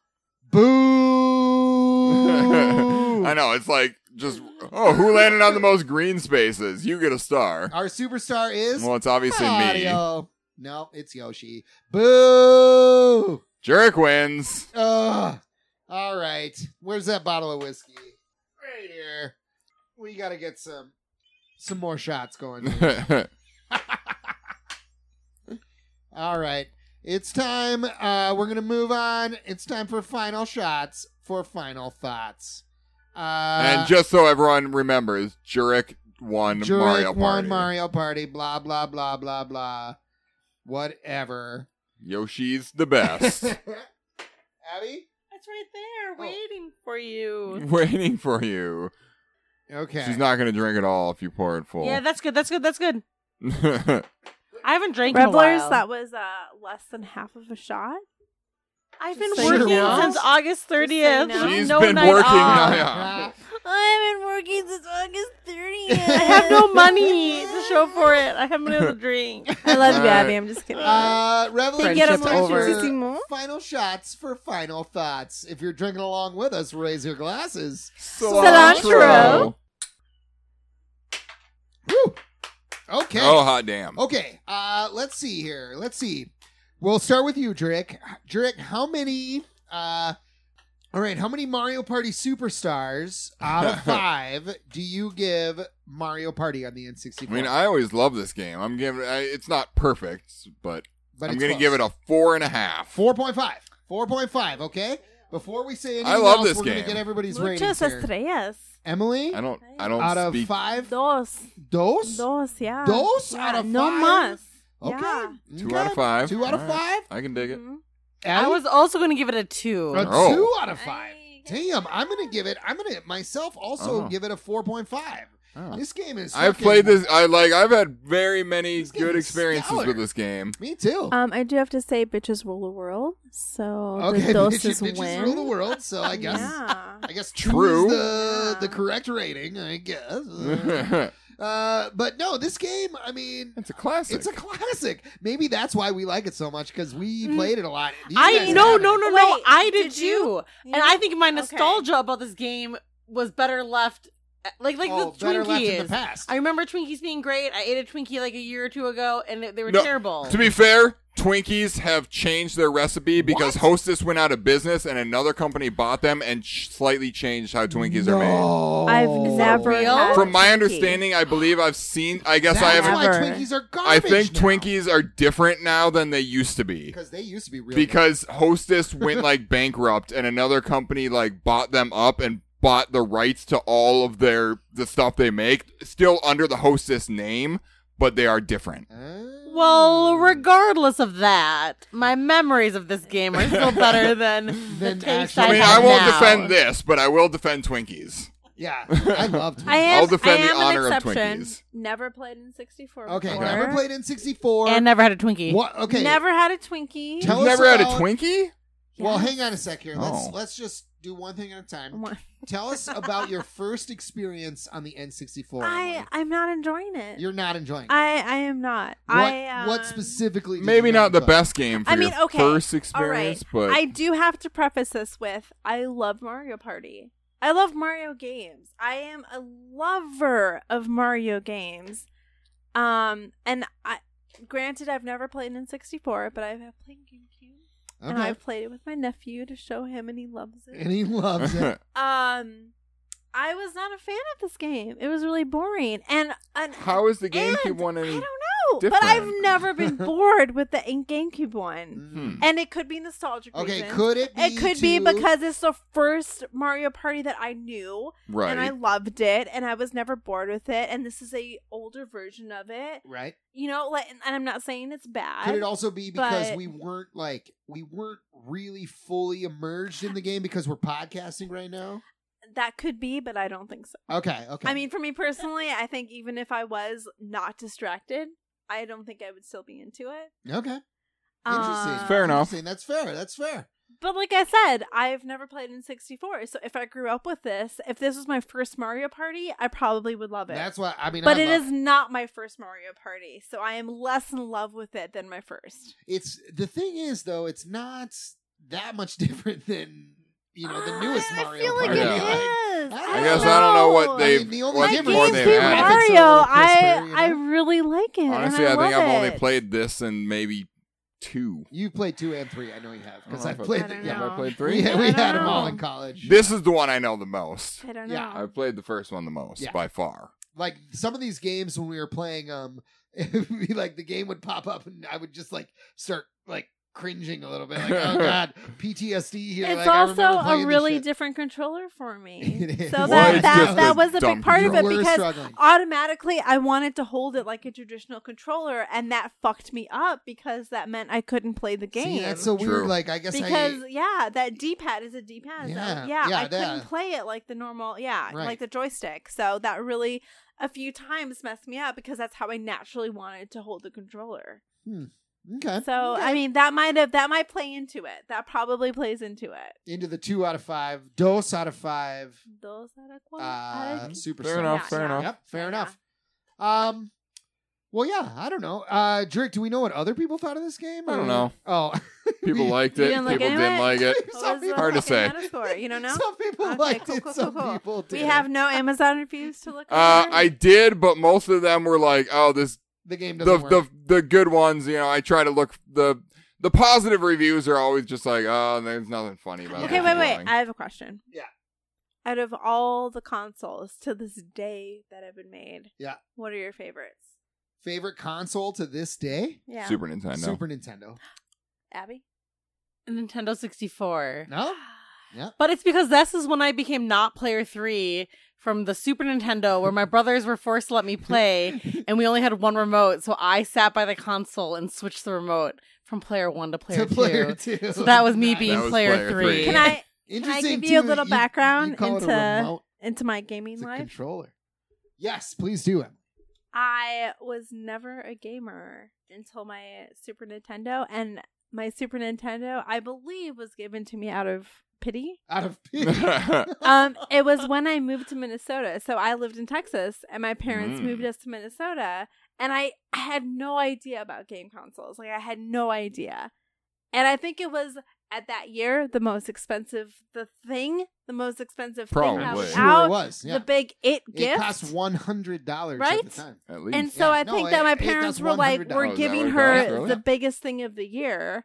C: Boo.
D: I know. It's like just oh, who landed on the most green spaces? You get a star.
C: Our superstar is
D: Well, it's obviously me.
C: Mario. No, it's Yoshi. Boo.
D: Jurek wins.
C: Ugh. All right. Where's that bottle of whiskey? Right here. We gotta get some some more shots going. here. All right. It's time. Uh, we're gonna move on. It's time for final shots for final thoughts. Uh,
D: and just so everyone remembers, Jurek won
C: Jurek
D: Mario
C: won
D: Party.
C: Mario Party. Blah blah blah blah blah. Whatever.
D: Yoshi's the best.
C: Abby.
G: It's right there,
C: Oh.
G: waiting for you.
D: Waiting for you.
C: Okay.
D: She's not going to drink it all if you pour it full.
G: Yeah, that's good. That's good. That's good.
D: Yeah,
G: I haven't drank in a
E: Reblers,
G: while.
E: that was uh, less than half of a shot.
G: I've been
E: Just so
C: you
G: working
C: know.
G: since August 30th.
E: Just so you
D: She's
G: no
D: been
G: night
D: working
G: off.
D: now. yeah.
F: I've been working since August 30th.
G: I have no money to show for it. I haven't been able to drink.
E: I love
D: All
E: you,
D: right.
E: Abby. I'm just kidding.
C: Uh, Revelation
E: Think get 'em
C: time
E: more
C: for
E: juicy more?
C: Final shots for final thoughts. If you're drinking along with us, raise your glasses.
E: Cilantro.
C: Woo. Okay.
D: Oh, hot damn.
C: Okay. Uh, let's see here. Let's see. We'll start with you, Drake. Drake, how many? Uh, all right. How many Mario Party superstars out of five do you give Mario Party on the N64?
D: I mean, I always love this game. I'm giving I, it's not perfect, but,
C: but
D: I'm
C: it's
D: going to
C: close.
D: give it a four and a half.
C: four point five. Four point five. Okay. Before we say anything
D: I love
C: else,
D: this
C: we're
D: game.
C: gonna get everybody's
E: Muchas
C: ratings here.
E: estrellas.
C: Emily,
D: I don't. I don't
C: out of
D: speak.
C: five,
E: Dos.
C: dos,
E: Dos, yeah.
C: dos
E: Yeah,
C: out of
E: No
C: five.
E: más.
C: Okay.
E: Yeah.
D: Two
C: Okay.
D: out of five.
C: Two out of
D: All
C: five.
D: right. I can dig it.
E: Mm-hmm.
G: I
C: Abby?
G: was also going to give it a two.
C: A
D: Oh.
C: two out of five. Damn, I'm gonna give it. I'm gonna myself also
D: Oh.
C: give it a four point five.
D: Oh.
C: This game is.
D: I've
C: fucking-
D: played this. I like. I've had very many
C: This game
D: good
C: is
D: experiences
C: stellar.
D: with this game.
C: Me too.
E: Um, I do have to say, bitches rule the world. So
C: okay,
E: the
C: bitches,
E: doses
C: bitches
E: win.
C: rule the world. So I guess.
E: Yeah.
C: I guess choose
D: True.
C: The,
E: Yeah.
C: the correct rating. I guess.
D: it's
C: uh, but no, this game. I mean,
D: a classic.
C: it's a classic. Maybe that's why we like it so much because we
E: Mm.
C: played it a lot. You
G: I
C: guys
G: no
C: haven't.
G: no no no
E: Wait,
G: I did,
E: did
G: you?
E: you?
G: and I think my nostalgia about this game was better left like like
C: Oh,
G: with
C: better left in
G: Twinkies.
C: the past.
G: I remember Twinkies being great. I ate a Twinkie like a year or two ago, and they- they were
D: No,
G: terrible.
D: To be fair, Twinkies have changed their recipe because Hostess went out of business and another company bought them and ch- slightly changed how Twinkies are made.
C: No.
E: I've never
G: real?
E: had
D: From my
E: Twinkie.
D: understanding, I believe I've seen. I guess I
C: That's
D: haven't.
C: why
E: Never.
C: Twinkies are
D: I
C: garbage.
D: think
C: now.
D: Twinkies are different now than they used to be.
C: because they used to be real.
D: Because Hostess went like bankrupt and another company like bought them up and bought the rights to all of their the stuff they make still under the Hostess name, but they are different.
C: good. Ah.
G: well, regardless of that, my memories of this game are still better than the
C: Than
G: taste
C: actual-
G: I,
D: I mean,
G: have
D: I won't
G: now.
D: defend this, but I will defend Twinkies.
C: yeah, I love Twinkies.
E: I am,
D: I'll defend
E: I
D: the
E: am
D: honor
E: an
D: of
E: exception.
D: Twinkies.
E: Never played in 64
C: Okay,
E: before.
C: never played in 64.
G: and never had a Twinkie.
C: What? Okay,
E: Never had a Twinkie.
C: Tell
D: You've
C: us
D: never had a
C: about-
D: Twinkie?
C: Well, hang on a sec here. Let's
D: Oh.
C: let's just do one thing at a time.
E: One-
C: Tell us about your first experience on the N64.
E: I
C: Emily.
E: I'm not enjoying it.
C: You're not enjoying. it.
E: I I am not.
C: what,
E: I
C: what
E: um,
C: specifically? did
D: Maybe
C: you
D: not the
C: enjoy?
D: best game for
E: I mean,
D: your
E: okay,
D: first
E: All
D: experience,
E: right.
D: but
E: I do have to preface this with I love Mario Party. I love Mario games. I am a lover of Mario games. Um, and I, granted, I've never played in sixty four, but I have played GameCube, and
C: Okay.
E: I've played it with my nephew to show him, and he loves it.
C: And he loves it.
E: um, I was not a fan of this game. It was really boring, and and
D: how is the GameCube
E: and
D: one
E: I
D: any?
E: don't know, but
D: different?
E: I've never been bored with the GameCube one,
D: Hmm.
C: Mm.
E: and it could be nostalgic.
C: Okay,
E: reasons.
C: could it? Be
E: It could be
C: too-
E: because it's the first Mario Party that I knew,
D: Right.
E: and I loved it, and I was never bored with it. And this is a older version of it,
C: right.
E: you know. Like, and I'm not saying it's
C: Could
E: bad.
C: it also be because
E: but-
C: we weren't like we weren't really fully immersed in the game because we're podcasting right now?
E: that could be, but I don't think so.
C: Okay, okay.
E: I mean, for me personally, I think even if I was not distracted, I don't think I would still be into it.
C: okay. Interesting.
E: Uh,
D: Fair enough.
C: Interesting. That's fair. That's fair.
E: But like I said, I've never played in 64, so if I grew up with this, if this was my first Mario Party, I probably would love it.
C: That's why I mean.
E: but
C: I
E: it
C: love-
E: is not my first Mario Party, so I am less in love with it than my first.
C: It's the thing is though. It's not that much different than you know the newest
E: Ah, I,
C: Mario.
E: I feel like
C: Party.
E: it
D: Party.
E: is.
C: I
D: I
E: don't
D: guess I don't know
E: know.
D: what
C: I
D: they've
C: mean, the only
D: what
E: Like
C: difference
D: more
C: is
D: they've
C: the
E: GameCube
D: added.
C: graphics.
E: Mario,
C: It's a little
E: I
C: crisper,
E: I
C: you know?
E: really like it. and
D: Honestly, I,
E: I,
D: think
E: love
D: I've only
E: it.
D: played this and maybe two.
C: You played two and three. I know you have because
D: I
C: I
D: don't know if I-
C: played.
E: I
C: the-
E: don't know.
C: yeah,
D: Have I played
C: we
D: three?
C: had,
E: I
C: we
E: don't
C: had them all
E: know.
C: in college.
D: This is the one I know the most.
E: I don't know.
C: Yeah,
D: I played the first one the most
C: Yeah.
D: by far.
C: like some of these games when we were playing um it would be like the game would pop up and i would just like start like cringing a little bit like oh god ptsd here
E: it's
C: like, I
E: also
C: remember playing
E: a
C: this
E: really
C: shit.
E: different controller for me.
C: It is.
E: so
C: Well,
E: that
D: it's
E: that,
D: just
E: that
D: a
E: was a
D: dumb
E: big part of it
C: We're
E: because
C: struggling
E: automatically I wanted to hold it like a traditional controller, and that fucked me up because that meant I couldn't play the game.
C: See, that's so weird
D: True.
C: like i guess
E: because
C: i
E: yeah, that D pad is a D pad.
C: Yeah,
E: Yeah, yeah,
C: yeah,
E: I couldn't
C: that-
E: play it like the normal. Yeah,
C: Right.
E: like the joystick. So that really a few times messed me up because that's how I naturally wanted to hold the controller.
C: okay
E: So
C: okay.
E: I mean, that might have that might play into it. That probably plays into it.
C: into the two out of five dos out of five
E: Those out of one. out
C: uh
E: of-
C: super
D: Fair
C: Sonic.
D: enough. Fair
E: Yeah,
D: enough.
C: yep fair
E: Yeah.
C: enough um well yeah i don't know uh drake do we know what other people thought of this game
D: I don't
C: or-
D: know.
C: oh
D: People liked
E: You
D: it.
E: didn't
D: People
E: like it
D: didn't
E: anyway?
D: like it.
E: What
C: Some
E: was uh, the
C: people-
D: Hard to say.
E: fucking Metascore? You don't know.
C: Some people
E: Okay,
C: liked
E: cool,
C: it.
E: cool,
C: some
E: cool, cool.
C: people did.
E: We have no Amazon reviews to look.
D: Uh,
E: over?
D: I did, but most of them were like, "Oh, this
C: the game
D: the
C: doesn't
D: the
C: work.
D: the good ones." You know, I try to look the the positive reviews are always just like, "Oh, there's nothing funny about
E: Okay,
D: it."
E: wait, wait. I have a question.
C: Yeah.
E: Out of all the consoles to this day that have been made,
C: Yeah.
E: what are your favorites?
C: Favorite console to this day?
E: Uh, Yeah,
D: Super Nintendo.
C: Super Nintendo.
E: Abby.
G: Nintendo 64.
C: No?
G: But it's because this is when I became not player three from the Super Nintendo, where my brothers were forced to let me play, and we only had one remote. So I sat by the console and switched the remote from player one to player,
C: to player
G: two.
C: two.
G: So that was me
C: Nice.
G: being
D: That was
G: player,
D: player
G: three.
D: three.
E: Can I
C: Interesting,
E: give you a
C: too,
E: little background
C: you call it a
E: into-
C: remote.
E: into my gaming
C: It's a
E: life?
C: controller? Yes, please do it.
E: I was never a gamer until my Super Nintendo, and my Super Nintendo, I believe, was given to me out of pity.
C: Out of pity.
E: um, it was when I moved to Minnesota. So I lived in Texas, and my parents
D: Mm.
E: moved us to Minnesota. And I I had no idea about game consoles. Like I had no idea. And I think it was at that year the most expensive the thing, the most expensive thing that
D: Probably.
E: was
D: Sure
C: sure
E: out.
C: it was. Yeah.
E: The big it
C: it
E: gift.
C: cost one hundred dollars at
E: Right?
C: the time.
D: At least.
E: and so
C: Yeah,
E: I
C: no,
E: think
C: it-
E: that my
C: it- that's
E: parents were like,
C: $100.
D: Oh,
E: we're
D: is that
E: giving
D: what it
E: her
D: costs, really?
E: the biggest thing of the year.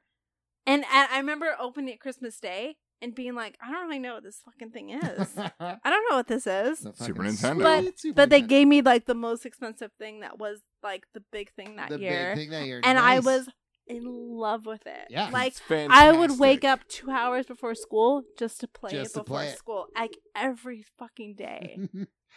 E: And, and I remember opening it Christmas Day and being like, I don't really know what this fucking thing is. I don't know what this is.
C: The fucking
D: Super Nintendo.
E: But-
C: sweet Super
E: But they
C: Nintendo.
E: gave me like the most expensive thing that was like the big thing that
C: the
E: year.
C: big thing that year.
E: and I
C: Nice.
E: was in love with it.
C: Yeah.
E: Like
D: It's fantastic.
E: I would wake up two hours before school just to play
C: Just
E: it
C: to
E: before
C: play it.
E: school. Like every fucking day.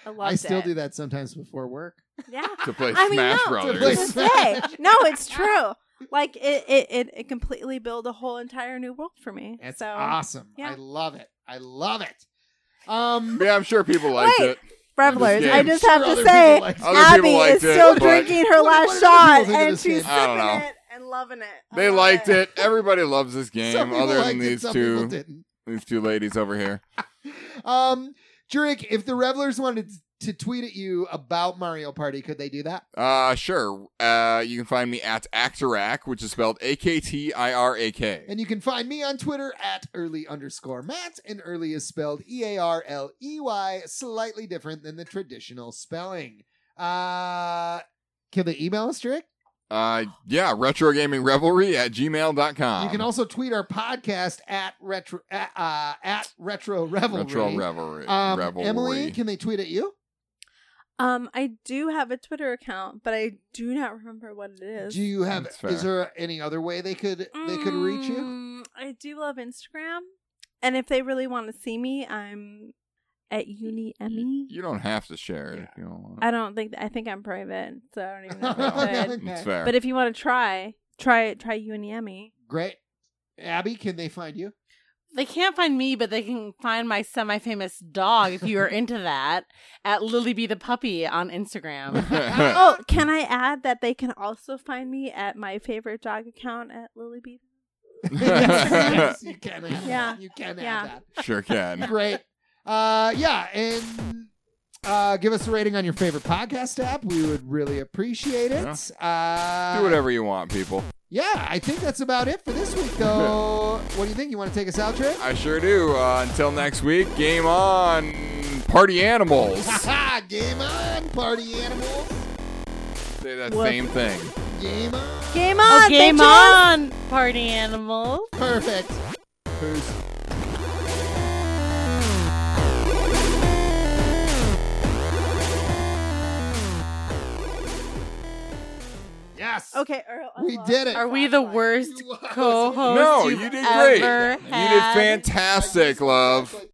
E: I loved
C: I still
E: it.
C: do that sometimes before work.
E: Yeah.
D: to play
E: I mean,
D: Smash
E: no,
C: to
D: Brothers.
C: play
E: To this day.
C: Smash.
E: No, it's true. Like it, it, it, it completely built a whole entire new world for me.
C: It's
E: so
C: awesome.
E: yeah.
C: I love it. I love it. Um,
D: yeah, I'm sure people liked
E: Wait.
D: it.
E: revelers.
D: This
E: I
D: game.
E: just
C: Sure
E: have to
C: other
E: say,
C: people like it.
D: Other people
E: Abby
D: liked
E: is
D: it,
E: still
D: but-
E: drinking her
C: What-
E: last
C: what other
E: shot,
C: people think of
E: and
C: this
E: she's
C: game?
D: I don't
E: sipping
D: know.
E: it and
I: loving it.
D: They
E: Oh,
I: I love
D: liked it. Everybody loves this
C: Some
D: game,
C: people
D: other than
C: liked it,
D: these
C: some people
D: two
C: didn't.
D: these two ladies over here.
C: Um, Jurek, if the revelers wanted to tweet at you about Mario Party, could they do that?
D: Uh sure. Uh you can find me at Actorac, which is spelled A K T I R A K.
C: And you can find me on Twitter at early underscore Matt, and early is spelled E A R L E Y, slightly different than the traditional spelling. Uh, can they email us, Jurek?
D: Uh yeah, retro gaming revelry at gmail.com.
C: you can also tweet our podcast at retro at, uh, at retro revelry.
D: retro revelry.
C: Um,
D: revelry.
C: Emily, can they tweet at you?
E: Um, I do have a Twitter account, but I do not remember what it is.
C: Do you have?
D: That's fair.
C: Is there any other way they could they could reach you?
E: Mm, I do love Instagram, and if they really want to see me, I'm at Uni Emmy.
D: you don't have to share it if you don't want.
E: I don't think I think I'm private, so I don't even know. If I could.
D: It's fair.
E: But if you want to try, try it. Try Uni Emmy.
C: Great. Abby, can they find you?
G: They can't find me, but they can find my semi famous dog if you are into that at Lily Be the Puppy on Instagram.
E: Oh, can I add that they can also find me at my favorite dog account at Lily B.
C: yes, you can have
E: Yeah.
C: that. You can have
D: sure
C: that.
D: can.
C: Great. Uh, yeah, and uh, give us a rating on your favorite podcast app. We would really appreciate it. Uh,
D: Do whatever you want, people.
C: Yeah, I think that's about it for this week, though. what do you think? You want to take us out, Trey?
D: I sure do. Uh, until next week, game on, party animals.
C: Haha, Game on, party animals.
D: Say that same thing.
C: Game on.
E: Game on!
D: Ah,
G: oh, game
E: bitches!
G: on, party animals.
C: Perfect. Peace. Yes.
E: Okay, Earl. I
C: We
E: lost.
C: did it.
G: Are we the worst
C: You lost.
G: co-host?
D: No,
G: you've
D: you did
G: ever
D: great. You did
G: had?
D: fantastic, love.